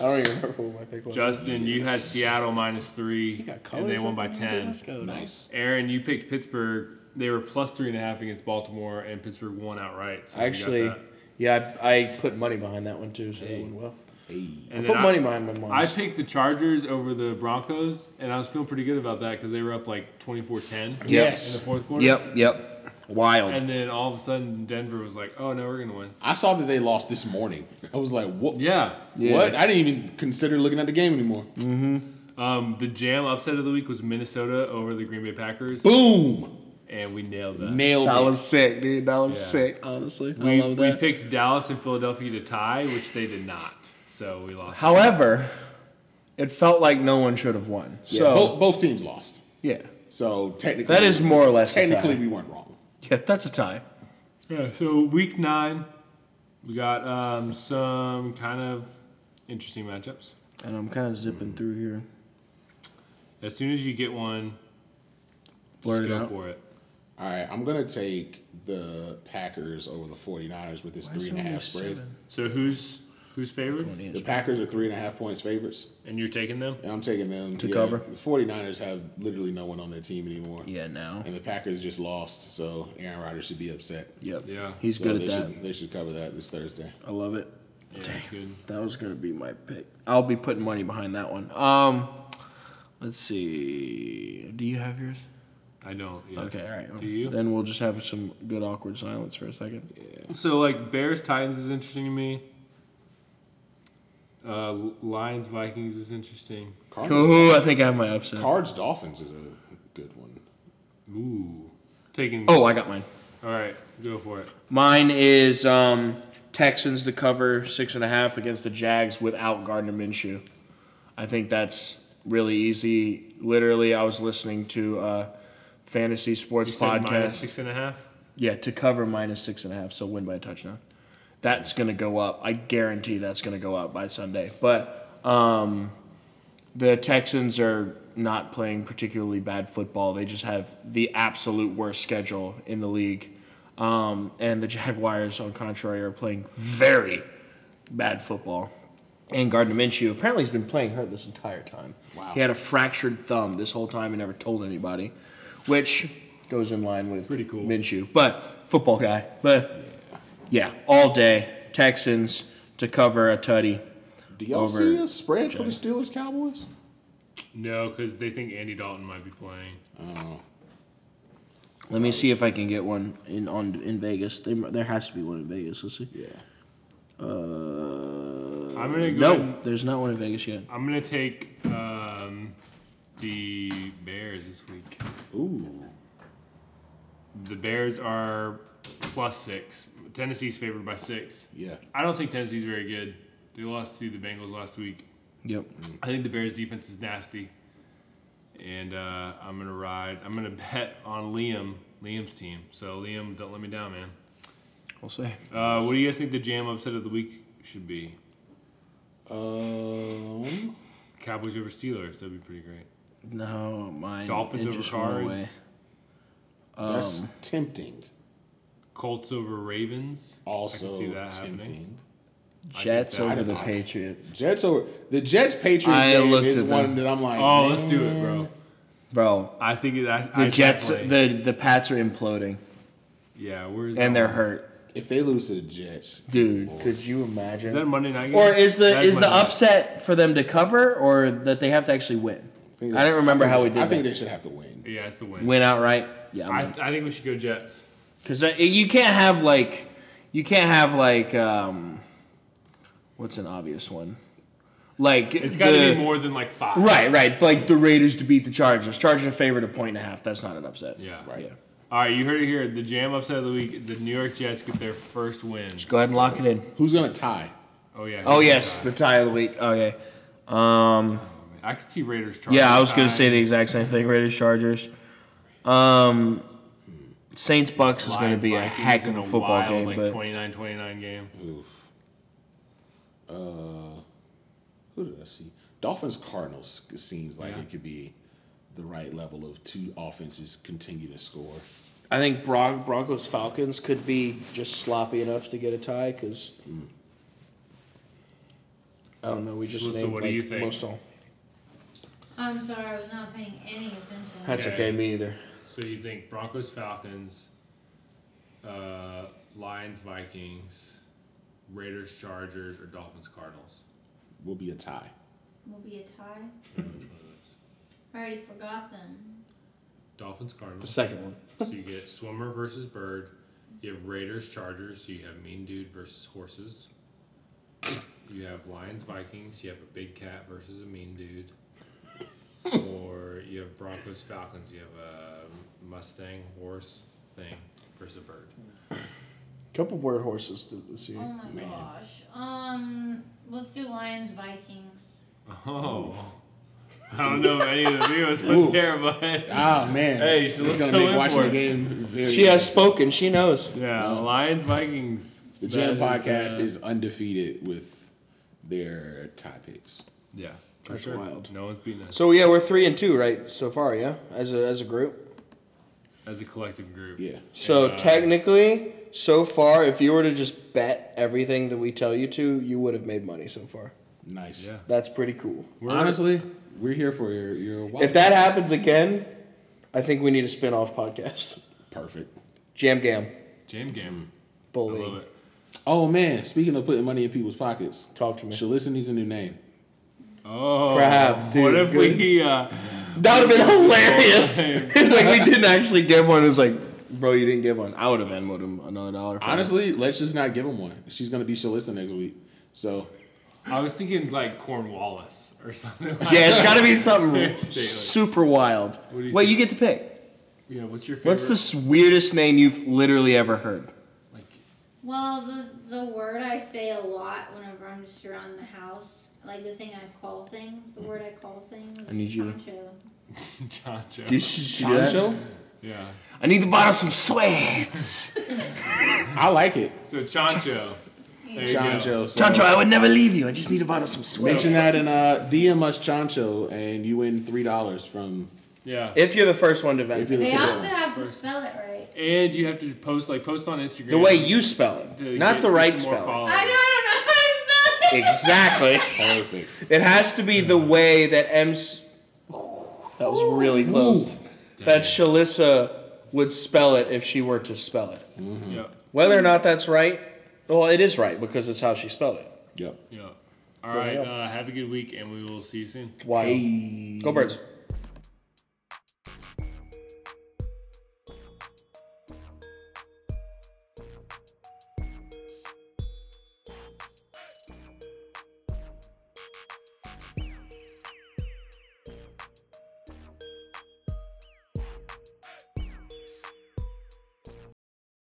I: I don't even remember what my pick was.
B: Justin, you had Seattle minus three, and they won by ten.
A: Nice.
B: Aaron, you picked Pittsburgh. They were plus three and a half against Baltimore, and Pittsburgh won outright. So you got
I: Actually,
B: that.
I: yeah, I, I put money behind that one too, so that went well. I
B: and
I: put
B: then
I: money behind my mom.
B: I picked the Chargers over the Broncos, and I was feeling pretty good about that because they were up like 24-10 in the
A: Yes.
B: fourth quarter.
E: Yep, yep. Wild.
B: And then all of a sudden, Denver was like, "Oh no, we're gonna win."
A: I saw that they lost this morning. I was like, what?
B: Yeah.
A: What? I didn't even consider looking at the game anymore.
B: Um, the jam upset of the week was Minnesota over the Green Bay Packers,
A: Boom!
B: and we nailed that.
A: Nailed
E: that
A: it.
E: was sick, dude. That was
B: Yeah.
E: sick, honestly.
B: we,
E: I love
B: we
E: that.
B: picked Dallas and Philadelphia to tie, which they did not. So we lost.
E: However, it felt like no one should have won.
A: yeah,
E: so,
B: Oh.
A: both, both teams lost.
E: yeah.
A: So technically,
E: That is more or less a
A: technically
E: tie.
A: we weren't wrong.
E: Yeah, that's a tie.
B: Yeah, so week nine, we got um, some kind of interesting matchups.
E: And I'm kind of zipping through here.
B: As soon as you get one,
E: Blurt
B: just
E: it
B: go
E: out.
B: for it.
A: All right, I'm gonna take the Packers over the 49ers with this three and a half spread.
B: So who's who's favored?
A: The Packers are three and a half points favorites,
B: And you're taking them?
A: and I'm taking them
E: To cover.
A: The 49ers have literally no one on their team anymore.
E: Yeah, now.
A: And the Packers just lost, so Aaron Rodgers should be upset.
E: Yep.
B: Yeah.
E: He's
A: So
E: good
A: they
E: at that.
A: should they should cover that this Thursday.
E: I love it.
B: Yeah, that's good.
E: That was gonna be my pick. I'll be putting money behind that one. Um, let's see. Do you have yours?
B: I don't. Yeah.
E: Okay, all right.
B: Do you?
E: Then we'll just have some good awkward silence for a second.
B: So like Bears Titans is interesting to me. Uh, Lions Vikings is interesting.
A: Cards,
C: Ooh, I think I have my upset.
A: Cards Dolphins is a good one.
B: Ooh, taking.
C: Oh, I got mine.
B: all right, go for it.
C: Mine is um, Texans to cover six and a half against the Jags without Gardner Minshew. I think that's really easy. Literally, I was listening to a fantasy sports
B: You said
C: podcast.
B: minus six and a half.
C: Yeah, to cover minus six and a half, so win by a touchdown. That's going to go up. I guarantee that's going to go up by Sunday. But um, the Texans are not playing particularly bad football. They just have the absolute worst schedule in the league. Um, and the Jaguars, on contrary, are playing very bad football. And Gardner Minshew apparently has been playing hurt this entire time.
A: Wow.
C: He had a fractured thumb this whole time and never told anybody, which goes in line with
B: Pretty cool.
C: Minshew, but football guy. But yeah, all day Texans to cover a tutty.
A: Do y'all
C: Over
A: see a spread for the Steelers Cowboys?
B: No, because they think Andy Dalton might be playing.
A: Oh,
C: Let me see if I can get one in on in Vegas. They, there has to be one in Vegas. Let's see.
A: yeah.
C: Uh,
B: I'm gonna go
C: no,
B: ahead and-
C: there's not one in Vegas yet.
B: I'm gonna take um, the Bears this week.
A: Ooh.
B: The Bears are plus six. Tennessee's favored by six.
A: Yeah.
B: I don't think Tennessee's very good. They lost to the Bengals last week.
C: Yep.
B: I think the Bears defense is nasty. And uh, I'm gonna ride. I'm gonna bet on Liam, Liam's team. So Liam, don't let me down, man.
C: We'll see.
B: Uh, what do you guys think the jam upset of the week should be?
A: Um.
B: Cowboys over Steelers. That'd be pretty great.
C: No, mine.
B: Dolphins
C: it
B: over
C: just went away.
B: Cards.
A: That's tempting.
B: Colts over Ravens.
C: Oh,
A: Also
B: I can see that
A: tempting.
B: happening.
C: Jets
B: that.
C: over the
A: I-
C: Patriots.
A: Jets over the Jets Patriots
C: I
A: game
C: looked
A: is
C: at
A: one
C: them.
A: that I'm like,
B: Oh, let's
A: man,
B: do it, bro.
C: Bro,
B: I think that
C: the
B: I
C: Jets,
B: definitely-
C: the the Pats are imploding,
B: yeah, where is that
C: and they're
B: one?
C: hurt,
A: If they lose to the Jets,
C: dude.
A: Lord.
C: Could you
B: Is
C: imagine?
B: that a Monday night? Game?
C: or is the
B: That
C: is the
B: Monday night.
C: upset for them to cover, or that they have to actually win?
A: think
C: I don't remember
A: I think-
C: how we did
A: I think
C: that.
A: they should have to win.
B: Yeah, it's the win.
C: Win outright? Yeah,
B: I, I think we should go Jets.
C: because you can't have like you can't have like um, what's an obvious one? Like
B: It's got to
C: the-
B: be more than like five.
C: Right, right. Like the Raiders to beat the Chargers. Chargers favored a point and a half. That's not an upset.
B: Yeah.
C: Right. Yeah.
B: All right, you heard it here. The jam upset of the week. The New York Jets get their first win.
C: Go ahead and lock it in.
A: Who's gonna tie?
B: Oh yeah.
C: Oh yes, the tie of the week. Okay. Um,
B: I could see Raiders. Chargers.
C: yeah, I was gonna
B: tie.
C: say the exact same thing. Raiders Chargers. Um, Saints Bucks is gonna
B: Lions,
C: be a
B: Vikings
C: heck
B: in
C: of a
B: a
C: football
B: wild,
C: game,
B: Like
C: but
B: 29-29 game.
A: Oof. Uh, who did I see? Dolphins Cardinals seems like
B: Yeah.
A: it could be the right level of two offenses continue to score.
J: I think Bron- Broncos Falcons could be just sloppy enough to get a tie because I don't know. We just
B: Melissa,
J: named
B: what do you
J: like,
B: think?
J: most all.
D: I'm sorry, I was not paying any attention.
J: That's
B: Okay.
J: okay. Me either.
B: So you think Broncos Falcons, uh, Lions Vikings, Raiders Chargers, or Dolphins Cardinals?
A: Will be a tie.
D: Will be a tie.
B: Which one of those?
D: I already forgot them.
B: Dolphins
J: The
B: Cardinals.
J: second one.
B: So you get swimmer versus bird. You have Raiders Chargers. So you have mean dude versus horses. You have Lions Vikings. You have a big cat versus a mean dude. Or you have Broncos Falcons. You have a Mustang horse thing versus a bird.
J: Couple bird horses th- this
D: Oh
J: year.
D: my gosh. Um, let's do Lions Vikings.
B: Oh. I don't know if any of the viewers went
A: Oof.
B: there, but
A: Ah man,
B: Hey, so
A: it's
B: let's
A: gonna
B: go
A: make
B: in
A: watching
B: for
A: the
B: it.
A: game very.
J: She has spoken. She knows.
B: yeah, Lions Vikings.
A: the Jam
B: That
A: Podcast
B: uh,
A: is undefeated with their tie picks.
B: yeah, for
J: That's
B: sure.
J: wild.
B: No one's beaten us
J: So yeah, we're three and two right so far. Yeah, as a as a group.
B: as a collective group.
A: Yeah,
J: So
B: Yeah.
J: technically, so far, if you were to just bet everything that we tell you to, you would have made money so far.
A: nice.
B: Yeah.
J: That's pretty cool.
B: We're-
A: Honestly, we're here for your your.
J: If that happens again, I think we need a spin off podcast.
A: perfect.
J: Jam Gam.
B: Jam game. I
J: Bullying.
B: love it.
A: Oh man, speaking of putting money in people's pockets,
J: Talk to me.
A: Shalissa needs a new name.
B: Oh,
J: Crap, dude,
B: What if
J: good.
B: we? Uh,
C: that would have been hilarious. it's like we didn't actually give one. It's like, bro, you didn't give one. I would have Venmoed him another dollar. For
A: Honestly, let's just not give him one. She's gonna be Shalissa next week. So
B: I was thinking like Cornwallis or something. Like
E: Yeah, it's got to be something
B: Seriously, like-
E: super wild.
B: do you
E: Wait,
B: think?
E: you get to pick.
B: Yeah, what's your favorite?
E: What's the weirdest name you've literally ever heard?
B: Like,
D: Well, the the word I say a lot whenever I'm just around the house, like the thing I call things, the word I call things. I
E: need you to-
D: Poncho.
B: Chancho.
E: You should- should do that.
B: Yeah.
E: I need to borrow some sweats.
A: I like it.
B: So Chancho. There you go.
A: Chancho. So
E: Tantra, I would never leave you. I just need to borrow some sweats.
A: Mention that and uh, DM us Chancho, and you win three dollars from.
B: Yeah.
C: If you're the first one to
A: If
C: vent,
A: you're the
D: They
A: first
D: also
A: one.
D: have to spell it right.
B: And you have to post like post on Instagram.
C: the way you spell
B: to
C: it, not
B: get-
C: the
B: get
C: right
B: some more
C: spelling.
B: followers.
D: I know I don't know how to spell it.
C: Exactly.
A: Perfect.
C: It has to be the way that M's. That was really close. That Shalissa would spell it if she were to spell it.
B: Yep.
C: Whether or not that's right, well, it is right because it's how she spelled it.
A: Yep.
B: Yep. All right.
C: hell.
B: Uh, have a good week, and we will see you soon.
C: Why? Go birds.